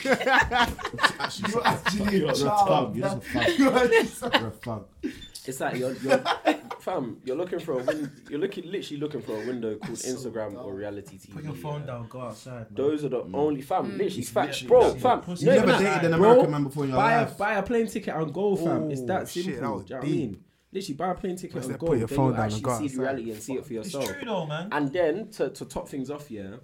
you actually
you're
a
a thug.
child.
You're just a thug.
You are just-
You're a thug.
it's like you're, you're fam, you're looking for a win- You're looking literally looking for a window called Instagram or reality TV.
put your phone
yeah.
down, go outside, man.
Those are the only fam, literally facts,
literally
bro,
pussy.
fam.
Pussy.
You
No,
never
even that-
dated an
bro,
American man before in your
buy
life.
A, buy a plane ticket and go, fam. it's
Oh,
that
shit,
simple.
that was
do you know what I
deep.
mean? Literally buy a plane ticket
Must
and
have
go.
put your
then
phone
you'll
down and
actually see
go
the
outside.
reality and see it for
it's
yourself.
true though, man.
And then to, to top things off, yeah,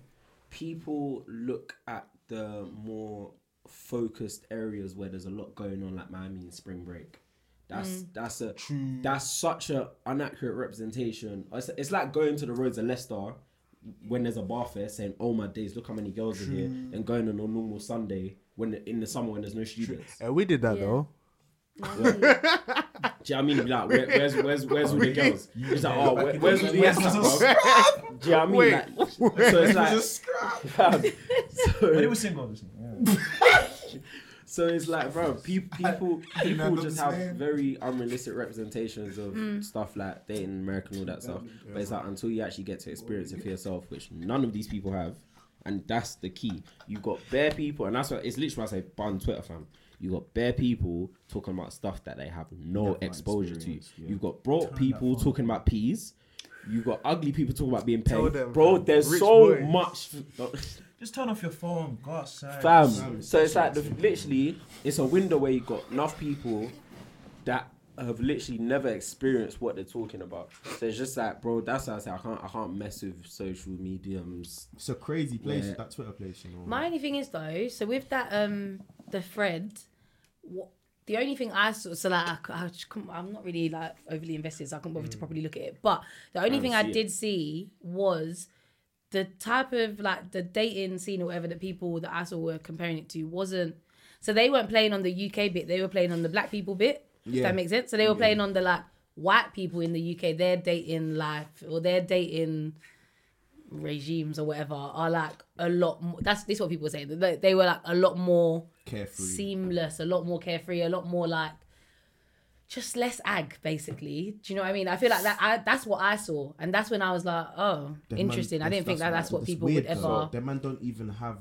people look at the more focused areas where there's a lot going on, like Miami and spring break. That's that's a that's such a inaccurate representation. It's, it's like going to the roads of Leicester when there's a bar fair saying, "Oh my days, look how many girls are here," and going on a normal Sunday when in the summer when there's no students.
Yeah, we did that
Yeah.
though.
Do you know what I mean? Like, where, where's where's where's all the girls? It's like, oh, where, where's all the
Where's
yes,
the-
bro? Do you know what I mean? Like, so it's like, fam,
But it
so,
was single, obviously. Yeah.
so it's like, bro, peop people people
remember
just
this
have
man.
very unrealistic representations of stuff like dating America and all that stuff. But it's like until you actually get to experience it for yourself, which none of these people have, and that's the key. You got bare people, and that's what it's literally what I say on Twitter, fam. You got bare people talking about stuff that they have no exposure to.
experience, yeah.
You've got broad people talking about peas. You got ugly people talking about being paid,
them,
bro.
fam.
There's
Rich
so
boys.
much.
Just turn off your phone, go outside.
Fam. So it's like the, literally, it's a window where you got enough people that have literally never experienced what they're talking about. So it's just like, bro, that's why I say I can't I can't mess with social mediums.
It's a crazy place,
Yeah.
that Twitter place, you know.
My only thing is though, so with that um the thread, what the only thing I saw, so like I, c- I just couldn't, I'm not really like overly invested, so I couldn't bother to properly look at it. But the only
I
thing I
see it.
did see was the type of like the dating scene or whatever that people that I saw were comparing it to wasn't. So they weren't playing on the UK bit; they were playing on the black people bit. If
Yeah.
that makes sense. So they were
Yeah.
playing on the like white people in the UK, their dating life or their dating regimes or whatever are like a lot more that's this is what people were saying they, they were like a lot more
Carefree.
seamless a lot more carefree a lot more like just less ag basically do you know what i mean i feel like that I, that's what i saw and that's when i was like oh
Them man-
interesting i didn't think that that's what people would
weird,
ever
though. Them man don't even have,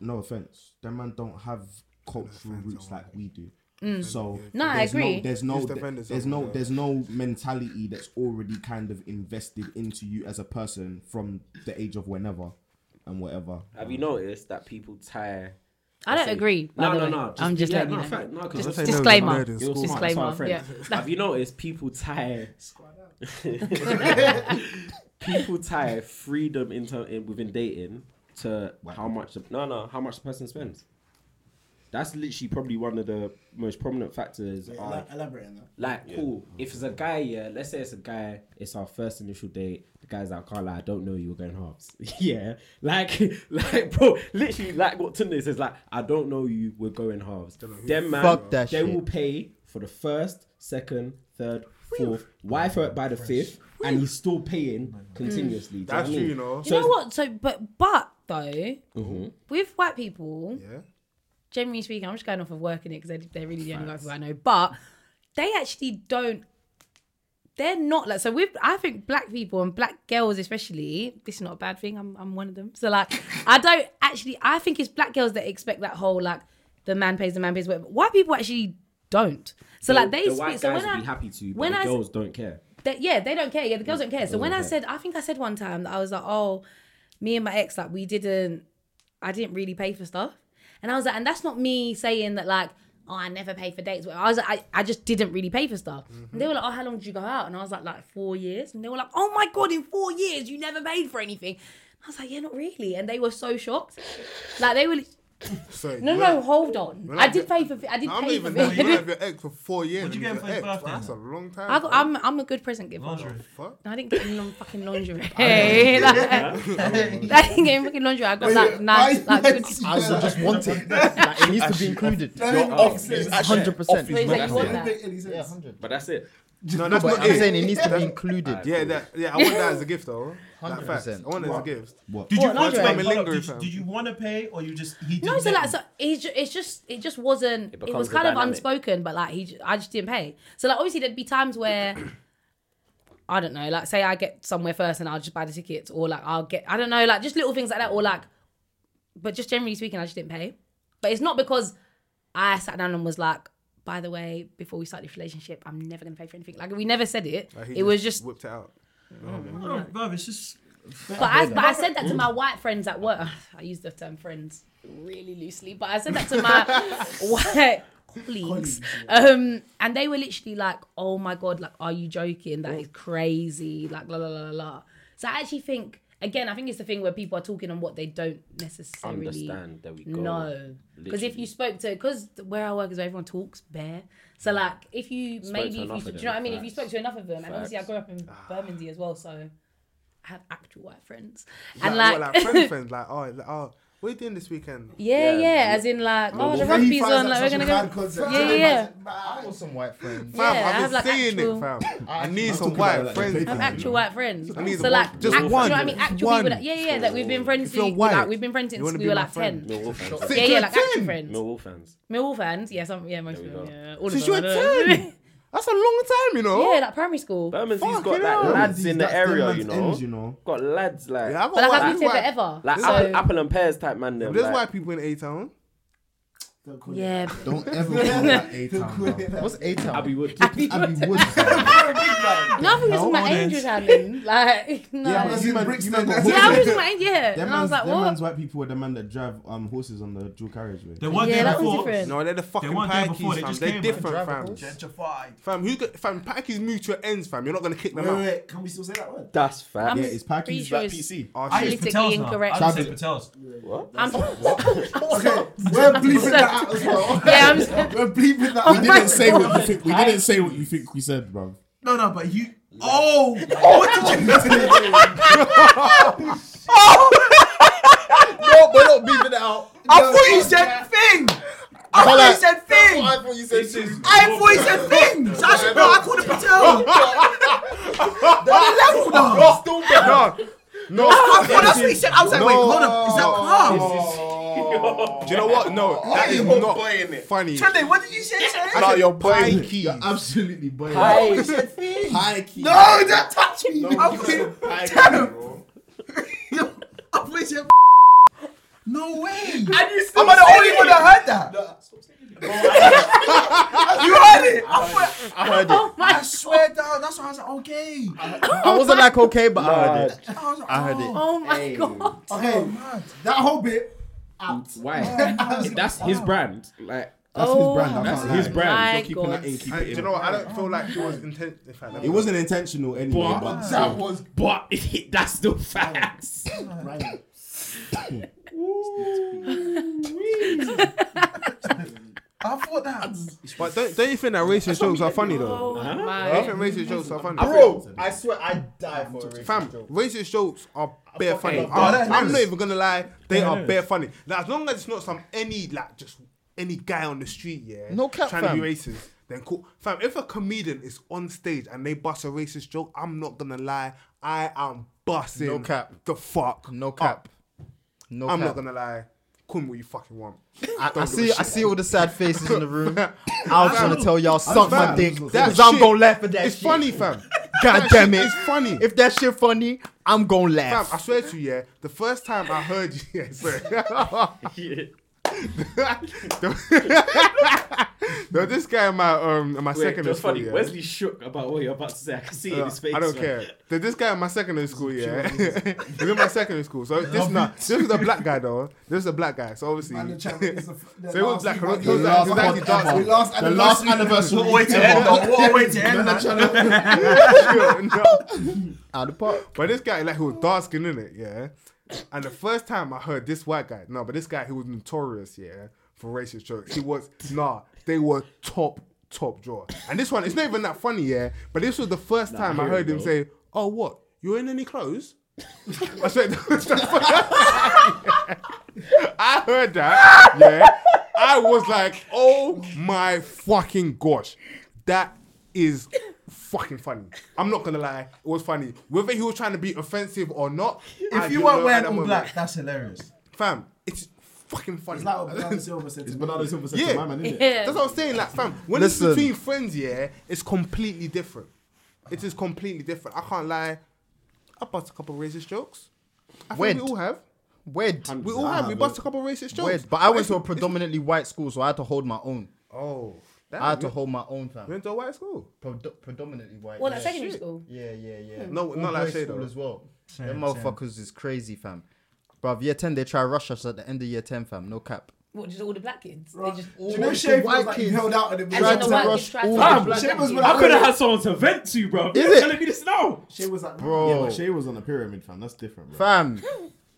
no offense, them man don't have cultural roots like we do.
Mm.
So
No, I
there's
agree.
there's no,
Just
th-
defend
there's
yourself,
no,
yeah.
there's no mentality that's already kind of invested into you as a person from the age of whenever and whatever.
Have you noticed that people tie?
I don't
say-
agree, by
No,
the
no,
way.
no.
I'm just
yeah,
letting
no,
you know.
fact, no, 'cause
Just-
I say
disclaimer.
no, you're smart,
Disclaimer,
smart friend.
yeah.
Have you noticed people tie? people tie freedom in, ter- in within dating to how much the, no no how much the person spends. That's literally probably one of the most prominent factors.
Wait,
are-
elab- elaborate on that.
Like, cool. If it's a guy, yeah, let's say it's a guy, it's our first initial date. The guy's like, I can't lie, I don't know you were going halves. yeah. Like, like, bro, literally, like what Tinder says, like, I don't know you, we're going halves. Them man,
Fuck that
they
shit.
will pay for the first, second, third, fourth, wife out by the fifth, and he's still paying continuously. Do
Oh That's
what I
true,
mean?
you know.
you know what so but but though
Mhm.
with white people
yeah
generally speaking i'm just going off of working it because they're, they're really the only white people i know but they actually don't they're not like so with i think black people and black girls especially this is not a bad thing i'm, I'm one of them so like i don't actually i think it's black girls that expect that whole like the man pays the man pays whatever white people actually don't so
The-
like they
the white
speak so
guys
when
would
I,
be happy to, but
when
the
I s-
girls don't care.
that yeah, they don't care. Yeah, the girls
Mm.
don't care. So
They
when
don't
I
care.
said, I think I said one time that I was like, oh, me and my ex, like we didn't, I didn't really pay for stuff, and I was like, and that's not me saying that like, oh, I never pay for dates. I was like, I, I just didn't really pay for stuff. And
Mm-hmm.
they were like, oh, how long did you go out? And I was like, like four years. And they were like, oh my god, in four years you never paid for anything. I was like, yeah, not really. And they were so shocked, like they were.
Sorry,
No,
you're-
no, hold on.
We're
I
not
did pay for. I did
I'm not
pay for.
even knowing you
it.
have your ex for four years.
What'd you
and
get
he's
him for
your
his
ex,
birthday
That's a long time.
I got,
bro.
I'm, I'm a good present giver.
Fuck.
No, I didn't get any long fucking lingerie.
I know.
like, I didn't get any fucking lingerie. I got like nice, like good.
I was just want it. Like, it needs to be included. Hundred percent.
Wait, is that you want that?
Yeah, hundred.
But that's it.
No, that's
But
not
I'm
it.
saying it needs to be included.
Yeah, that, yeah, I want that as a gift though. Like, facts. I
100%.
want it as a gift.
What?
Did you
What,
want
lingerie?
to
Hold up,
linger?
did you- did you want to pay or you just he
No,
didn't
so
let
like, so it's just, it's just, it just wasn't. It, was
becomes a
kind of
dynamic.
unspoken, but like he, j- I just didn't pay. So like, obviously, there'd be times where. I don't know, like say I get somewhere first and I'll just buy the tickets, or like I'll get, I don't know, like just little things like that, or like, but just generally speaking, I just didn't pay. But it's not because I sat down and was like, by the way, before we start this relationship, I'm never gonna pay for anything. Like we never said it.
Like, he
it was just
whipped it out.
No, bro, it's just.
But Mm. I, but I said that to my white friends at work. I use the term friends really loosely, but I said that to my white colleagues, um, and they were literally like, "Oh my god, like, are you joking? That is crazy!" Like, la la la la, la. So I actually think, again, I think it's the thing where people are talking on what they don't necessarily
Understand, there we go.
No, because if
Literally.
you spoke to, because where I work is where everyone talks bare. So like, if you
Spoke
maybe,
to
if you,
enough
do
of
you
them,
know what I mean? If you
facts.
spoke to enough of them, and obviously I
Facts.
grew up in
Ah.
Bermondsey as well, so. I have actual white friends.
And
And
like,
like,
what, like friends, friends, like oh, like, oh, what are you doing this weekend?
Yeah, yeah, as in like,
No,
oh, the
but he
rugby's
finds
on,
that
like
such
we're
a
gonna
bad
go.
concept.
Yeah, yeah, yeah.
I want some white friends.
Fam,
Yeah, I
I've
have,
been
like,
saying
actual-
it, fam. I
I
need
talk
some
about
white
it like
friends.
that.
I have actual white friends.
I need
So
one-
like,
just
act-
one.
you know what I mean? Actual
One.
people. That, yeah, yeah, yeah, that we've been friends.
If you're
since- we're,
white,
like, we've been friends
you
since
wanna
we
be
were
my
like
friend.
ten.
Millwall fans.
Yeah, yeah, like actual friends.
Millwall fans.
Millwall fans. Yeah, some. Yeah, most of
we
them.
go.
Yeah, all
Since
of
you
them.
were 10? That's a long time, you know.
Yeah, like primary school.
Bermondsey's
Fucking
got like
hell.
lads in the
That's them
area,
man's
you know.
ends, you
Got lads like.
Yeah, I've
But like
got
I've
white-
been here
white-
forever.
Like
so
apple, apple and pears type man. Them,
There's
like,
white people in A Town.
Don't call it
Yeah.
that.
Don't
ever call that A-Town,
Don't call it
bro.
that.
What's A-Town?
Abby Wood.
Abby
Abby
Wood.
Wood.
No, I think it's
Come
my
on,
angel
Ed.
darling. Like, no.
Yeah, but you man, you man got
Yeah, I was
horses.
just like, yeah.
Them
And I
man's-
was like,
them
what?
man's white people were the man that drive um horses on the dual carriageway.
They weren't
Yeah,
there
that was
before.
different.
No, they're the fucking
weren't there before,
Pikeys,
they
fam.
just
They're
came, man.
different, fam.
Gentrified.
Fam, who got, fam, Pikeys moved to your ends, fam. You're not gonna kick them
Wait,
out.
wait, wait, can we still say that word?
That's fact.
I'm
Yeah, it's
pretty
Packy's
sure
that
it's-
PC.
Oh,
I use
Politically
Patels now.
incorrect.
I just say Patels.
What?
I'm,
Okay, we're bleeping that out as well.
yeah, I'm sorry.
We're bleeping that
We
out.
didn't say what you think. We didn't say what you think we said, bro.
No, no, but you. Oh! What did you do?
No, we're not beeping it out.
I thought you said thing! I thought you said thing!
I thought you said this.
I thought you said thing! That's bro, I called it Patel! On the level now!
No, no.
I thought that's what he said. I was like, wait, hold up, is that calm?
Do you know what? No, that is not funny.
Trendy, what did you say? Sorry?
No, you're Pikeys.
You're absolutely boy.
You said thing!
High key.
No, don't touch me! I'm fucking terrible! Yo, I'm fucking No way! And you still Am I the only one that heard that? you heard it! Oh I, thought-
I heard it.
I swear down, that's why I was like, okay.
I wasn't like okay, but I heard it.
I, was like,
I heard it.
Oh my god.
Okay, that whole bit. Out.
Mm. Why? That's his brand. Like
That's his
Oh,
brand. I
that's
can't
his
lie.
brand.
My
You're keeping that in,
God.
keep
I-
it
Do
in.
you know what? I don't feel like it was intent. In fact, let me-
It wasn't intentional anyway,
But-
but
That was
But that's still facts.
oh,
Right.
I thought that.
But don't, don't you think that racist jokes are funny though?
Oh
I don't
my.
think racist jokes are funny.
bro, I swear I die for it.
Fam, racist jokes are bare funny.
love
I'm,
that.
I'm not even gonna lie, they are bare funny. Like, as long as it's not some any like just any guy on the street, yeah,
No cap,
trying
fam.
to be racist. Then cool, fam. If a comedian is on stage and they bust a racist joke, I'm not gonna lie, I am busting
No cap.
the fuck.
Ah,
No cap.
up.
No
I'm
cap.
not gonna lie. Couldn't what you fucking want.
I, I
Don't give a
see. I
shit.
see all the sad faces in the room. I was gonna tell y'all, suck my
Fam,
dick,
that
cause I'm
shit-
gonna laugh at that.
It's
shit.
funny, fam.
God
That
damn
shit
it.
It's funny.
If that shit funny, I'm gonna
Fam,
laugh.
I swear to you, yeah, the first time I heard you, yeah, sorry. there was this guy in my um in my
Wait,
secondary
just
school.
funny.
Yeah. Uh,
Wesley shook about what you're about to say. I can see it in his face.
I don't
man.
care. There's this guy in my secondary school, yeah. He's in my secondary school. So this not this is a black guy though. This is a black guy. So obviously
Man, the channel is the f- the
So it was
last
black. He
one.
was, he was like- he was actually
The
dancing.
last
The last anniversary.
What a way to end. though. What a way to end. man.
No.
Out the park.
But this guy, like, he was dark skinned in it, yeah. And the first time I heard this white guy, no, but this guy, he was notorious, yeah, for racist jokes. He was, nah, they were top, top drawer. And this one, it's not even that funny, yeah. But this was the first time I,
hear
heard
it,
him
though.
say, "Oh, what? You in any clothes?" I said, I heard that, yeah. I was like, "Oh my fucking gosh, that is." Fucking funny. I'm not gonna lie, it was funny. Whether he was trying to be offensive or not, I
If you
didn't
weren't
know
wearing
at that
all
moment.
black, that's hilarious.
fam, it's fucking funny.
It's like what Bernardo Silva said to
It's
me.
banana silver said
Yeah.
to my man, innit?
Yeah.
That's what I'm saying. Like, fam, when
Listen.
it's between friends, yeah, it's completely different. It is completely different. I can't lie. I bust a couple racist jokes. I
Wed.
think we all have.
Wed.
We all have. We bust a couple racist jokes.
Wed. But I went to a predominantly white school, so I had to hold my own.
Oh, damn,
I had to
you
hold my own, fam.
went to a white school.
Predo- predominantly white.
Well, at
yeah.
secondary school.
Yeah, yeah, yeah.
No,
All
not like
boys
Shay,
school
though.
as well.
Same,
Them
same.
motherfuckers is crazy, fam. Bruv, year 10, they try rush us at the end of year 10, fam. No cap.
What, just all the black kids? They just.
Do you know Shay was like, you held out at the
And then
beginning?
the
to
white
rush
kids tried to.
all
Fam,
black
Shit was
kids.
when
I could have had someone to vent to, bro. You're
it?
telling me this now.
Shay was like,
Yeah,
Bro.
but Shay was on a pyramid, fam. That's different, bro.
Oh. Fam.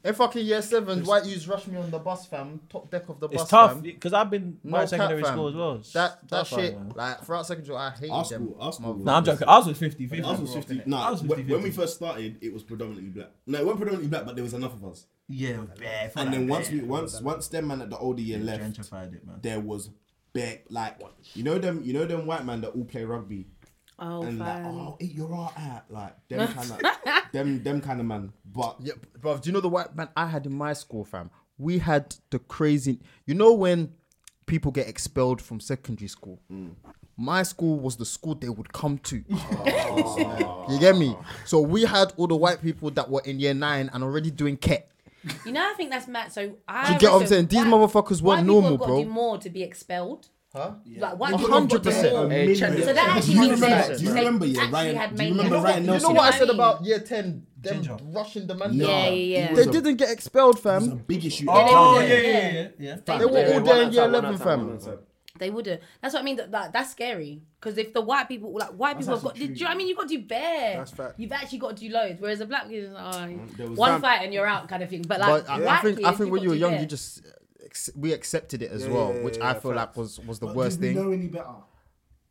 In fucking year 7, white youths rushed me on the bus, fam. Top deck of the bus,
It's tough
fam.
because I've been
No
my
cap,
secondary
fam.
school as well. It's
That that
tough out
shit,
there.
like, throughout secondary, I hated
Our
them.
school, our school.
Nah, I'm joking. I was with 50. 50
I was
bro.
50.
I
Nah,
was
wh-
50.
when we first started, it was predominantly black. No, it wasn't predominantly black, but there was enough of us.
yeah, bare.
And then once we, once, once them man at the older year left,
gentrified it, man.
there was big like you know them, you know them white man that all play rugby
Oh,
and like
fam.
oh, you're all at like them kind of them them kind of man. But
Yeah, bro. Do you know the white man I had in my school, fam? We had the crazy. You know when people get expelled from secondary school?
Mm.
My school was the school they would come to.
Ah.
you get me? So we had all the white people that were in year nine and already doing ket.
You know, I think that's mad. So I
Do you get what I'm
reckon
saying? These
white-
motherfuckers
white
weren't
people
normal,
have got to
bro.
Do more to be expelled.
Huh?
Like white
A
people have
hundred
got to do
percent.
more.
Hey,
so
check this
that
out.
actually
Do you
makes
remember
sense.
that? Do you
They
remember, yeah,
actually
Ryan-
had
do you
mania.
remember Ryan Nelson? You know what I said about year 10? Them rushing the man
Yeah,
down.
yeah, yeah.
They didn't get expelled, fam. It was a
big issue.
Oh, yeah, yeah, yeah, yeah.
They were all there in year 11,
family.
fam.
They would have. That's what I mean. That, that that's scary. Because if the white people, like white people, have got. Do you know what I mean? You've got to do bare.
That's fact.
You've actually got to do loads. Whereas a black kid is like, oh,
There was
one
some-
fight and you're out, kind of thing. But like,
I-
white
I think
kids,
I think when
got
you were
to do
young,
bare.
you just ex- we accepted it as
Yeah,
well,
yeah,
which
yeah,
I
yeah,
feel like was was the
But
worst
did we
thing.
know any better?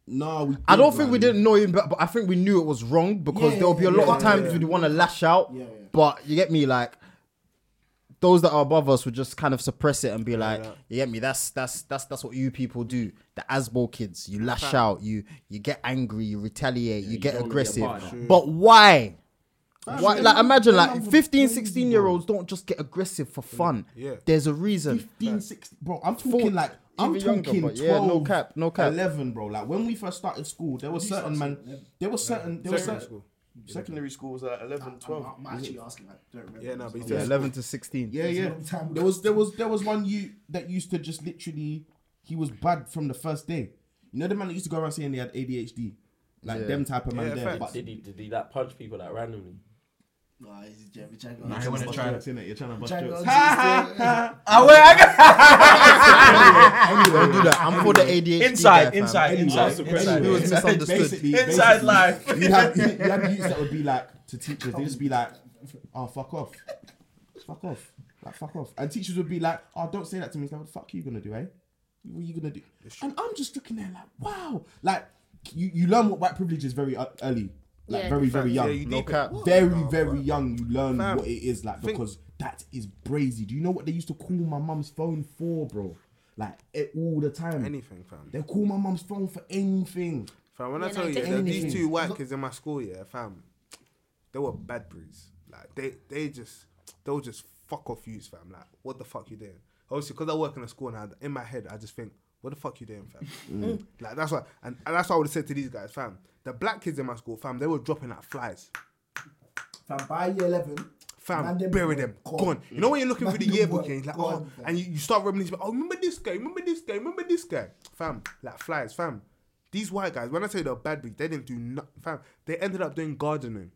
No, we
I don't think we didn't know him, but, but I think we knew it was wrong because
Yeah,
there will be a
yeah,
lot
yeah,
of times
yeah,
we'd want to lash out, but you get me, like those that are above us would just kind of suppress it and be like, you get me, that's that's that's that's what you people do. The Asbo kids, you lash
Fam.
out, you you get angry, you retaliate, you, get
don't wanna be a
aggressive.
part of that.
But why?
Fam,
Why,
them-
like imagine
them
like
mums are
15 16 year olds don't just get aggressive for fun
Yeah.
there's a reason
15, 16, bro. I'm talking like I'm
even younger,
talking
but
12,
yeah, no cap, no cap.
11, bro. Like when we first started school, there were certain man, there were certain, there were
Secondary
certain.
school.
Secondary school was at 11, 12.
I'm actually asking. I don't remember.
Yeah, no, but you
yeah, 11 to 16
Yeah, yeah. There was there was there was one you that used to just literally he was bad from the first day. You know the man that used to go around saying they had ADHD, like
Yeah.
them type of man there.
But did he did he like punch people like randomly?
Nah, he's Jerry Jango.
Nah, you wanna try it, innit? You're trying to bust jokes.
Ah, wait, I got-
Anyway, anyway, do that. I'm for the ADHD. guy,
Inside,
fam.
inside, inside,
Anyway,
inside.
It was misunderstood.
Basically-
Inside
basically,
life.
You'd have, you'd have youths that would be like to teachers. They'd just be like, "Oh, fuck off, fuck off, like fuck off," and teachers would be like, "Oh, don't say that to me." It's like, "What the fuck are you gonna do, eh? What are you gonna do?" And I'm just looking there like, "Wow!" Like you, you learn what white privilege is very uh, early, like
Yeah.
very very
Yeah,
young.
you No deep it. cap.
Very very young. You learn
Fam,
what it is like
think-
because that is brazy. Do you know what they used to call my mum's phone for, bro? Like it, all the time.
Anything, fam.
They call my mum's phone for anything.
Fam, when I
Yeah,
tell
no,
you, that
definitely.
these two white kids in my school, yeah, fam, they were bad breeds. Like they, they just, they were just fuck off yous, fam. Like, what the fuck you doing? Obviously, because I work in a school now, in my head, I just think, what the fuck you doing, fam?
Mm.
Like that's what, and, and that's what I would have said to these guys, fam. The black kids in my school, fam, they were dropping like flies.
Fam, by year 11,
Fam,
man, them
bury them,
gone.
gone. You know when you're looking
Man,
through the
them
yearbook
were
and you're like,
gone,
oh, and you, you start reminiscing, oh, remember this guy, remember this guy, remember this guy, fam, like flies, fam. These white guys, when I tell you they're bad breed, they didn't do nothing, fam. They ended up doing gardening.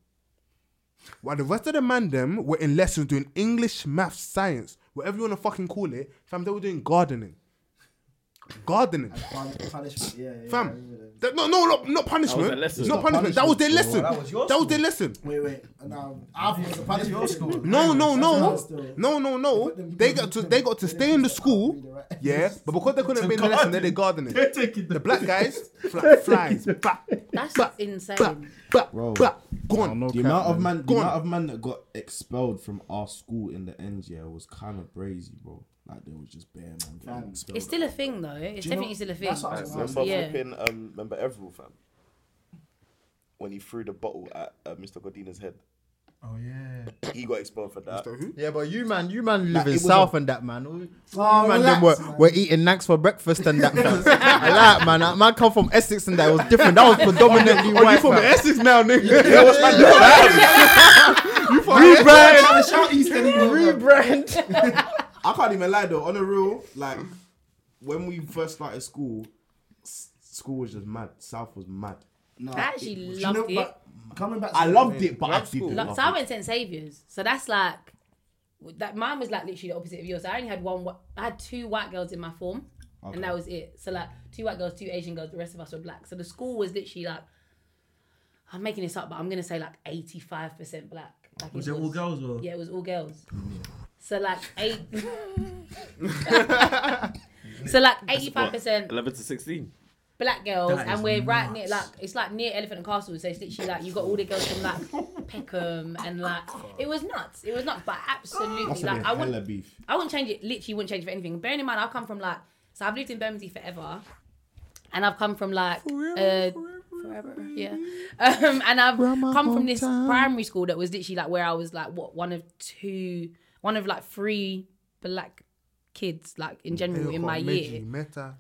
While the rest of the man them were in lessons doing English, math, science, whatever you want to fucking call it, fam, they were doing gardening. Gardening.
Pun- punishment, yeah, yeah.
Fam,
yeah.
that- no, no, not, not punishment.
That was their lesson.
Not punishment. That was their
Punishment,
lesson.
bro. That was your
their lesson.
Wait, wait. Now, I thought it was a punishment.
No, no, no,
That's still-
no, no, no. They got to they got to stay in the school. Yeah, but because they couldn't be in the lesson, then they gardening. The black guys, fly, flies, bah,
That's insane.
bah,
Bro,
bah, gone.
the amount of man, the
Gone.
amount of man that got expelled from our school in the end year was kind of crazy, bro. Like there was just bare man getting expelled.
It's still a thing though. It's
Do you know-
definitely still a thing.
that's what I was
Like,
gonna
yeah.
say.
Flipping, um, remember Everall fam when he threw the bottle at uh, Mr. Godina's head.
Oh, yeah.
He got expelled for that.
Yeah, but you man, you man
Like,
live
it
in
was
South
a-
and that man. You
Oh,
man, them
relax,
were, were eating nacks for breakfast and that. fam. I like man, that man come from Essex and that it was different. That was predominantly
Oh, you
white.
from
fam.
Essex now, nigga?
Yeah, what's my
You
from Rebrand. Essex?
Trying to shout East anymore, man.
Rebrand.
I can't even lie though. On a real, like when we first started school, s- school was just mad. South was mad.
No,
I actually
Do
loved
know,
it.
but Coming back, to
I
the-
loved it, but I didn't.
Like,
love
so I
it.
went to St Saviour's. So that's like that. Mine was like literally the opposite of yours. I only had one. wh- I had two white girls in my form,
Okay.
and that was it. So like two white girls, two Asian girls. The rest of us were black. So the school was literally like. I'm making this up, but I'm gonna say like 85% black. Like
Was it all girls or-
Yeah, it was all girls. So like eight. so like 85%
11 to 16.
black girls,
That is
and we're right near like it's like near Elephant and Castle, so it's literally like you got all the girls from like Peckham and like it was nuts. It was nuts, but absolutely
That's
like
like,
I
hella
wouldn't
beef.
I wouldn't change it. Literally, wouldn't change it for anything. Bearing in mind, I've come from like so I've lived in Bermondsey forever, and I've come from like uh, forever, yeah. Um, and I've come from this primary school that was literally like where I was like what one of two, one of like three black kids like in general in my year.
Meta.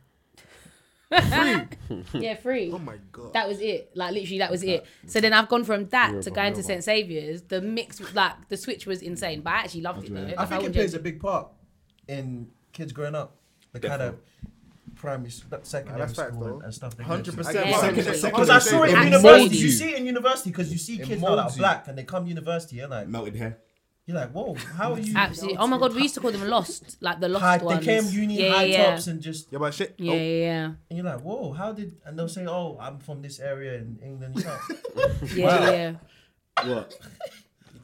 free. yeah, free.
Oh my god.
That was it. Like literally, that was it. So then I've gone from that to going to St Saviour's. The mix, like the switch, was insane. But I actually loved it though. Like,
I think it
wouldn't
plays a
judge
big part in kids growing up. The kind of primary, s- secondary
that's fact,
school and-
though.
and stuff.
100%.
Because
Yeah.
I saw it
It
in
molds
university. You
you.
see it in university because you see
It
kids now that
molds
are
you.
black and they come university. You're like
melted hair.
You're like, whoa, how are
it.
you?
Absolutely. Oh my god, we used to call them lost, like the lost
High, they
ones.
came uni
yeah,
high
yeah.
tops and just
yeah, but shit.
Yeah, yeah, yeah.
And you're like, whoa, how did? And they'll say, oh, I'm from this area in England. You're like,
Yeah,
wow.
yeah.
What?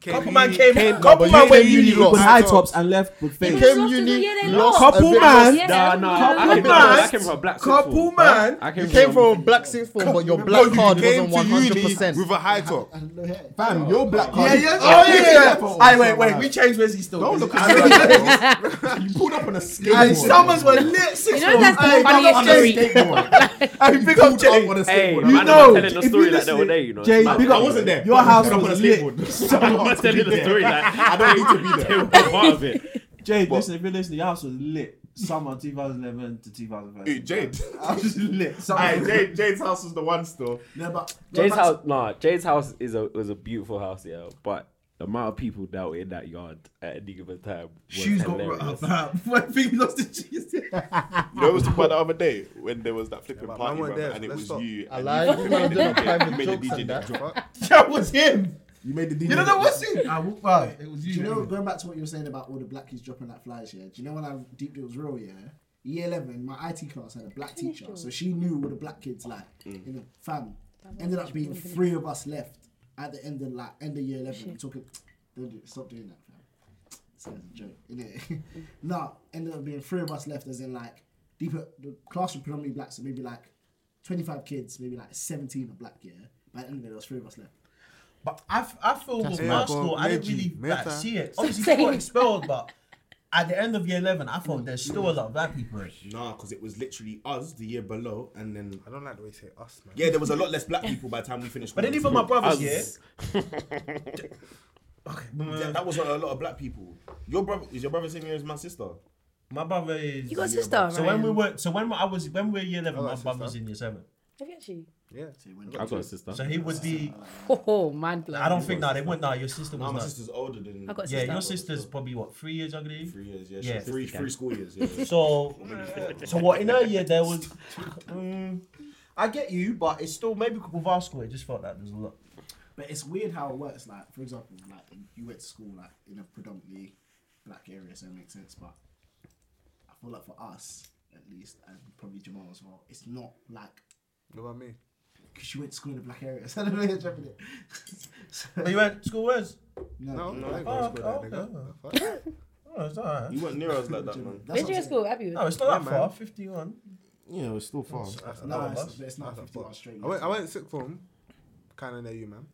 Couple man came. couple
but
man
you
went
came
uni.
uni,
lost.
lost.
high tops and left with
He
face.
came uni, lost a
Couple
bit,
man.
lost-
Nah, nah. I
Couple
came from- I
man.
came from a black sixth
Couple
form.
man.
I came
You came
from-
from a black sixth form, but your black card wasn't one hundred percent.
with a high top.
Fam, your black card.
Yeah, yeah. Oh, yeah, yeah.
Oh,
Aye, wait, wait.
man.
We changed Wesley still.
Don't look at me. like that, bro. You pulled up on a skateboard.
Aye, Summers were lit. Six
You know that's the funniest story.
Aye, big up Jelly.
Hey,
You
man,
know,
I'm telling the
if you
story like
listen-
that all day, you know.
Jay,
Like,
big
I
up.
wasn't there.
Your house
I'm
was
on a
lit.
skateboard.
Someone
I'm
must
telling
be
the
there.
story like I don't need to be there. I'm part of it.
Jade, listen, if you're listening, your house was lit. Summer 2011 to 2013.
Hey, Jade.
I was just lit. Summer.
Aye, Jade, Jade's house was the one still.
No, but
Jade's house, nah, Jade's house is a was a beautiful house, yeah. But the amount of people that were in that yard at any given time was
Shoes got
hilarious.
ripped up. fam. My thing lost the cheese.
You know, it was the part the other day when there was that flipping
but
party,
man weren't
brother,
there,
and it
let's
was
stop.
you.
I
and
lied.
you made
You man
the
doing
DJ
private
made the
jokes
DJ
and
that
that.
drop.
That was him.
You made the DJ.
You don't know what's in. I woke up. ah, It was
Do you know, going back to what you were saying about all the black kids dropping like flies, yeah? Do you know when I deep was real, yeah? Year 11, my IT class had a black teacher, so she knew all the black kids, like, in the fam. Ended up being three of us left at the end of, like, end of year 11. Talking, don't do stop doing that, fam. It's a joke, innit? no, ended up being three of us left, as in, like, deeper, the class was predominantly black, so maybe, like, 25 kids, maybe, like, 17 are black, yeah? By the end of it, there was three of us left.
But I, f- I feel with
Yeah,
my
go on,
school, I didn't
Reggie,
really like,
Meta.
see it. Obviously, we got expelled, but at the end of year 11, I thought there's still a lot of black people.
Nah, because it was literally us the year below, and then
I don't like the way you say us, man.
yeah, there was a lot less black people by the time we finished.
But then
primary
even my
school.
brother's year.
Yeah,
Mm.
that was not a lot of black people. Your brother is your brother same year as my sister.
My brother is.
You got a sister,
So when we
Ryan?
were, so when I was, when we were year
Oh,
eleven,
I got
my
a
brother
sister.
was in year seven.
Have you actually?
Yeah.
I've got a sister.
So he would be.
Oh, oh mind blown.
I don't think now they would. Now your sister
Nah,
was
my
not.
sister's older than.
I got a
Yeah,
sister.
your sister's probably what three years younger than you.
Three years, yeah,
Yeah.
yeah. Three, three school years. Yeah, yeah.
So, so what in her year there was. Mm, I get you, but it's still maybe with our school. It just felt like there's a lot.
But it's weird how it works. Like, for example, like you went to school like in a predominantly black area, so it makes sense. But I feel like for us, at least, and probably Jamal as well, it's not like
You know what I mean?
because you went to school in a black area. So I don't know you're dropping it. So-
But you went to school where's?
no,
No, no, I ain't
Oh,
going to school
okay,
with that nigga. The fuck?
Oh, it's alright.
You weren't near us like that, man.
That's
Did
what
you
I'm
at school? Have you?
No, it's not that far. Fifty-one.
Yeah, it was still far.
saying. No, it's, not- it's not 50 miles straight.
I went, I went sixth form. Kind of near you, man.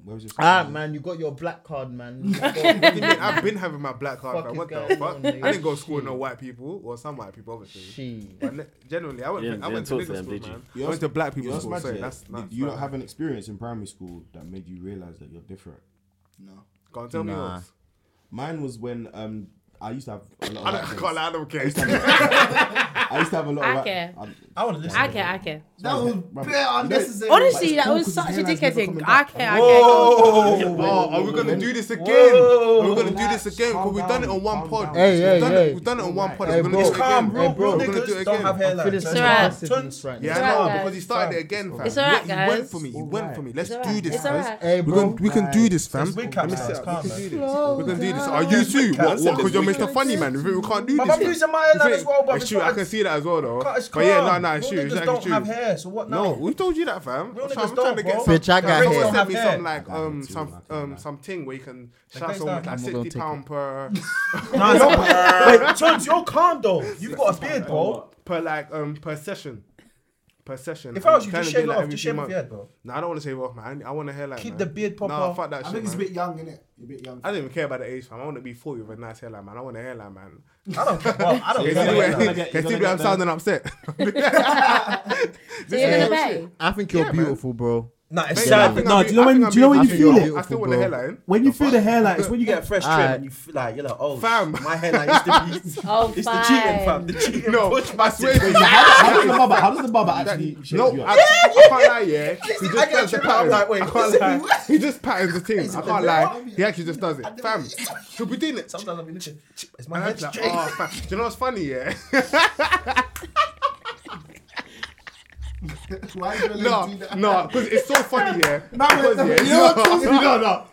Where was your
Ah man, you got your black card, man.
What do you mean? I've been having my black card. fam.
Fuck is
What the
going
fuck?
on, nigga?
I didn't go to school with no white people or some white people, obviously.
She.
But ne- generally, I went.
You
I
didn't
went to
talk to
nigger
them,
school,
did you?
man.
You
I went
also-
to black
You
people's
just
school.
imagine
Sorry,
it.
that's
Did
that's
you
fine.
not have an experience in primary school that made you realize that you're different?
No.
Go on, tell me
Nah.
yours.
Mine was when um I used to have a lot
I
of
don't,
white
I
friends.
can't lie, I don't care.
I used to have a lot
I
of white-
care.
um,
I-
I want to listen.
I care, I care.
That was
Brother,
bare unnecessary.
Honestly, that
cool
was
'cause
such
his
a
hairline's
dickhead
never
thing.
coming
I
back.
care, I care.
Oh, oh, are we gonna do this again? Are we gonna do this again? Because we've done it on one
Calm
pod.
down.
Hey,
we've,
hey,
done
hey.
It, we've done it on one pod.
Hey,
we're gonna
bro.
do it
It's calm,
again.
bro. Bro,
We're gonna do
niggas
it
don't have
again.
hairlines.
feeling so
alright.
passiveness right
Yeah,
now.
It's
I know,
alright,
because he
guys.
started it again, fam.
It's alright,
He went
guys.
for me. He went for me. Let's
It's
do
alright.
this,
It's
guys.
alright.
Hey,
We
bro.
can we can do this, fam.
It's
We
recap now. It's calm,
can
man.
do this. We can do this. Are you too? What? What? Because you're Mr. Funny Man. You think we can't do
But
this?
I'm using my
You
hairline
think-
as well, but
It's
it's
true. I
not-
can see that as well, though.
It's
But
calm.
yeah, no, no, it's
Real
true. It's
Niggas don't
actually
have
true.
hair, so what now?
No, we told you that, fam.
Real
I'm
niggas
trying, I'm
don't,
trying to
bro.
get some.
Bitch, I got
Someone
hair.
sent me
Hair.
some like
I got
um
it too, I
some
got it,
um
man.
something where you can shout
guys
someone with
don't-
like
I'm not gonna
sixty
take
pound per
Nah, it's not- Wait, Jones, you're calm though. You've got a beard, bro.
per like um per session. Per session.
If I was
I'm
you,
trying
just
to do
shave it
that
off.
every
Just
few
shave off
months.
your head, bro.
No, I don't want to shave it off, man. I want a hairline.
Keep
man.
the beard proper.
Nah, fuck that
I
shit.
think it's a
man.
bit young, innit? A bit young.
I don't even care about the age, fam. I want to be 40 with a nice hairline, man. I want a hairline, man.
I don't. Well, I don't.
You see
care
the
about
way,
that.
gonna get-
can
you're
see the
gonna
way I'm
get
sounding upset?
So you're
Yeah.
gonna pay?
I think you're beautiful, bro.
Nah, it's
Mate, I
sad.
think
Nah,
I'm
do you know
being-
when
I
do you know
think
when
I'm
you
being
feel it?
beautiful, I still want a bro. hairline.
When you feel the hairline, it's when you get a fresh trim
Alright.
and you feel like you're like, oh,
Fam.
my hairline used to be.
Oh,
it's the
fine.
cheating, fam. The cheating. No, push
I swear to you.
how does the barber? How does the barber actually? shape
No,
you
I,
up?
I can't lie, yeah. He
I
just does
get
the
tripped out,
pattern.
like, wait,
I
is it
can't lie. He just patterns the thing.
Is it
I
the
can't
real
lie.
one?
He actually just does it. Fam, he'll be doing it. Sometimes
I'll be looking. Is
my head like,
straight?
oh, fam. Do you know what's funny, yeah? no, no, because it's so funny, yeah.
No,
Because,
no,
yeah,
you know what kills me? No, no.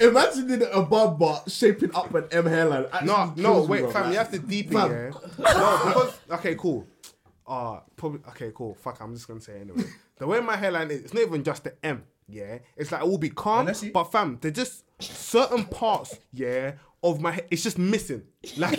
Imagine doing a barber shaping up an M hairline. Actually
No, no,
kills me,
wait,
bro.
fam,
Like,
you have to deep it,
fam.
yeah. No, because okay, cool. Uh probably okay, cool. Fuck, I'm just gonna say it anyway. The way my hairline is, it's not even just the M, yeah. It's like it will be calm, but fam, they're just certain parts, yeah, of my hair. It's just missing. Like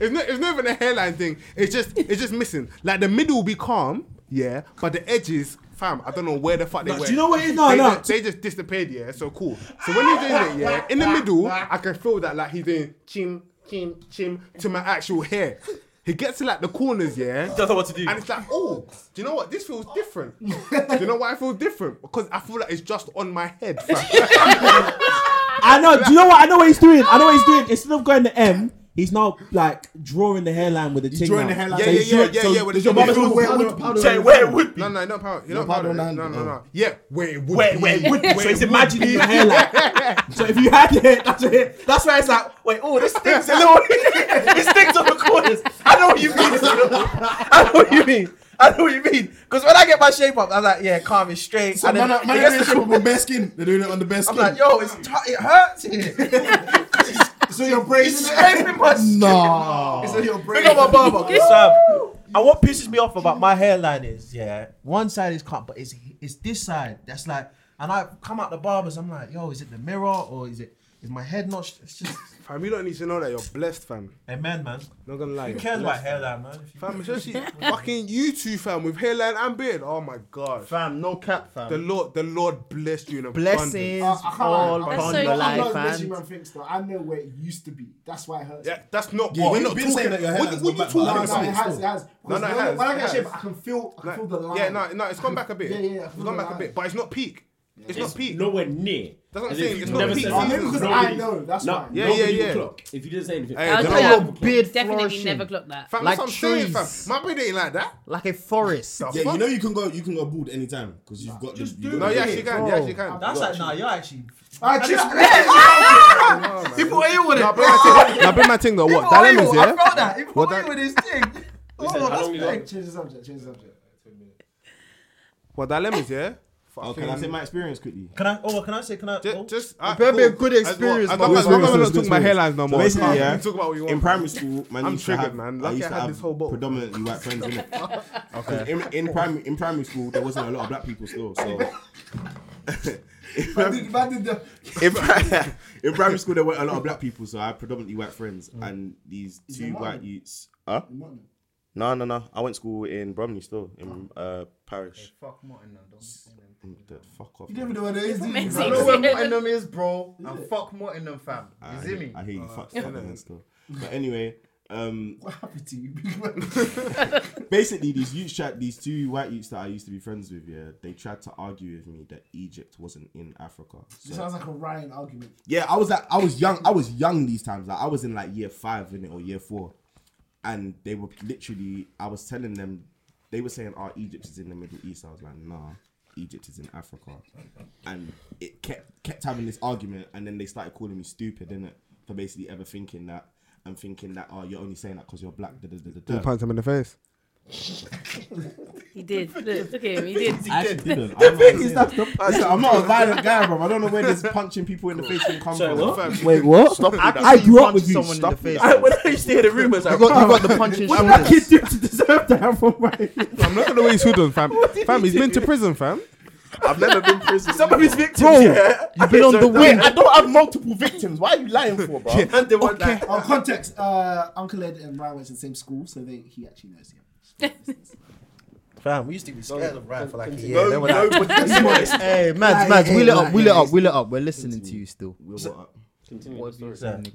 it's not, it's not even a hairline thing. It's just, it's just missing. Like the middle will be calm, yeah, but the edges. Fam, I don't know where the fuck they
No, do
went.
you know what it is? No,
they,
no.
Just, they just disappeared, yeah. So cool. So when he's doing it, yeah, in the middle, I can feel that like he's doing chim, chim, chim to my actual hair. He gets to like the corners, yeah.
Doesn't know what to do.
And it's like, oh, do you know what? This feels different. do you know why I feel different? Because I feel like it's just on my head. fam.
I know. Do you know what? I know what he's doing. I know what he's doing. Instead of going to M, he's now like drawing the hairline with a ting.
drawing
now.
the hairline.
Yeah,
So
yeah,
he's
yeah,
drawing-
yeah,
so
yeah. with
Does
the
your barber
thing.
still
Where it
powder-
would- powder
say
on
where
hand.
it would be?
No, no, no powder. You
No
know
powder
powder.
on
No,
hand.
no,
Oh.
no. Yeah, where it would.
Where,
be.
where it would be. So
Where
it's
it would
imagining
be.
your hairline. so if you had it, that's it. That's why it's like, wait, oh, this thing's a little. this thing's on the corners. I know what you mean. It's a little- I know what you mean. I know what you mean. Because when I get my shape up, I'm like, yeah, calm and straight.
So
and
man,
then
man,
it
man,
gets
man,
to the
shape up on bare skin. They're doing it on the bare
I'm
skin.
like, yo, it's t- it hurts here.
So your brain
It's scraping my skin.
Nah.
So your brain
Big up my barber. Sam. And what pisses me off about my hairline is, yeah, one side is cut, but it's it's this side that's like, and I come out the barbers, I'm like, yo, is it the mirror or is it is my head not? sh- It's just,
Fam, you don't need to know that you're blessed, fam.
amen, man.
Not gonna lie.
Who
you're
cares about
blessed,
hairline, man? If you-
Fam, especially fucking you two, fam, with hairline and beard. Oh my god.
fam, no cap, fam.
The Lord, the Lord blessed you in abundance.
Blessings
I- I can't
all
lie.
That's
upon
so
your
true.
I know
life,
as much as
and
man thinks though. I know where it used to be. That's why it hurts.
Yeah, that's not
Yeah,
what we're
you've
not
been
talking.
saying that your
what,
hairline's
what
gone
you
back,
talking
but I
No,
don't
about?
no, it has, it has. Because
no, it
when-
has,
When
it
I get
has.
shaved, I can feel, I can feel the line.
Yeah, no, no, it's gone back a bit.
Yeah, yeah, yeah, I
it's
feel
gone
the
back a
line.
bit, but it's not peak. It's not peak.
Nowhere near.
That's what
As
I'm
if
saying,
you've
it's not
never
peak
said
season.
that.
Maybe because I
Nobody-
know. That's
No,
why.
Yeah,
nobody
yeah,
would
yeah.
clock. If you didn't say anything,
Hey,
I
I
would
don't
say
know
I
what-
would definitely
flourishing.
never clocked that.
Fam,
Like
that's what I'm saying, fam.
trees.
My beard ain't like that.
like a forest.
The
Yeah,
fuck?
you know you can go. You can go bald anytime because you've got. Just
No, you actually can. You
Bro.
actually can.
That's like, nah, you're actually.
I just
People are with it.
Now, bring my thing. Now, bring my thing though. What dilemmas?
I
Yeah.
felt that. People
What
are
that-
with this thing. Oh, that's great.
change the subject. Change the subject.
What dilemmas? Yeah.
Oh, can I say my experience quickly?
Can I? Oh, can I say? Can I?
Ju-
oh,
Just, ah,
better be a good
That's what-
experience,
I'm
man.
not gonna- I'm not gonna
Experience,
talk my
experience.
hairlines no
So
more.
basically,
Ah,
yeah,
you talk about what you want.
In primary school, man,
I'm
used to
triggered,
have-
man.
I
Lucky I
used to
had
have
this whole bottle.
predominantly white friends in it. okay. In, in primary in primary school, there wasn't a lot of black people still. So
Man did- man did the-
in, pri- in primary school, there weren't a lot of black people, so I had predominantly white friends,
Mm.
and these two white youths. Huh? No, no, no. I went to school in Bromley still in
Oh.
uh, parish.
Fuck Martin, no, don't say them.
Mm, Fuck off.
You don't even know what it is. do you?
Amazing.
I know where Martinum is, bro. And fuck Martinum, fam.
I,
You
I
see
hear-
me?
I hear
Uh,
you fucked up man still. But anyway, um,
What happened to you?
basically these youth chat these two white youths that I used to be friends with, yeah, they tried to argue with me that Egypt wasn't in Africa. So,
This sounds like a Ryan argument.
yeah, I was like I was young I was young these times. Like I was in like year five in it or year four. And they were literally I was telling them they were saying, Oh, Egypt is in the Middle East. I was like, nah, Egypt is in Africa. And it kept kept having this argument and then they started calling me stupid, innit? For basically ever thinking that and thinking that oh you're only saying that because you're black. Da, da, da, da, da.
Punch him in the face.
He did. Look, look at him. He did.
I actually didn't. The thing is, that's the I'm not a violent guy, bro. I don't know where this punching people in the face thing comes from.
Wait, what?
Stop I,
I grew up
punch
with you.
someone in the
Stop
face.
I, when I used to hear the rumors, I
You got, you got the punch in shoulders.
do to deserve that from my?
I'm not gonna waste hood on fam. Fam, he's been to prison, fam.
I've never been prison.
Some of his victims,
Bro,
yeah.
you've been on the
Wait,
wing.
I don't have multiple victims. Why are you lying for, bro?
And they were like,
Oh, context. Uh, Uncle Ed and Ryan went to the same school, so they he actually knows him.
fam, we used to be scared of Ryan for like a year.
No,
They were
no,
like,
but that's what-
Hey, Mads,
Like,
Mads,
hey,
wheel it up,
like,
wheel it
hey,
up, wheel it up. We're listening to you still.
continue.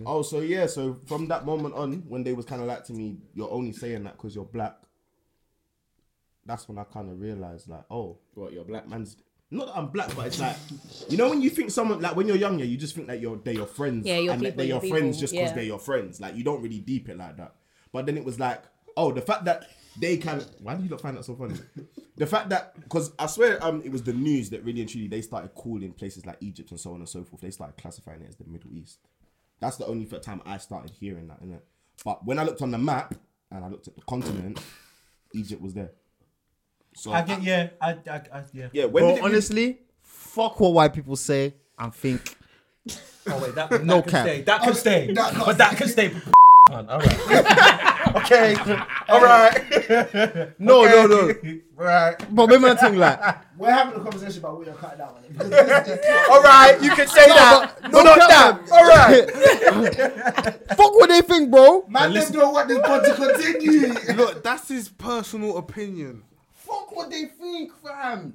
Oh, so yeah, so from that moment on, when they was kind of like to me, you're only saying that because you're black. That's when I kind of realized, like, oh,
What, you're black man?
man's Not that I'm black, but it's like you know when you think someone like when you're younger, you just think that you're they're your friends.
Yeah, your
and that
people,
they're
your
your friends
people,
just because
yeah.
they're your friends. Like you don't really deep it like that. But then it was like, oh, the fact that they can why do you not find that so funny? the fact that because I swear um it was the news that really and truly they started calling places like Egypt and so on and so forth. They started classifying it as the Middle East. That's the only time I started hearing that, innit? But when I looked on the map and I looked at the continent, Egypt was there. So
I get yeah. I, I, I yeah.
Yeah,
When Bro, honestly, fuck what white people say and think.
Oh wait, that,
No
no that could
cap.
stay. That could stay.
that
but that could stay. All right.
okay. All right. no, no, no. Right. But remember that thing like.
We're having a conversation about what you're cutting out.
All right, you can say that. No, not that. All right. Fuck what they think, bro.
Man, they don't want this pod to continue. Look, that's his personal opinion.
Fuck what they think, fam.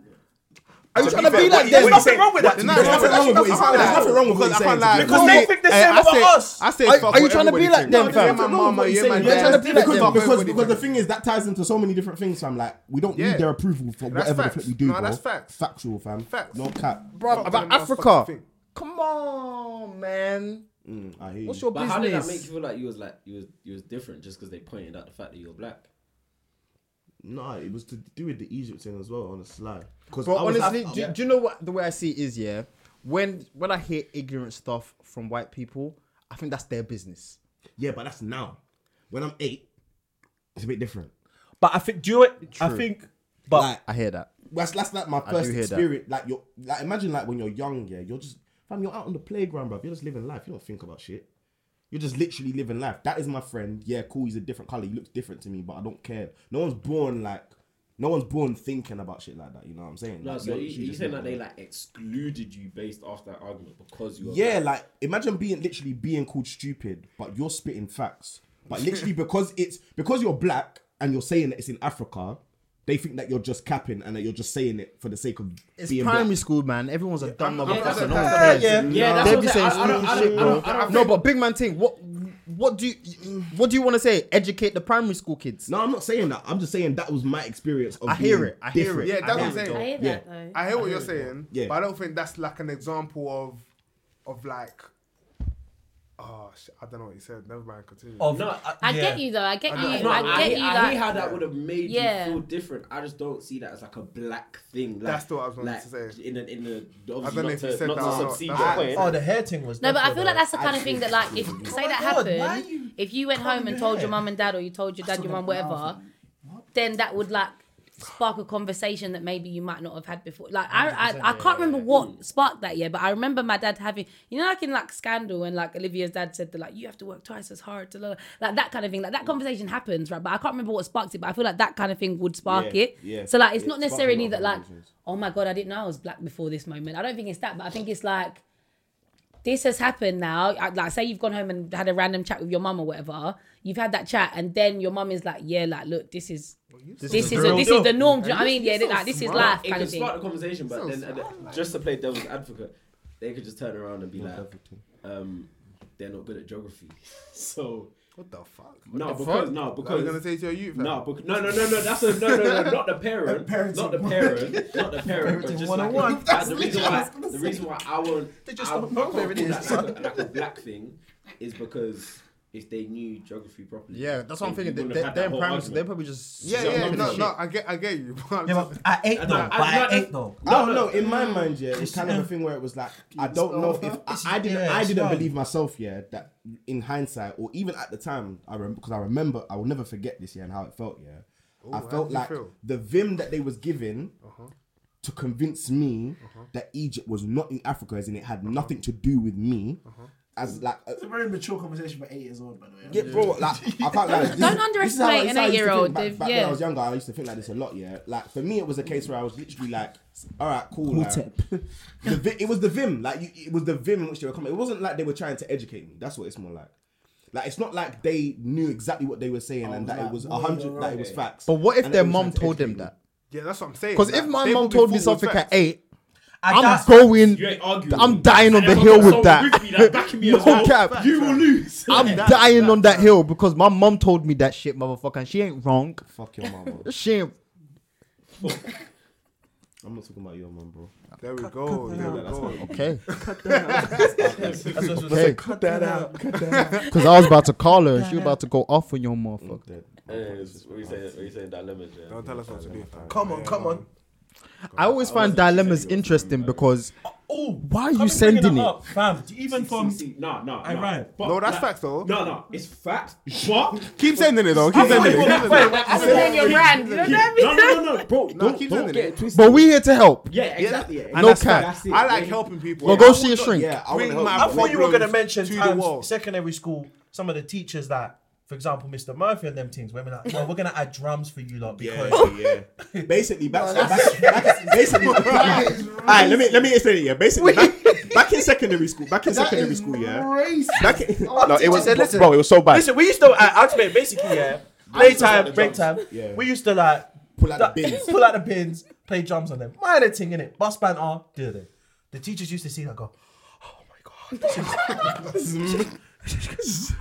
Are
you trying to be like them?
There's nothing wrong with that.
There's nothing wrong with what he's- there's nothing wrong with what he's saying, to be honest. Because they think the same about us.
I say,
Are-
fuck
are you
what
trying to be
everybody
like them,
thinks.
fam?
Yeah, my
No,
mama,
what
yeah,
you're
my
saying, yeah,
dad.
trying to be like
Because-
them.
because-
Everybody
because because the thing is that ties into so many different things, fam. Like we don't
Yeah.
need their approval for
That's
whatever the
facts.
flip we do,
No,
bro.
that's facts.
Factual, fam.
Facts.
No cap,
Bro, about Africa. Come on, man.
Mm, I hear
What's
you.
your
But how did that
business?
make you feel like you was like you was you was different just because they pointed out the fact that you were black?
No, it was to do with the Egypt thing as well on the slide. Because
But honestly, do, do you know what the way I see it is? Yeah, when when I hear ignorant stuff from white people, I think that's their business.
Yeah, but that's now. When I'm eight, it's a bit different.
But I think do you know what? I
True.
think. But
Like,
I hear that.
That's that's like my
I
first
do hear that.
experience. Like you're like imagine like when you're young, yeah, you're just fam, you're out on the playground, bruv. You're just living life. You don't think about shit. You're just literally living life. That is my friend. Yeah, cool. He's a different color. He looks different to me, but I don't care. No one's born like, no one's born thinking about shit like that. You know what I'm saying?
No,
Like,
so
you're
you,
literally
you
just
saying that
living
they
life.
like excluded you based off that argument because you were
Yeah, like imagine being literally being called stupid, but you're spitting facts. But literally because it's because you're black and you're saying that it's in Africa, they think that you're just capping and that you're just saying it for the sake of
It's
being
primary
black.
school, man. Everyone's a dumb
I'm- I'm-
motherfucker.
I'm-
No one
yeah,
cares.
yeah. Yeah, that's
They
what
be
I'm
saying
saying. I- I don't-
stupid
I don't- I don't-
shit, bro.
I don't
No,
think-
but big man thing. What what do you what do you want to say? Educate the primary school kids.
No, I'm not saying that. I'm just saying that was my experience. Of
I hear
being
it. I hear
different.
it.
Yeah, that's what I'm
Yeah.
saying.
I hear that,
yeah.
though.
I
I
hear what
hear
you're
it,
saying,
yeah.
but I don't think that's like an example of, of like, oh, shit, I don't know what you said. Never mind. Continue.
Of- No, I-
I get you though. I get
I
you.
know.
No,
I
I,
get
hear-
you.
I
that-
hear how that would have made
Yeah.
you feel different. I just don't see that as like a black thing. Like,
That's what I was wanting
like,
to say.
In the in the obviously
I don't know
not
if you
to,
said
not
that
to
or not.
succeed
That's
your
what I
point.
oh, the hair thing was.
No, but I
definitely
feel
the-
like that's the kind of thing that, like, if say that
Oh God, why are
happened, if you went home and told your mum and dad, or you told your dad, your mum, whatever, then that would like spark a conversation that maybe you might not have had before. Like, I I, I can't remember what sparked that yet, but I remember my dad having, you know, like in like Scandal, and like Olivia's dad said that like you have to work twice as hard to la- la- like that kind of thing. Like that conversation happens, right? But I can't remember what sparked it, but I feel like that kind of thing would spark
Yeah,
it.
yeah.
So like, it's
It
not
sparks a
necessarily
lot of
that like,
conversations.
oh my god, I didn't know I was black before this moment. I don't think it's that, but I think it's like this has happened now. I- Like, say you've gone home and had a random chat with your mum or whatever. You've had that chat, and then your mum is like, "Yeah, like, look, this is this,
is
is,
the
a-
real
this
deal.
is the norm." Do you
And
know what I mean?
you're
Yeah,
so
like this is
smart.
life
It
Oh, kind
could
of thing.
spark the conversation, but then uh, just to play devil's advocate, they could just turn around and be like, um, they're not good at geography, so.
What the fuck?
No,
What the
because
fuck?
no,
Like,
because
you're gonna say to your youth, like-
No, bec- no, no, no, no. That's a no, no, no. Not the parent. not the parent. Not the parent. but
Parenting
just like,
101.
like, the reason why the reason why I won't they just I, don't know where it is. That, like, a, like a black thing is because if they knew geography properly,
Yeah, that's what I'm
they
thinking. They,
wouldn't
they,
have had
they're
that
in
whole
primary school. They're
argument.
probably just
Yeah,
So
yeah,
I'm
no,
shit.
no, I get, I get you. but I'm
Yeah,
just-
but I ate though.
no,
But
I-
I
no,
ate though.
I don't know. In my mind, yeah, it's kind of a thing where it was like I don't know if I, I didn't.
yeah,
I
it's
didn't
dumb.
believe myself, yeah, that in hindsight or even at the time, I remember because I remember I will never forget this, yeah, and how it felt, yeah. I
how
felt
did you
like
feel?
the vim that they was giving
Uh-huh.
to convince me that Egypt was not in Africa, as in it
Uh-huh.
had nothing to do with me, as like. uh, a-
It's a very mature conversation for eight years old, by the way.
yeah, bro, like I can't lie. this is-
don't
this is how I-
underestimate
this is
an
how I used to think
eight-year-old,
Back,
they've-
back when
yeah.
I was younger, I used to think like this a lot. Yeah, like for me, it was a case where I was literally like, "All right, cool." like, the vi- it was the vim, like you, it was the vim in which they were coming. It wasn't like they were trying to educate me. That's what it's more like. Like it's not like they knew exactly what they were saying and that it was a hundred, that it was facts.
But what if
And
their
they were
mom
trying to
told them
educate me.
that?
yeah, that's what I'm saying.
Because
like,
if my
they
mom
will be
told
fooled
me
with
something
facts.
at eight,
And
I'm
that's-
going.
You ain't arguing.
I'm dying on
And
the
if I
hill
got
with
someone
that.
With me, that backing me as
No
well,
cap.
You will lose.
I'm dying on that hill because my mom told me that shit, motherfucker, and she ain't wrong.
Fuck your mama.
She ain't.
I'm not talking about your man, bro.
There we go. There we go.
Okay.
Cut
Okay.
Cut that out. Cut that out.
Because I was about to call her and she was about to go off on your motherfucker.
what are you saying? What you saying? Dilemmas. Yeah.
Don't tell us what to do.
Come on, come on.
I always find dilemmas interesting because
Oh,
why are you sending it?
up, fam? Even from
No, no,
Iran.
But
No, that's
like-
facts though.
No, no, it's facts. But
Keep sending it though. Keep sending it. Keep sending it.
I'm saying your brand. You know what I mean?
no, no, no, no, bro.
No,
don't
keep
don't
sending
get
it.
it twisted.
But we here to help.
yeah, exactly. Yeah,
No
exactly.
cap.
That's it.
I like helping people.
Well, go see a shrink.
Yeah, I
Bring
want
my
to
I thought you were going to
problems
mention
to the
times
wall.
secondary school, some of the teachers that, for example, Mr. Murphy and them teams, where we're like, well, we're going to add drums for you lot because.
Yeah, yeah. basically, back, back, back basically. all right, let me let me explain it. Yeah, basically, back, back in secondary school, back in secondary school, yeah. Back in, no, it was
said, listen.
bro, it was so bad.
Listen, we used to, at Ultimate, basically, yeah, playtime, break time,
Yeah.
we used to like.
Pull out the
like,
bins.
pull out the pins, play drums on them. Minor thing, innit? Bus band are, do they? The teachers used to see that go, oh my god, this is-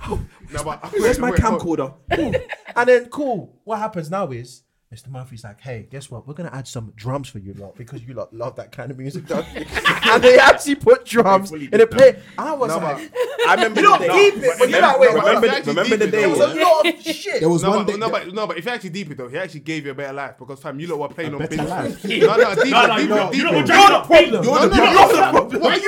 No, but
Where's
wait,
my
wait, hold-
camcorder? Cool. and then cool. What happens now is Mr. Murphy's like, hey, guess what? We're gonna add some drums for you lot because you lot love that kind of music, don't you? and they actually put drums
fully
in a play. And I was
No,
like,
I remember.
you don't
the day-
deep it when you're that way.
no,
bro.
but-
Remember,
Actually
the- remember the
deep it,
day.
There was
yeah?
a lot of shit.
There was
No,
one
but,
day.
no, but, no, but if you actually deep it though, he actually gave you a better life because fam, you lot were playing on
better
business.
life.
No, no, deep
No,
it,
no,
deep
no,
it,
you
deep
know what
it.
you're the problem.
No, no, no, no, no, no, wait,
you
wait,
don't
wait, wait,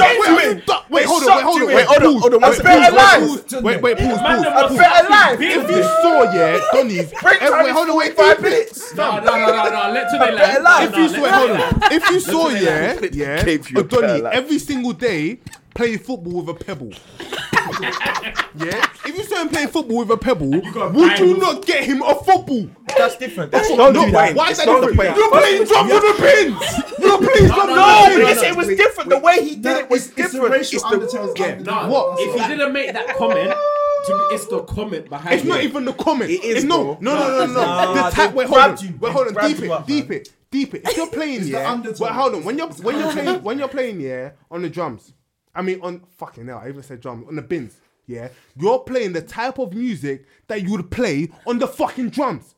wait,
wait, wait, hold on, wait, hold on, wait, hold on, hold on, wait,
better
pause,
life.
pause, pause, wait, wait, pause,
Man, them was
pause, pause.
better life.
If you saw, yeah, Donny's,
time
wait,
is
hold on, wait,
five
five minutes.
No, no, no, no, no. Let today
Better
land.
life.
If you saw, wait, hold on, if you saw, yeah, yeah,
Gave you a
but Donny,
better life.
every single day, play football with a pebble. Yeah, if you saw him playing football with a pebble, would you not get him off football?
That's different. That's
No,
not do that.
Why is that
not the
different?
point.
You're playing drum with the pins. You're playing drum with
No,
the
it's-
pins.
it was different. the way he did it was different.
It's, the racial undertones.
No,
What?
If you didn't make that comment, to me, it's the comment behind
It's not
it.
even the comment.
It is,
It's no,
bro.
no, no, no,
No,
no. The
they
tap. Wait, hold
grabbed
on.
you.
Wait,
They
hold on.
grabbed
Deep
you
it,
up,
deep
man.
it, deep it. If you're playing, yeah. Wait,
undertone.
hold on. When you're when you're playing when you're playing, yeah, on the drums. I mean, on fucking hell. I even said drums on the bins. Yeah, you're playing the type of music that you would play on the fucking drums.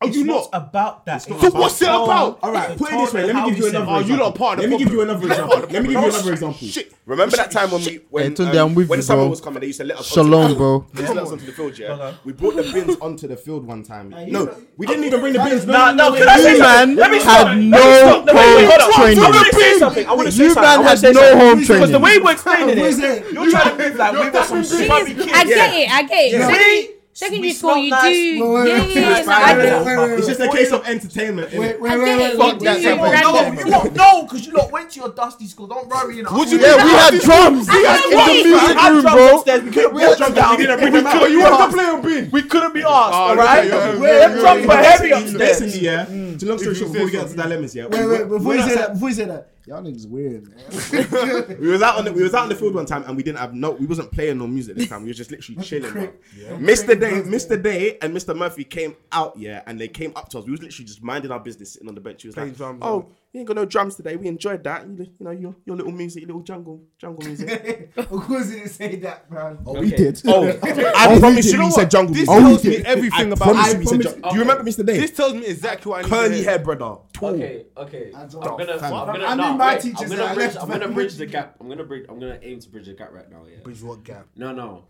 Are you
not
not?
about that.
So what's it about?
All right, put it this way. Let me give you another.
Oh, you
example.
lot part of
Let
the
me give you
problem.
another
You're
example.
part of the
Let me give you
problem.
another example.
Shit.
Remember that time when we when
Hey, Eh, Tunde, I'm with
when
you,
the summer
bro.
was coming, they used to let us.
Shalom,
onto the,
bro.
They used to let us onto the field. Yeah,
Uh-huh.
we brought the bins onto the field one time. No, we didn't even bring the bins.
Nah, no, can I say
You
something?
man
Let me
had
stop. Let
no
me stop. No, wait, wait, hold
home
on.
training.
I want to say something. I want to say
You
something.
man
I wanna
had
say
no
something.
home
Because the
training.
way we're explaining
What is
it,
it?
you're trying to move like we were some stupid kids.
I get it. I get it.
Yeah.
See?
See?
Secondary
We
school,
smell
you
nice.
do.
Wait, wait,
yeah,
wait,
yeah, yeah.
wait,
like, I
wait,
get it.
wait, wait,
It's just a case of entertainment. innit?
Wait,
I
wait,
get
wait,
it.
wait.
You do. You
You won't know.
random.
You won't know because you lot went to your dusty school. Don't worry. You know.
Would you
Yeah, we had drums.
I know
in the
what?
music
I
room,
dropped
bro.
upstairs. We couldn't we drunk down. We couldn't
But you want to play on bin.
We couldn't be asked, all
okay,
Ah, right?
yeah, yeah,
Them
yeah,
drums
yeah,
were
yeah.
heavy
Basically,
upstairs.
yeah. To long story short, before we get to dilemmas, yeah.
Wait, wait, before
we
you say
were-
that, before you say that, y'all niggas weird, man.
We was out on the, we was out on the field one time and we didn't have no we wasn't playing no music this time. We were just literally chilling. man. Mr. Day, Mr. Day, and Mr. Murphy came out yeah, and they came up to us. We was literally just minding our business, sitting on the bench. He was like,
drums,
"Oh,
yeah.
you ain't got no drums today. We enjoyed that. You, you know your, your little music, your little jungle jungle music."
Of course he didn't say that, man.
Oh, we did.
oh, I
Oh,
promise
he
you,
did.
he said jungle.
This
music.
tells
he
me
did.
everything
I
about.
promise
I
you, he said
promise-
jungle. Do you remember Mr. Day?
This tells me exactly what I need. to
curly
hear.
hair brother. Tall.
Okay, okay. I'm
don't-
gonna,
Fam.
I'm gonna,
I
nah,
mean, my
wait,
teachers
I'm
are
gonna, bridge,
left,
I'm gonna
man.
bridge the gap. I'm gonna bridge. I'm gonna aim to bridge the gap right now. Yeah.
Bridge what gap?
No, no.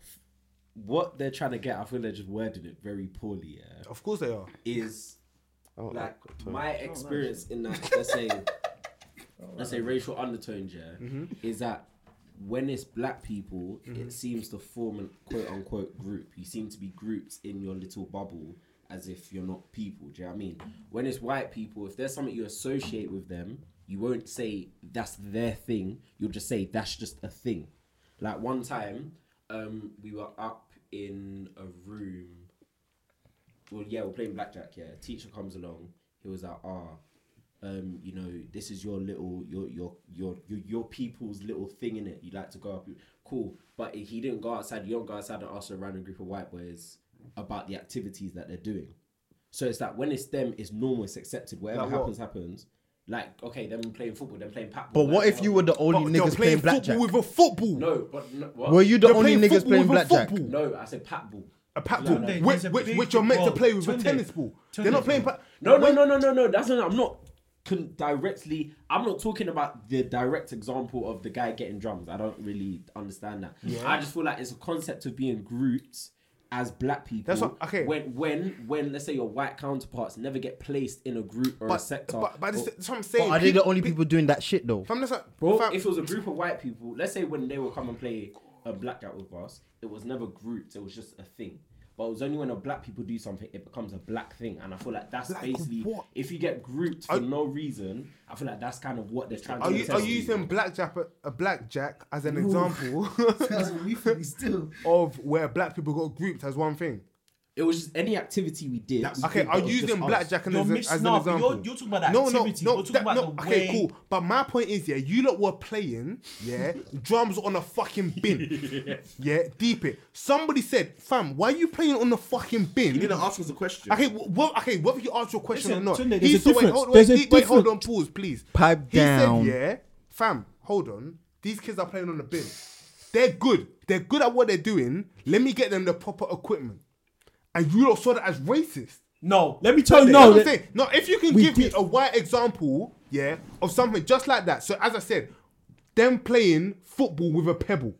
What they're trying to get, I feel they're just wording it very poorly. Yeah.
Of course they are.
Is like my experience in that, let's say, let's say racial undertones. Yeah. Is that when it's black people, it seems to form a quote unquote group. You seem to be grouped in your little bubble as if you're not people. Do you know what I mean? When it's white people, if there's something you associate with them, you won't say that's their thing. You'll just say that's just a thing. Like one time, um, we were up in a room. Well, yeah, we're playing blackjack. Yeah, teacher comes along. He was like, ah. Um, you know, this is your little your your your your, your people's little thing in it. You like to go up, cool. But he didn't go outside. You don't go outside and ask a random group of white boys about the activities that they're doing. So it's like when it's them, it's normal, it's accepted. Whatever happens, happens. Like okay, them playing football, them playing pat.
But what if you were the only
But they're
niggas
playing
playing
football with
blackjack?
a football.
No, but no, what?
Were you the
They're
only niggas
football
playing
with a
blackjack?
football.
No, I said pat ball.
A pat
No,
ball,
no,
Tunde,
which,
he's a
which,
big
which you're meant to
ball.
play with a
Tunde,
tennis ball.
Tunde.
They're not playing. Pa-
No, no, no, no, no, no. That's not. I'm not. can directly. I'm not talking about the direct example of the guy getting drums. I don't really understand that.
Yeah.
I just feel like it's a concept of being grouped as black people.
That's what- okay.
When when when let's say your white counterparts never get placed in a group or a sector.
But, but this,
or-
that's what I'm
But
saying.
are they the
people-
only people doing that shit though?
Fam, that's what-
Bro,
fam-
if it was a group of white people, let's say when they would come and play a black guy with us, it was never grouped, it was just a thing. But it was only when a black people do something, it becomes a black thing. And I feel like that's basically, if you get grouped for no reason, I feel like that's kind of what they're trying
Are
to
you
test
are you using blackjack a blackjack as an
No.
example of where black people got grouped as one thing?
It was just any activity we did.
That okay, are you using blackjack as,
You're
a- as
mixing
an
up.
example?
You're- you're talking about the activity. We're talking about the
okay,
way-
cool. But my point is, yeah, you lot were playing, yeah, drums on a fucking bin, yeah, deep it. Somebody said, "Fam, why are you playing on the fucking bin?" You
didn't ask us a question.
Okay, wh- wh- okay, whether you asked your question
Listen,
or not,
Tunde, there's
he
a
said, wait,
difference.
hold, wait,
There's a
deep- wait, hold on,
difference.
pause, please.
Pipe
he
down.
Said, yeah, fam, hold on. These kids are playing on the bin. They're good. They're good at what they're doing. Let me get them the proper equipment. And you lot saw that as racist.
No, let me tell you.
That's
No,
what I'm
let-
saying. no. If you can give me a white example, yeah, of something just like that. So as I said, them playing football with a pebble,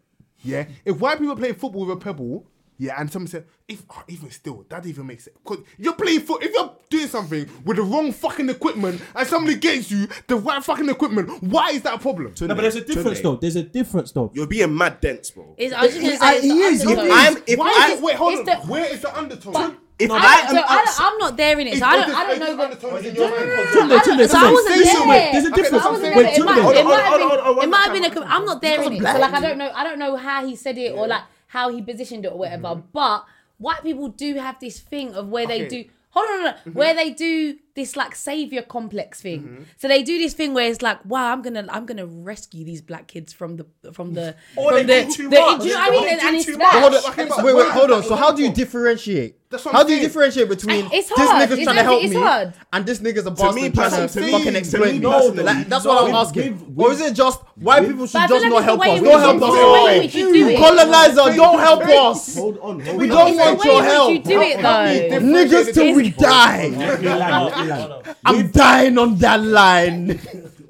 yeah. If white people playing football with a pebble, yeah, and someone said, if oh, even still, that even makes sense. Cause you're playing foot. If you're doing something with the wrong fucking equipment and somebody gets you the right fucking equipment, why is that a problem?
no, but there's a difference though. There's a difference though.
You're being mad dense, bro.
It's, I was just gonna say, it's the
If
undertone.
I'm, if
Why
I,
is it? Wait, hold on.
It's the-
Where is the undertone?
if
I,
I, am
don't, so I
outside-
don't, I'm not there in it, so I
Is
don't,
the-
I
is
don't
the
know. But,
undertone in your mind?
Tunde, Tunde,
so I
Tunde.
wasn't
Station,
there.
wait, There's a
Okay,
difference.
but
I
I'm saying-
wasn't there. It might,
Tunde,
it might
hold on,
have
hold on, hold
been.
on,
It might have
hold on,
been a.
hold
com- I'm not there in it, so
black
like I don't know. I don't know how he said it or like how he positioned it or whatever. But white people do have this thing of where they
Okay.
do. Hold on, hold on, where they do this like savior complex thing. So they do this thing where it's like, wow, I'm gonna, I'm gonna rescue these black kids from the, from the,
Or
from
they
the,
do too
the-
much.
do you know what I mean?
They
And,
do
and it's
too
that.
much.
Hold on,
Okay, but
wait,
where
wait,
is
hold
that
on. So how do you
example?
differentiate?
That's what
How
I'm
do you
saying.
differentiate between
It's
this
hard.
nigga's
It's
trying
hard.
to help
It's
me
hard.
and this nigga's a
me
bastard trying to
personally-
fucking
to
exploit
me
me?
personally-
Like, that's what I'm
with-
asking.
with-
Or is it just white people
But I
should
feel
just
like
not
it's the
help
way
us?
in
Don't
which-
help
it's the way in
us.
which you do it.
Colonizer, don't help us.
Hold on, hold
We
on.
don't
It's the
want
way
your
in which you
help.
do it though.
Niggas till we die.
Let me land, let me land.
I'm dying on that line.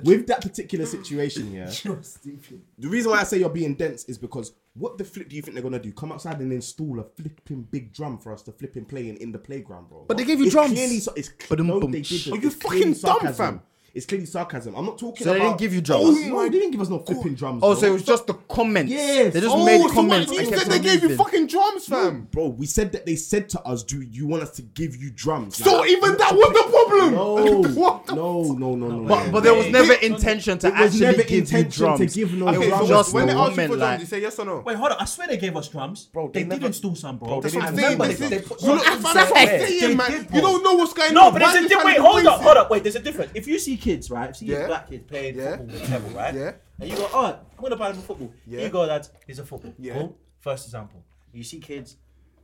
With that particular situation, yeah.
You're stupid.
The reason why I say you're being dense is because what the flip do you think they're gonna do? Come outside and install a flipping big drum for us to flip and play in, in the playground, bro.
But they gave you
it's
drums.
Clearly, so- it's cl-
Ba-dum,
no,
bum,
they
sh-
didn't.
Are you
It's clearly
fucking dumb,
sarcasm.
fam?
It's clearly sarcasm. I'm not talking.
So they didn't
about-
give you drums?
Oh, no, they didn't give us no flipping drums.
Oh,
bro.
so it was just the comments.
Yes.
They just
Oh,
made
so
comments.
You
and
said
kept
they
on
gave you
moving.
fucking drums, fam.
Bro, we said that they said to us, "Do you want us to give you drums?"
So
Like,
even that was the problem.
no,
What the
no, no, no, no.
But,
no,
but there
no.
was never intention to
It was
actually
never
give you
intention
drums.
to give no
It
Okay,
was
so
drums,
just
when they
a
asked you
woman
for
like.
drums, you say yes or no?
Wait, hold on. I swear they gave us drums. Bro, they, did install some, bro.
That's what
I
I'm saying.
remember
This
they,
is-
they
you
put
know,
some-
that's what I'm
They
saying,
did,
man.
bro.
You don't know what's going
No,
on.
but
Why
there's
you
a difference.
trying
Wait,
to
hold
voice
up,
it?
hold up. Wait, there's a difference. If you see kids, right? If you see
Yeah.
black kids playing
Yeah.
football, whatever, right?
Yeah.
And you go, oh, I'm gonna buy them a football.
Yeah.
You go, lads, here's a football.
Yeah.
Cool. First example. You see kids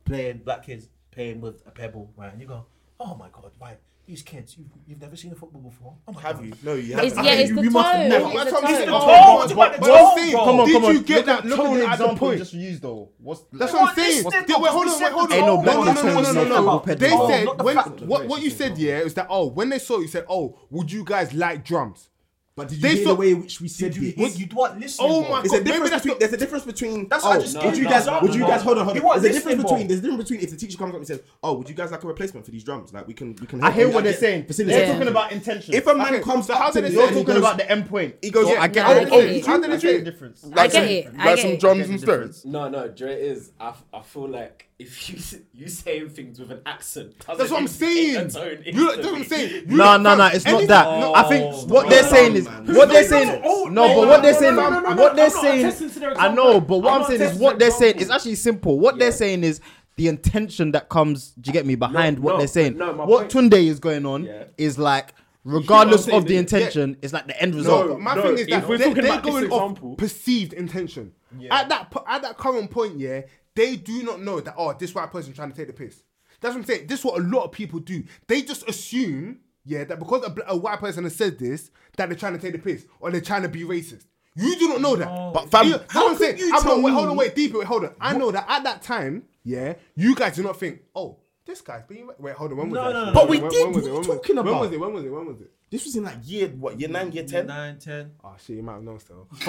playing, black kids playing with a pebble, right? And you go, oh my god, why these kids? You've, you've never seen a football before. Oh my
Have
god.
you? No, you
It's,
haven't.
yeah, it's the
You must have never-
But that's what
tone.
I'm
It's
saying.
the
tone.
tone.
Oh,
It's
but-
about the
but I'm
tone,
saying,
bro.
Come on,
Did
come on.
you get
look
that
at, look at
tone
the
at the
example you
point?
just used though. What's
That's
Come
what
on,
I'm saying.
listen,
They- wait, hold
we
on,
said
wait, hold on.
the
Ain't no
no,
black
no, no, no,
terms,
no, no,
no
no.
black
They
terms.
said
Not the
when
fact-
what what you said, yeah, is that oh, when they saw you said, oh, would you guys like drums?
But did you
They
hear
saw-
the way in which we said
Did you,
this?
you weren't listening.
Oh
bro.
my
It's a
Maybe
difference
that's
between.
not-
There's a difference between.
That's
oh,
what I just
would
gave
you
you
guys?
that
Would you
example.
guys hold on? Hold
You
on.
weren't
There's a difference
listening,
between.
bro.
There's a difference between if the teacher comes up and says, "Oh, would you guys like a replacement for these drums? Like we can, we can."
I
help
hear
you
what they're
get-
saying.
facilitate."
They're talking about intention.
If a man
Okay,
comes
so
up
how
to
did
me
it
you're
say-
and he
talking
goes-
about the end point,
he goes,
So
yeah,
I get,
I
I,
get
oh,
it.
you-
How did
I
it
get
say?
the difference.
I get it. I
Like
get
some
it.
drums instead.
No, no, Dre is. I, f- I feel like if you s- you saying things with an accent, doesn't
That's what I'm
indicate a
saying.
tone
You know, that's what
instantly.
I'm saying. You
No,
lot-
no, no,
fam,
it's not
anything-
that. Oh,
no,
I think what they're saying is what they're saying. is- No, but what they're saying, what they're saying, I know, but what I'm saying is what they're saying is actually simple. What they're saying is the intention that comes. Do you get me behind
No,
what
no,
they're saying?
no, my
what
point-
Tunde is going on
Yeah.
is like, regardless
saying,
of the
innit?
intention, it's like the end
No,
result.
but my
no,
thing is
if
that
we're
they,
talking
they're
about this
going
example-
off perceived intention. At that po- at that current point, yeah, they do not know that oh, this white person trying to take the piss. That's what I'm saying. This is what a lot of people do. They just assume, yeah, that because a, bl- a white person has said this, that they're trying to take the piss or they're trying to be racist. You do not know that.
But fam,
You- that's
how
what I'm
could
saying.
you
I'm
tell
not, wait, hold
me-
on, wait, deeper, wait, hold on. I know that at that time, yeah, you guys do not think, oh, This guy's being. ra- Wait, hold on. When was
No,
it?
no, no,
actually?
But we
when,
did,
When was
what
it? When
are you
was-
talking
When
about?
was it? When was it? When was it?
This was in like year what? Year nine, year ten. Nine, ten.
Oh shit, you might have known still.
all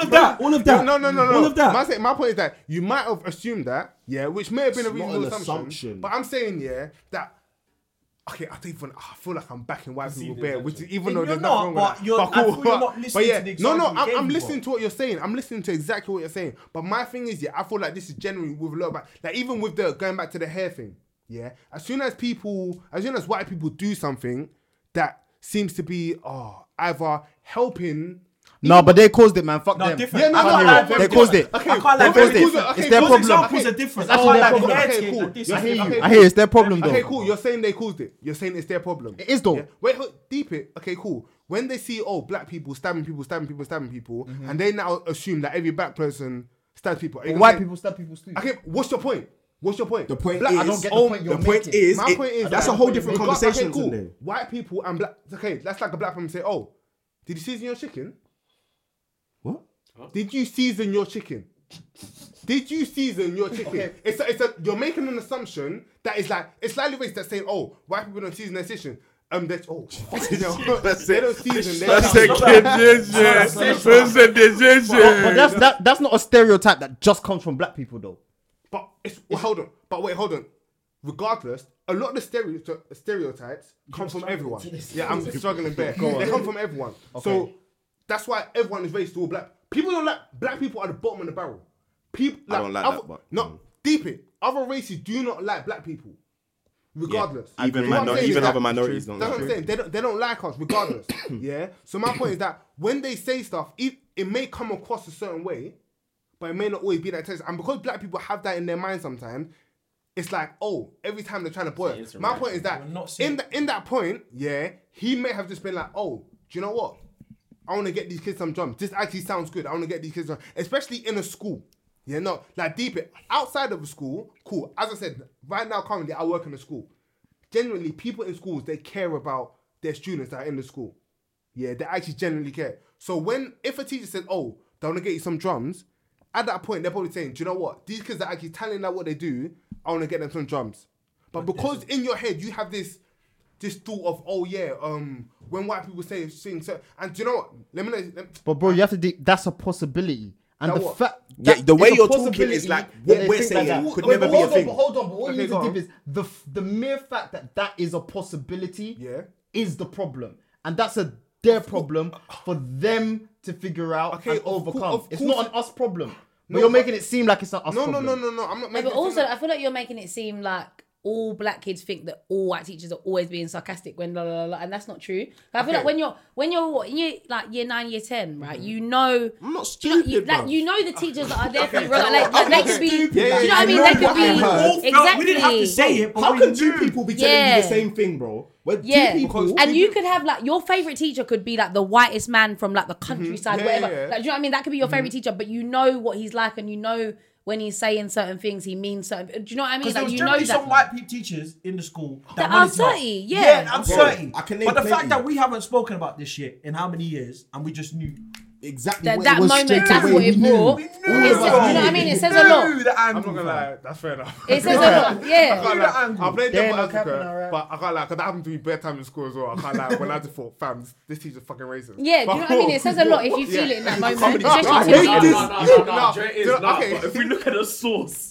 of that, all of that,
No, no, no, no.
all of that.
My, say- my point is that you might have assumed that, yeah, which may have been a
It's not
reasonable
an
assumption,
assumption.
But I'm saying, yeah, that. Okay, I don't even. I feel like I'm backing white people bear, which is, even though
Yeah, you're
there's
not,
nothing wrong
but
with that.
you're- I
cool.
feel you're not listening to the
no, no,
example you
I'm,
gave
I'm
me,
listening to what you're saying. I'm listening to exactly what you're saying. But my thing is, yeah, I feel like this is generally with a lot of like, like even with the going back to the hair thing. Yeah, as soon as people, as soon as white people do something that seems to be, oh, either helping
No, but they caused it, man. Fuck them.
yeah, no,
I can't
no,
lie,
no,
they caused it.
Okay,
I can't
okay,
lie, they caused
cool,
it.
okay,
It's their
cool,
problem.
okay,
Examples are
different.
okay,
That's what I like,
cool,
the
okay,
headscape,
cool.
like this.
I hear you.
I hear it's their problem,
Okay,
though.
cool. You're saying they caused it. You're saying it's their problem. It
is, though.
Wait, hold, deep it. Okay, cool. When they see oh black people stabbing people, stabbing people, stabbing people, and they now assume that every black person stabs people. Are you gonna
Mm-hmm. But white
say-
people stab people too.
Okay, what's your point? What's your point?
The point
Black-
is,
I don't get
the point you're making.
is,
my
it-
point is
that's
that
a whole different
they got- okay,
conversation.
cool.
today.
White people and black. Okay, that's like a black person say, "Oh, did you season your chicken?
What?
Did you season your chicken? Did you season your chicken? It's a, it's a, you're making an assumption that is like it's slightly racist that's saying, "Oh, white people don't season their chicken." Um, that's oh, they don't, they don't season. They
That's a condition. That's a
But, but that's
condition.
that, that's not a stereotype that just comes from black people, though.
But it's, well, hold on. But wait, hold on. Regardless, a lot of the stereoty- stereotypes come from everyone. Yeah, I'm struggling there.
Go on.
They come from everyone. So
Okay.
that's why everyone is racist to all black. People don't like black people are the bottom of the barrel. People
I don't like
other-
that, but- mm.
no deep it. Other races do not like black people. Regardless,
Yeah, even
You know what I'm
minor-
saying?
even
That-
other minorities don't
That's
like
what I'm
it.
saying. They don't, they don't like us, regardless. yeah. So my point is that when they say stuff, it, it may come across a certain way, but it may not always be that intense. And because black people have that in their mind sometimes, it's like, oh, every time they're trying to boil it. My point is that in, the, in that point, yeah, he may have just been like, oh, do you know what? I want to get these kids some drums. This actually sounds good. I want to get these kids some, especially in a school. Yeah, no, like deep it outside of a school. Cool. As I said, right now currently I work in a school. Generally, people in schools they care about their students that are in the school. Yeah, they actually genuinely care. So when if a teacher says, "Oh, they want to get you some drums," at that point they're probably saying, "Do you know what? These kids are actually talented at what they do. I want to get them some drums." But because in your head you have this this thought of, "Oh yeah, um, when white people say sing," so, and do you know what? Let me, let me
But bro, you have to. De- that's a possibility, and
That
the
what?
fact.
Yeah,
that
the way
it's a
you're talking is
possibility
like,
that
what
they
we're
think
saying
that.
could
Wait,
never
but
be a
hold on,
thing.
But hold on, but all
Okay,
you need
go
to
on.
dip is the f- the mere fact that that is a possibility.
Yeah.
Is the problem, and that's a their problem for them to figure out
Okay,
and
of cour-
overcome.
of
it's
course
not an
it-
us problem.
No,
but you're
but-
making it seem like it's an us
no, no,
problem.
no, no, no. I'm not
No,
making.
but
it seem
also,
like-
I feel like you're making it seem like all black kids think that all white teachers are always being sarcastic when la la la, la and that's not true. But I feel
Okay. Mm-hmm.
like when you're when you're what, in year, like year nine, year ten, right? You know,
I'm not
you know,
stupid.
you, like
bruv.
you know the teachers that are there for you.
Okay,
Right? Like, like they could be,
stupid.
do you know what I
Yeah,
mean?
yeah,
They
yeah. We all
could be exactly.
We didn't have to say it, but
How
we
can
knew.
two people be telling you the
Yeah.
same thing, bro? When two
Yeah,
people-
and you could have like your favorite teacher could be like the whitest man from like the countryside,
Yeah,
whatever.
yeah, yeah.
Like, do you know what I mean? That could be your favorite teacher, but you know what he's like, and you know when he's saying certain things, he means certain. Do you know what I mean?
Because there
Like
was
you know
generally
that.
some white people teachers in the school
That
wanted
are
to help.
dirty, yeah.
I'm
Bro,
dirty.
I can name
But the
plenty.
fact that we haven't spoken about this shit in how many years, and we just knew
exactly
that,
what
that
it was
moment,
straight
that's
away.
what
We
it
knew.
brought.
We
It
knew.
says- you know what I mean? It says a lot.
Dude, the
I'm not
angle.
gonna lie, that's fair enough.
It says a lot.
I
Yeah.
can't lie.
angle.
I played
They're
devil
not capping
advocate,
our ass.
but I can't lie, because that happened to me bare time in school as well. I can't lie, when I just thought, fam, this, this teacher's fucking racist.
Yeah, do you know
But-
what I mean? It says a lot if you feel it in that moment.
Comedy-
Just
I
your
hate
tears.
this.
No, no, no, no,
No,
Dre
no,
is not.
okay.
But if we look at the source,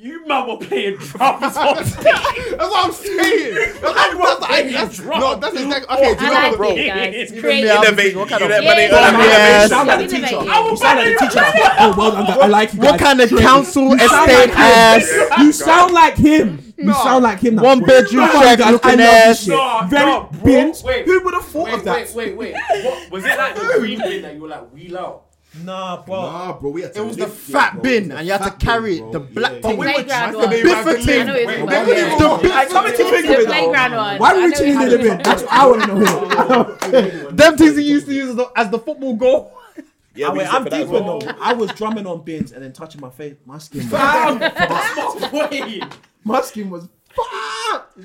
you man were playing drums on stage.
That's what I'm saying. That's what I'm saying. That's- No, that's exactly. Okay, do you
I
know
like
what, bro?
it, guys. It's
Even
creative.
me, I'm
Innovate.
thinking, what
You
kind
let
of-
money
Yeah.
on
Yeah.
a
Sound like a
Innovative.
teacher.
I
You sound like a teacher. Oh, well done. I like you.
What
guys.
kind of council
You sound
estate
like
ass?
him. You sound like him. You sound like him. now.
One bedroom
Come on,
shack
guys,
looking
I love this
ass.
shit.
No,
Very
no, bro.
bins.
Wait.
Who would have thought
Wait,
of that?
wait, wait, wait. What was it like the green bin that you were like wheel out?
Nah, bro.
Nah, Ah, bro, we had to
It was the
lift it,
fat
bro.
bin,
It was
and you had to
fat bin,
carry
bro.
the black
Yeah.
thing.
we were
Playground
trying to
one. I
be
Biffa thing.
know it's
Wait,
the
they
one,
couldn't
yeah.
even- the Biffa
Like, coming to
thing.
think of
The
it,
playground
though,
one.
why were
I
you
know
tuning
how
in
it
the bin? That's what I want to know.
Them things he used to use as the, as the football goal.
Yeah,
I
we
went,
used it
I'm
for that
deeper
as well.
though. I was drumming on bins and then touching my face, my skin. was-
Wait.
my skin was.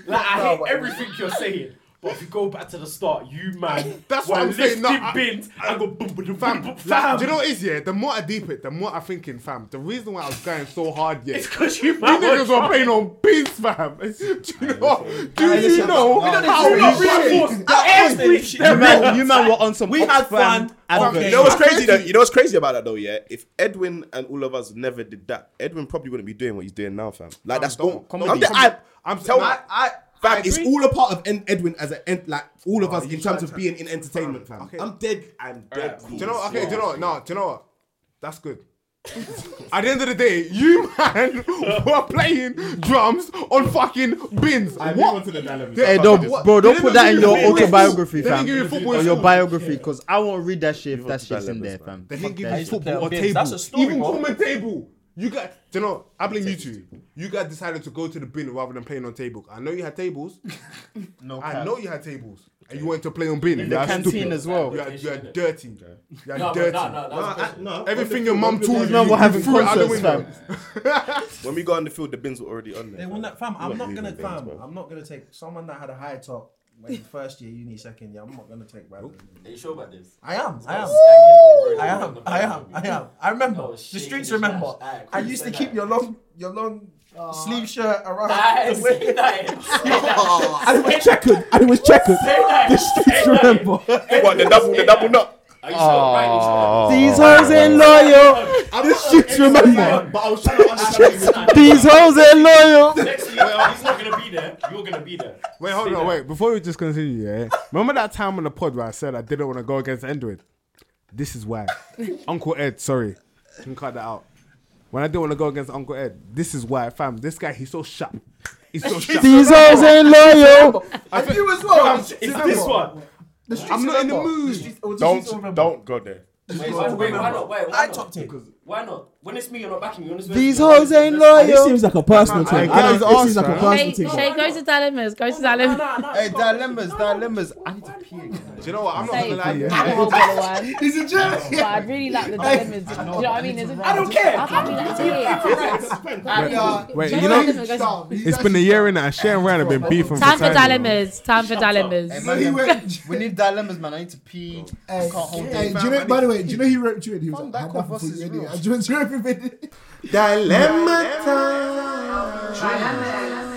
Like I hate everything you're saying.
But if you go back to the start, you man,
That's
were
what I'm saying. No,
lifting
I-
bins and go boom, boom, boom,
Fam,
boom, boom,
like,
fam.
do you know what it is, yeah? The more I deep it, the more I'm thinking, fam, the reason why I was going so hard, yeah.
It's 'cause you
These
man were
niggas were
trying.
playing on beats, fam. Do you know? Do you
listen,
know
we don't
how
do not
we
reinforce every
shit?
step.
man, you man were on some.
We had
Oxfam
fun.
advert.
You know what's crazy though? You know what's crazy about that though? Yeah, if Edwin and all of us never did that, Edwin probably wouldn't be doing what he's doing now, fam. Like that's all.
comedy.
I'm, the-
Comedy.
I, I'm telling.
I- I-
Fam,
I
it's
agree.
all a part of en- Edwin as a en- like all of
Oh,
us
you
in terms
tried
of
to-
being in entertainment, fam. I'm dead. I'm dead.
Do you know? what? Okay, do you know? what? No, do you know what? That's good. At the end of the day, you man were playing drums on fucking bins. I what?
Hey, don't,
What?
bro,
They
don't
didn't
put that in
give you
your
football in school. They
autobiography,
didn't
fam.
give you football in
On your
school.
biography, because I won't read that shit if that shit's in there, fam.
They
Fuck
didn't give
that
you
shit.
football or
That's
table.
a story,
Even
bro.
common table. You guys, do you know? I blame you two. You guys decided to go to the bin rather than playing on table. I know you had tables. no, I
cap.
know you had tables, and you went to play on bin.
In
You
the
are
canteen
stupid.
as well.
You are, you are dirty. You are
No, but
dirty.
no, no, that was a
I-
question.
no.
On
Everything
the
your
field,
mum
on the
taught you,
field.
you threw it out the window.
when we got on the field, the bins were already on there.
They will not, fam.
We
I'm
weren't
not
moving
gonna,
bins,
fam.
bro.
I'm not gonna take someone that had a high top when first year uni, second year. I'm not gonna take. Rather
Are you sure about this?
I am. I am.
Ooh.
I am. I am. I am. I remember.
Oh,
the streets remember.
Alright,
I
cool,
used to
say
keep
that.
your long, your long sleeve shirt around.
Nice,
the way.
nice.
I
was
checkered. I was checkered.
The streets remember.
What the double? The double nut.
These hoes ain't loyal.
The
streets remember.
But I was trying to understand.
These hoes ain't loyal.
Next year, he's not gonna be there. You're gonna be there.
Wait, hold
Say
on,
that.
wait. Before we just continue, yeah. Remember that time on the pod where I said I didn't want to go against Endwin? This is why. Uncle Ed, sorry. You can cut that out. When I didn't want to go against Uncle Ed, this is why, fam. This guy, he's so sharp. He's so sharp.
These hoes ain't loyal.
I
you as well.
Fam,
It's
remember?
this one. The streets
I'm not in the
remember.
mood.
streets- oh, the streets
Don't
remember.
don't go there.
Wait, why, wait, why not? Wait, why
I
not?
topped it.
Why not? When it's me, you're not backing me. When it's
These hoes ain't loyal.
This seems like a personal thing.
I
I
can't
don't- It seems like a
answer.
personal
Shay,
thing.
Shay, go to dilemmas. Go to dilemmas.
Hey, dilemmas, dilemmas. I need to pee again.
Do you know what? I'm not
Say
gonna lie.
it.
yeah.
I'm a whole bottle of wine.
He's a jerk.
But I really like the dilemmas. Do you know what I mean? There's a-
I don't care.
I can't be like, yeah.
Wait, wait,
Do
you
what
know,
dilemmas? Go to-
it's been a year and I share and Ryan have been beefing
Time
time.
for dilemmas. Time for dilemmas.
Hey, man, man, we need dilemmas, man. I need to pee. I
Hey,
can't hold
hey,
it.
do you know, by the way, do you know he wrote you and he was like,
back
"Had
off
nothing
us
for
is
you anyway."
real.
Do you know what I mean?
Dilemma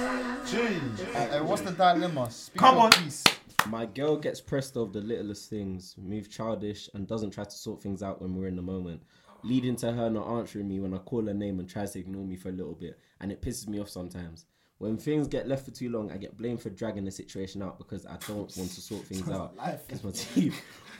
Hey, what's the dilemma? Speak
Come
of
on.
peace.
My girl gets pressed over the littlest things, move childish, and doesn't try to sort things out when we're in the moment, leading to her not answering me when I call her name and tries to ignore me for a little bit, and it pisses me off sometimes. When things get left for too long, I get blamed for dragging the situation out because I don't want to sort things
Sounds
out.
like life.
It's my team.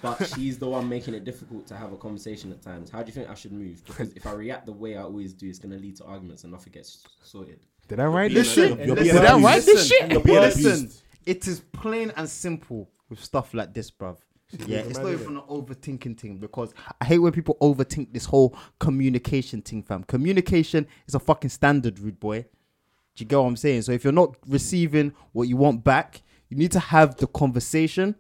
But she's the one making it difficult to have a conversation at times. How do you think I should move? Because if I react the way I always do, it's going to lead to arguments and nothing gets sorted.
Did I write
You're
this
being
shit?
abused.
Did
You're
I
being
write this
abused.
shit?
You're being
Listen,
abused.
it is plain and simple with stuff like this, bruv. Yeah,
being
it's
a
not
man,
even an overthinking thing because I hate when people overthink this whole communication thing, fam. Communication is a fucking standard, rude boy. Do you get what I'm saying? So if you're not receiving what you want back, you need to have the conversation.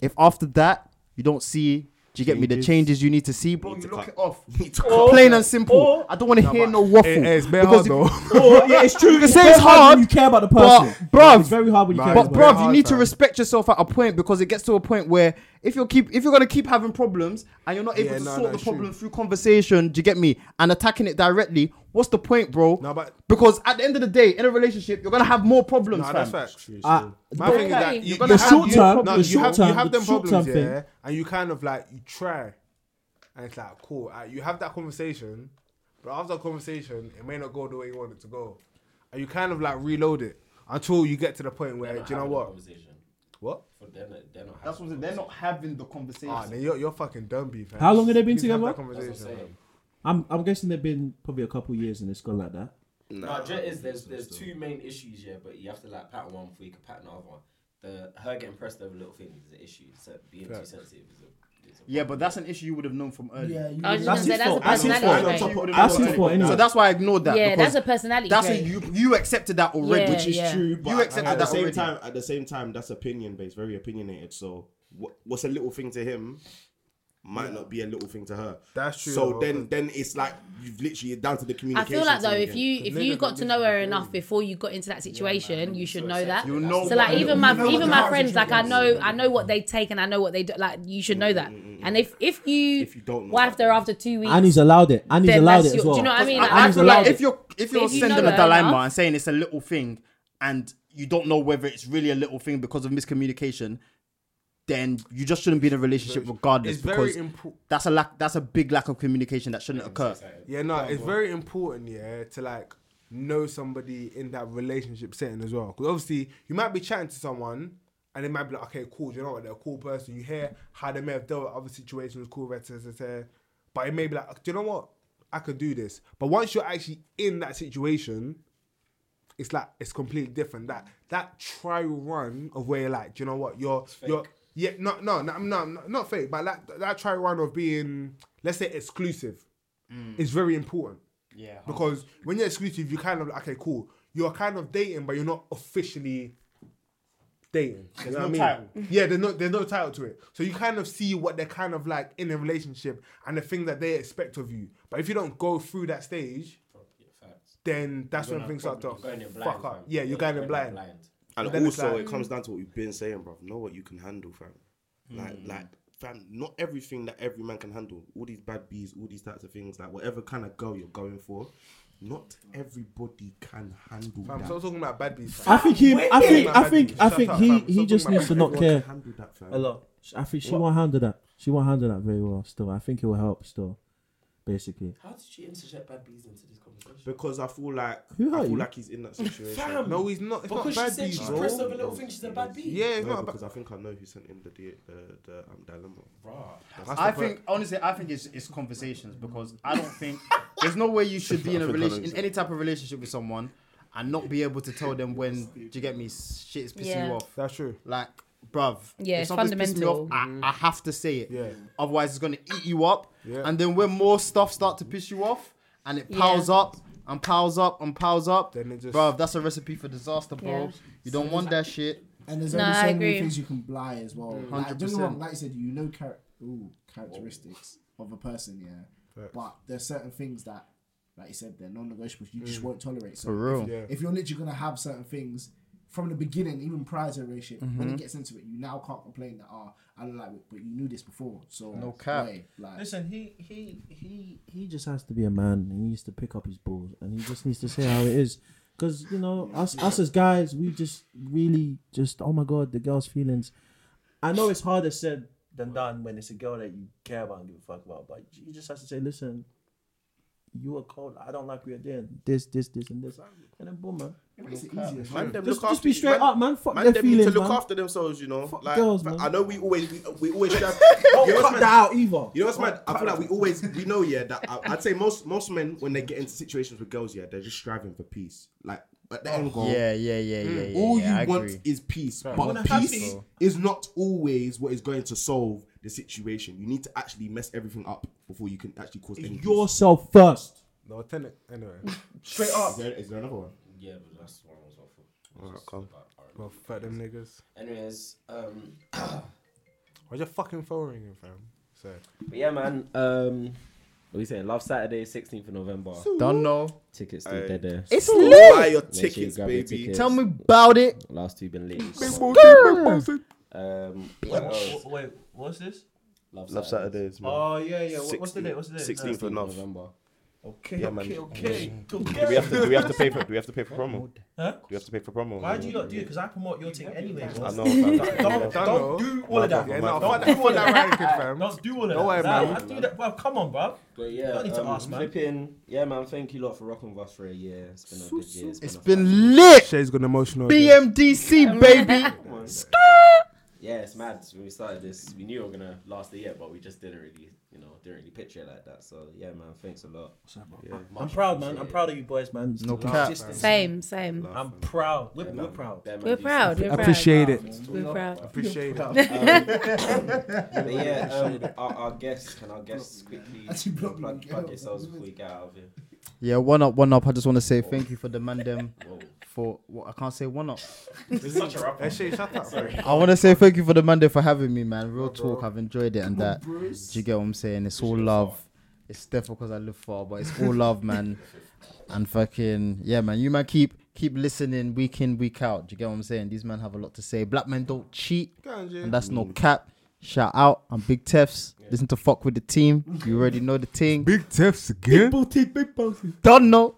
If after that you don't see, do you get me the
Changes.
changes you need to see, bro? You
lock
it off.
cut.
Plain and simple.
Or-
I don't want to
Nah,
hear
but
no waffle.
it- it's bare
because
hard,
if-
though. Oh, yeah, it's true. It's
Say
bare
it's
hard when
hard.
you care about the person.
But, bruv,
It's very hard when you care
But
about the
bruv,
person.
you need to respect yourself at a point because it gets to a point where if you keep if you're gonna keep having problems and you're not able
Yeah,
to
no, no,
sort the
it's true.
problem through conversation, do you get me? And attacking it directly, what's the point, bro?
No, but
because at the end of the day, in a relationship, you're gonna have more problems,
Nah,
fam.
that's facts.
Uh,
My thing is that
You're
you-
gonna
you
have
short
you-
term-
no,
the
you
short
have
term-
you have
the
them
short term
problems,
thing.
yeah, and you kind of like you try, and it's like cool. uh, you have that conversation, but after the conversation, it may not go the way you want it to go, and you kind of like reload it until you get to the point where do you know what? What?
For them, they're not
That's what I'm saying, They're not having the conversation.
Ah, then you're, you're fucking dumb, beef. man.
How long have they been
You can have
together?
that conversation, man.
I'm, I'm guessing they've been probably a couple years and it's gone like that.
No, Jet is there's there's two main issues yeah, but you have to like pattern one before you can pattern the other one. The her getting pressed over little things is an issue. So being too
Facts.
sensitive is a, is a
Yeah, but that's an issue you would have known from earlier.
Yeah, you
I was
would've-
just gonna say that's a
That's his fault.
personality
That's his
trait.
fault. That's his fault anyway.
So that's why I ignored that.
Yeah,
because
that's a personality
That's a,
trait.
you you accepted that already,
Yeah, Which is yeah.
true, but
you accepted
at the
that
same
already.
time, at the same time, that's opinion based, very opinionated. So, what, what's a little thing to him might not be a little thing to her.
That's true,
So
though,
then, then it's like you've literally down to the
I
communication.
feel like though,
side
if
again.
you if you got to know her enough before you got into that situation, you should know that.
You know what-
so like even my
you know what
even
the
my
houses
friends,
you
like I
go
know I know what they take and I know what they do. Like you should know that. And if if you if you
don't,
what after after two weeks,
Annie's allowed it. Annie's
Then
allowed
that's
it as
your-
well.
do you know what I mean?
I,
Like,
I
I've
feel
got-
like if you're
But
if you're
if you
sending
know
a
her
dilemma
enough-
and saying it's a little thing, and you don't know whether it's really a little thing because of miscommunication, then you just shouldn't be in a relationship regardless
it's very
because that's a lack that's a big lack of communication that shouldn't occur.
Yeah, no, it's very important, yeah, to like know somebody in that relationship setting as well. Because obviously, you might be chatting to someone and they might be like, okay, cool, you know what, they're a cool person. You hear how they may have dealt with other situations, cool, red, red, red, red. but it may be like, do you know what, I could do this. But once you're actually in that situation, it's like it's completely different. That that trial run of where you're like, do you know what, you're you're yeah, no, no, no, no, no, not fake, but that that trial run of being, let's say, exclusive,
Mm.
is very important.
Yeah, 100%.
because when you're exclusive, you kind of like, okay, cool. You're kind of dating, but you're not officially dating. You
There's
know
no
what I mean?
title.
Yeah, there's no there's no title to it. So you kind of see what they're kind of like in a relationship and the thing that they expect of you. But if you don't go through that stage, then that's
You're
when
gonna
things start
probably-
to
you're going in blind,
fuck
fam.
up. Yeah, you're
You're
going
going
in
in
blind.
blind.
And
Then it's
also,
like- mm.
it comes down to what we've been saying, bruv. Know what you can handle, fam. Like,
Mm.
like, fam. Not everything that every man can handle. All these bad bees, all these types of things. Like, whatever kind of girl you're going for, not everybody can handle
Fam,
that.
stop talking about bad bees, fam.
I think he. I
Stop
think.
talking about
I
bad
think.
bees.
I
Shut
think
up,
he.
fam.
He
Stop
just
talking
needs to
about
not
bad
care
bees.
a lot. I think she won't handle that. She won't handle that very well. Still, I think it will help. Still, basically.
How did you interject bad bees into this conversation?
Because I feel like
Who
I
hurt
feel
you?
like he's in that situation.
Fam,
No, he's not- it's not
because
bad
she said
bees,
she's
bro.
pressed over little thing. She said bad bees.
Yeah, it's
no,
not about-
because I think I know who sent in the the the, the um, dilemma. That's
I
the-
think honestly, I think it's, it's conversations because I don't think there's no way you should be in
I
a
think I
relation
know
in any type of relationship with someone and not be able to tell them when do you get me shit is pissing
Yeah.
you off.
That's true.
Like, bruv,
Yeah,
if
it's
something's pissing me off, I, I have to say it.
Mm-hmm. Yeah.
Otherwise, it's gonna eat you up.
Yeah.
And then when more stuff start to piss you off and it
Yeah.
piles up. And piles up and piles up.
Then it just...
Bruv, that's a recipe for disaster, bro.
Yeah.
You don't want that shit.
And there's
No,
only
I
so many
agree.
things you can buy as well. Like,
Mm.
don't get me
100%.
wrong, like you said, you know char- ooh, characteristics of a person, yeah.
Facts.
But there's certain things that, like you said, they're non-negotiables. You just
Mm.
won't tolerate. So
For real.
If,
Yeah.
if you're literally gonna have certain things from the beginning, even prior to a relationship, when it
Mhm.
gets into it, you now can't complain that oh, I don't like it, but you knew this before. So
No cap.
wait, like,
Listen, he he he he just has to be a man. and He needs to pick up his balls, and he just needs to say how it is. Because you know, us us as guys, we just really just oh my god, the girl's feelings. I know it's harder said than done when it's a girl that you care about and give a fuck about, but you just have to say, listen, you are cold. I don't like what you're doing. This, this, this, and this, and then boom, man.
makes it easier.
Man, them
Just,
look
just be
after-
straight
man-
up, man. Fuck
man,
their
them
feelings,
need to look
man.
after themselves, you know. like,
girls,
but
man.
I know we always we, we always try.
Don't
what's
cut
mad?
that out either.
You know what's mad? I
cut
feel like
that
we always we know yeah that I, I'd say most most men when they get into situations with girls yeah they're just striving for peace like at the end goal
Yeah, yeah, yeah, yeah,
Mm.
yeah,
all
yeah,
you
I
want
agree.
is peace
Fair.
but
Wanna have
peace
peace.
is not always what is going to solve the situation you need to actually mess everything up before you can actually cause any
Yourself first.
No, tenant. Anyway.
straight up is there, is there another one
Yeah, but that's the one I was up for.
Alright, come.
Well, fuck them niggas.
Anyways, um,
Why's your fucking phone ringing, fam? So.
but yeah, man. Um, what we say? Love Saturday, sixteenth of November.
Don't know.
Tickets still
Aye.
dead there.
It's So lit. buy your
Make sure you
tickets,
grab your
baby. Tell me about it.
Last two been lit.
Big
So-
booty, big
Um,
Wait,
what else?
wait, what's this?
Love Saturdays, man.
Oh, yeah, yeah. What- what's the date? What's the date?
16th of
16th
Nov.
November.
Okay,
Yeah, man.
okay, okay,
Do we have to do we have to pay for do we have to pay for promo?
Huh?
Do we have to pay for promo?
Why do you not do it? Because I promote your thing anyway. bro.
I know,
Don't-
fam.
Don't,
I
don't
know.
do all of that.
Yeah,
bro.
no, fuck
don't do
that-
"Oh,
all of
fuck that
that.
racket, fam.
Don't do all of
Don't worry,
that. Nah,
man.
I do that. Well, come on, bro.
But yeah,
don't need to
um,
ask, man.
flipping- yeah, man. Thank you lot for rocking with us for a year. It's been a good year. It's been,
Been lit.
Shay's got emotional.
BMDC, baby.
a- yeah, it's mad. When we started this, we knew we were gonna last the year, but we just didn't really, you know, didn't really picture it like that. So yeah, man. Thanks a lot. Yeah,
I'm
much
proud, man. I'm
appreciated.
proud of you boys, man.
No
Love
cap.
existence.
Same, same.
I'm proud. We're,
Yeah,
we're
man.
proud.
Yeah, man,
We're
do
proud.
something.
We're
Appreciate
proud.
it.
We're proud.
Appreciate it.
Um, but yeah, um, our, our guests, can our guests quickly plug, plug yourselves before we get out of here?
Yeah, one up, one up. I just want to say thank you for the man them for what I can't say one up.
This is such a rough
Hey, Shay, shut up.
Sorry.
I want to say thank you for the Monday for having me, man. Real
bro.
talk, I've enjoyed it and
Come on,
that.
Bruce.
Do you get what I'm saying? It's all love. It's definitely because I live far, but it's all love, man. And fucking yeah, man. You man keep keep listening week in week out. Do you get what I'm saying? These men have a lot to say. Black men don't cheat,
Go on, Jay.
and that's no cap. Shout out, I'm Big Tefs. Listen to fuck with the team. You already know the thing. Big Tefs again. Big boutique, big boutique. Don't know.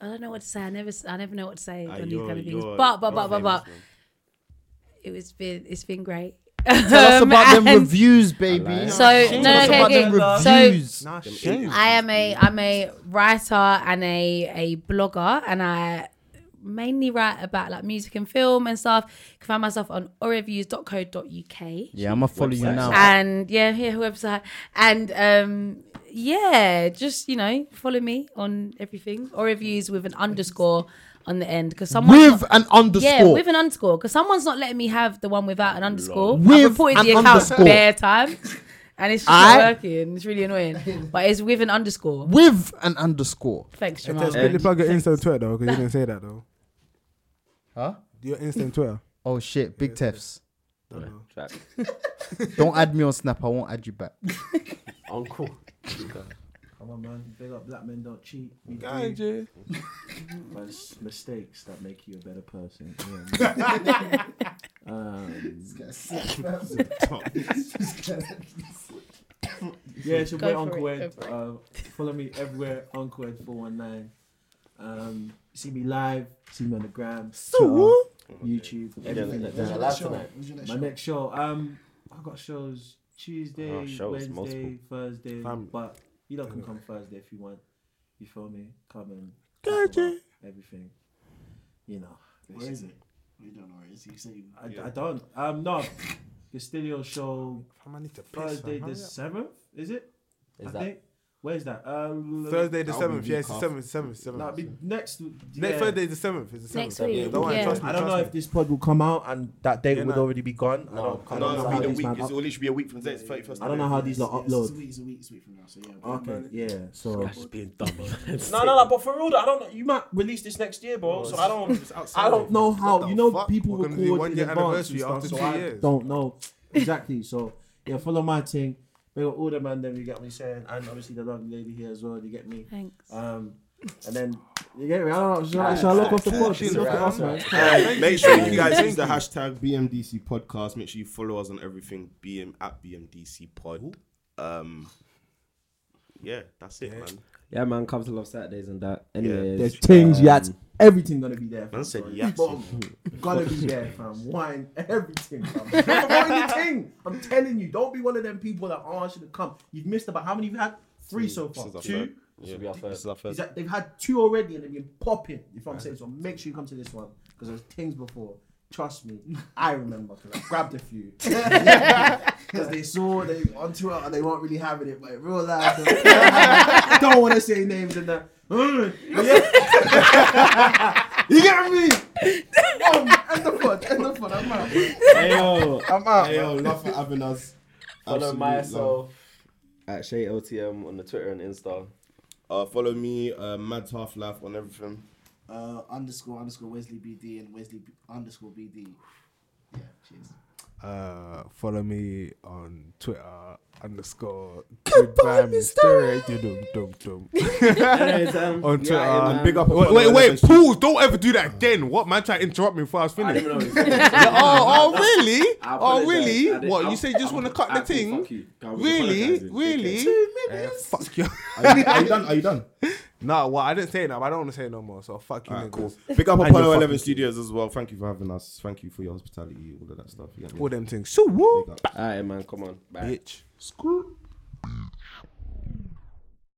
I don't know what to say. I never, s- I never know what to say
Ah,
on these
you're-
kind of things.
you're-
But, but,
you're
but, but,
famous,
but, it was been, it's been great.
Tell us
Um,
about them
and-
reviews, baby.
So no,
Tell
no,
us
okay,
about
okay.
them reviews.
So
Nah, shame.
I am a, I'm a writer and a a blogger, and I mainly write about like music and film and stuff. You can find myself on orreviews.co.uk.
Yeah, I'ma follow you Website. now.
And yeah, yeah, website. And um yeah, just you know, follow me on everything. Or reviews with an underscore on the end because someone
With an underscore.
Yeah, with an underscore because someone's not letting me have the one without an underscore.
With
I reported
an
the account
underscore.
bare time. And it's just
I-
not working. It's really annoying. But it's with an underscore.
With an underscore.
Thanks,
Hey,
Jamal.
Tess, quickly plug your Insta and Twitter though, because you didn't say that though.
Huh?
Your Insta and Twitter.
Oh shit, Big Tefs.
Don't
know. Don't add me on Snap. I won't add you back.
Uncle.
Come on, man. Big up. Black men don't cheat. We
Guy,
do. But it's mistakes that make you a better person. Yeah, man. um, yeah, it's your
Go
boy
for
Uncle
it,
Ed.
go for
Uh, follow me everywhere, Uncle Ed four one nine. Um, see me live. See me on the gram.
So-
Twitter, YouTube.
Yeah,
Everything
like
like
that.
that.
Your live tonight. When's your next
My
show?
next show. Um, I got shows Tuesday,
Oh, shows,
Wednesday,
multiple.
Thursday.
Fam.
But you lot can come Thursday if you want. You feel me? Come and talk
Gotcha.
about everything. You know.
Where is it? We don't know where it is. You say you-
I, I don't. Um, no. Castillo show
piss,
Thursday
fam. Hurry
the
up.
seventh. Is it?
Is
I
that-
think. Where's that? Um,
Thursday the seventh, yes, the seventh, seventh, seventh.
That'll be next.
Next Thursday the seventh is the seventh. Don't worry, trust me.
I don't
trust
know
me.
if this pod will come out and that date
Yeah,
would
nah.
already be gone. I don't, I
No,
don't
no,
know
it'll
how
be the
these
week.
man
It's, it'll literally be a week from today. It's 31st.
I don't know how these lot
Yes, it's a
upload. Uh,
week, it's a week, it's a week from now. So yeah. we'll be
Okay,
back.
yeah. So
That's
being dumb.
no, no, no. But for real, though, I don't. know. You might release this next year, bro. So I don't. I don't know how. You know, people
We're gonna do
record
one
in
year
advance
anniversary
and stuff,
after
so
two
I
years.
don't know exactly. So yeah, follow my thing. They got all the man. Then you get me saying, and obviously the lovely lady here as well. You get me.
Thanks.
Um, and then you get me. I don't know. Should I, should I look off the pod? Should I lock it off, man?
Uh, make sure you guys use the hashtag BMDC podcast. Make sure you follow us on everything BM at BMDC pod. Um, yeah, that's it, man.
Yeah, man, come to Love Saturdays and that. Anyways,
There's things,
um,
yats, everything gonna be there.
Man
fam.
said
Sorry.
yats.
Bomb. Gotta be there, fam. Wine, everything, fam. I'm avoiding the thing. I'm telling you, don't be one of them people that oh, I should have come. You've missed about how many you've had? Three so
This
far.
is our
Two.
third. Yeah, This is our
Is
first.
that, they've had two already and they've been popping. If I'm saying so, make sure you come to this one because there's things before. Trust me, I remember because I grabbed a few. Because they saw they on tour and they weren't really having it, but in real life, they were- don't want to say names and that. "Mm, yeah." you get me? Um, end the pod, end the pod. I'm out.
Ayo,
I'm out.
Ayo, love for having us.
Follow
Absolute
myself at Shay LTM on the Twitter and Insta.
love. Uh, follow me, uh, Mads Half Life on everything.
Uh, underscore underscore Wesley BD and Wesley B- underscore BD. Yeah. Cheers.
Uh, follow me on Twitter underscore goodbye mystery. Dum, dum, dum.
Anyways, um,
on
yeah,
Twitter,
yeah,
big
man.
up. Wait, wait, wait, pause! Don't ever do that again. What man tried to interrupt me before I was
I
finished?
didn't know what he
Yeah,
said.
oh, oh, really?
I
Oh,
apologize.
really?
I did-
What
I'm-
you say? Just
I'm-
want to cut the
I thought,
thing?
fuck you. I was
Really,
apologizing.
really?
Two
Eh, Fuck you.
Are you- are you done? Are you done?
No, well, I didn't say no. but I don't want to say no more. So fuck you.
Alright,
niggas.
cool. Big
And
up
your
Apollo
fucking
11 Studios as well. Thank you for having us. Thank you for your hospitality, all of that stuff. You get me?
All them things. So woo.
Big up.
Alright, man, come on. Bye.
Bitch.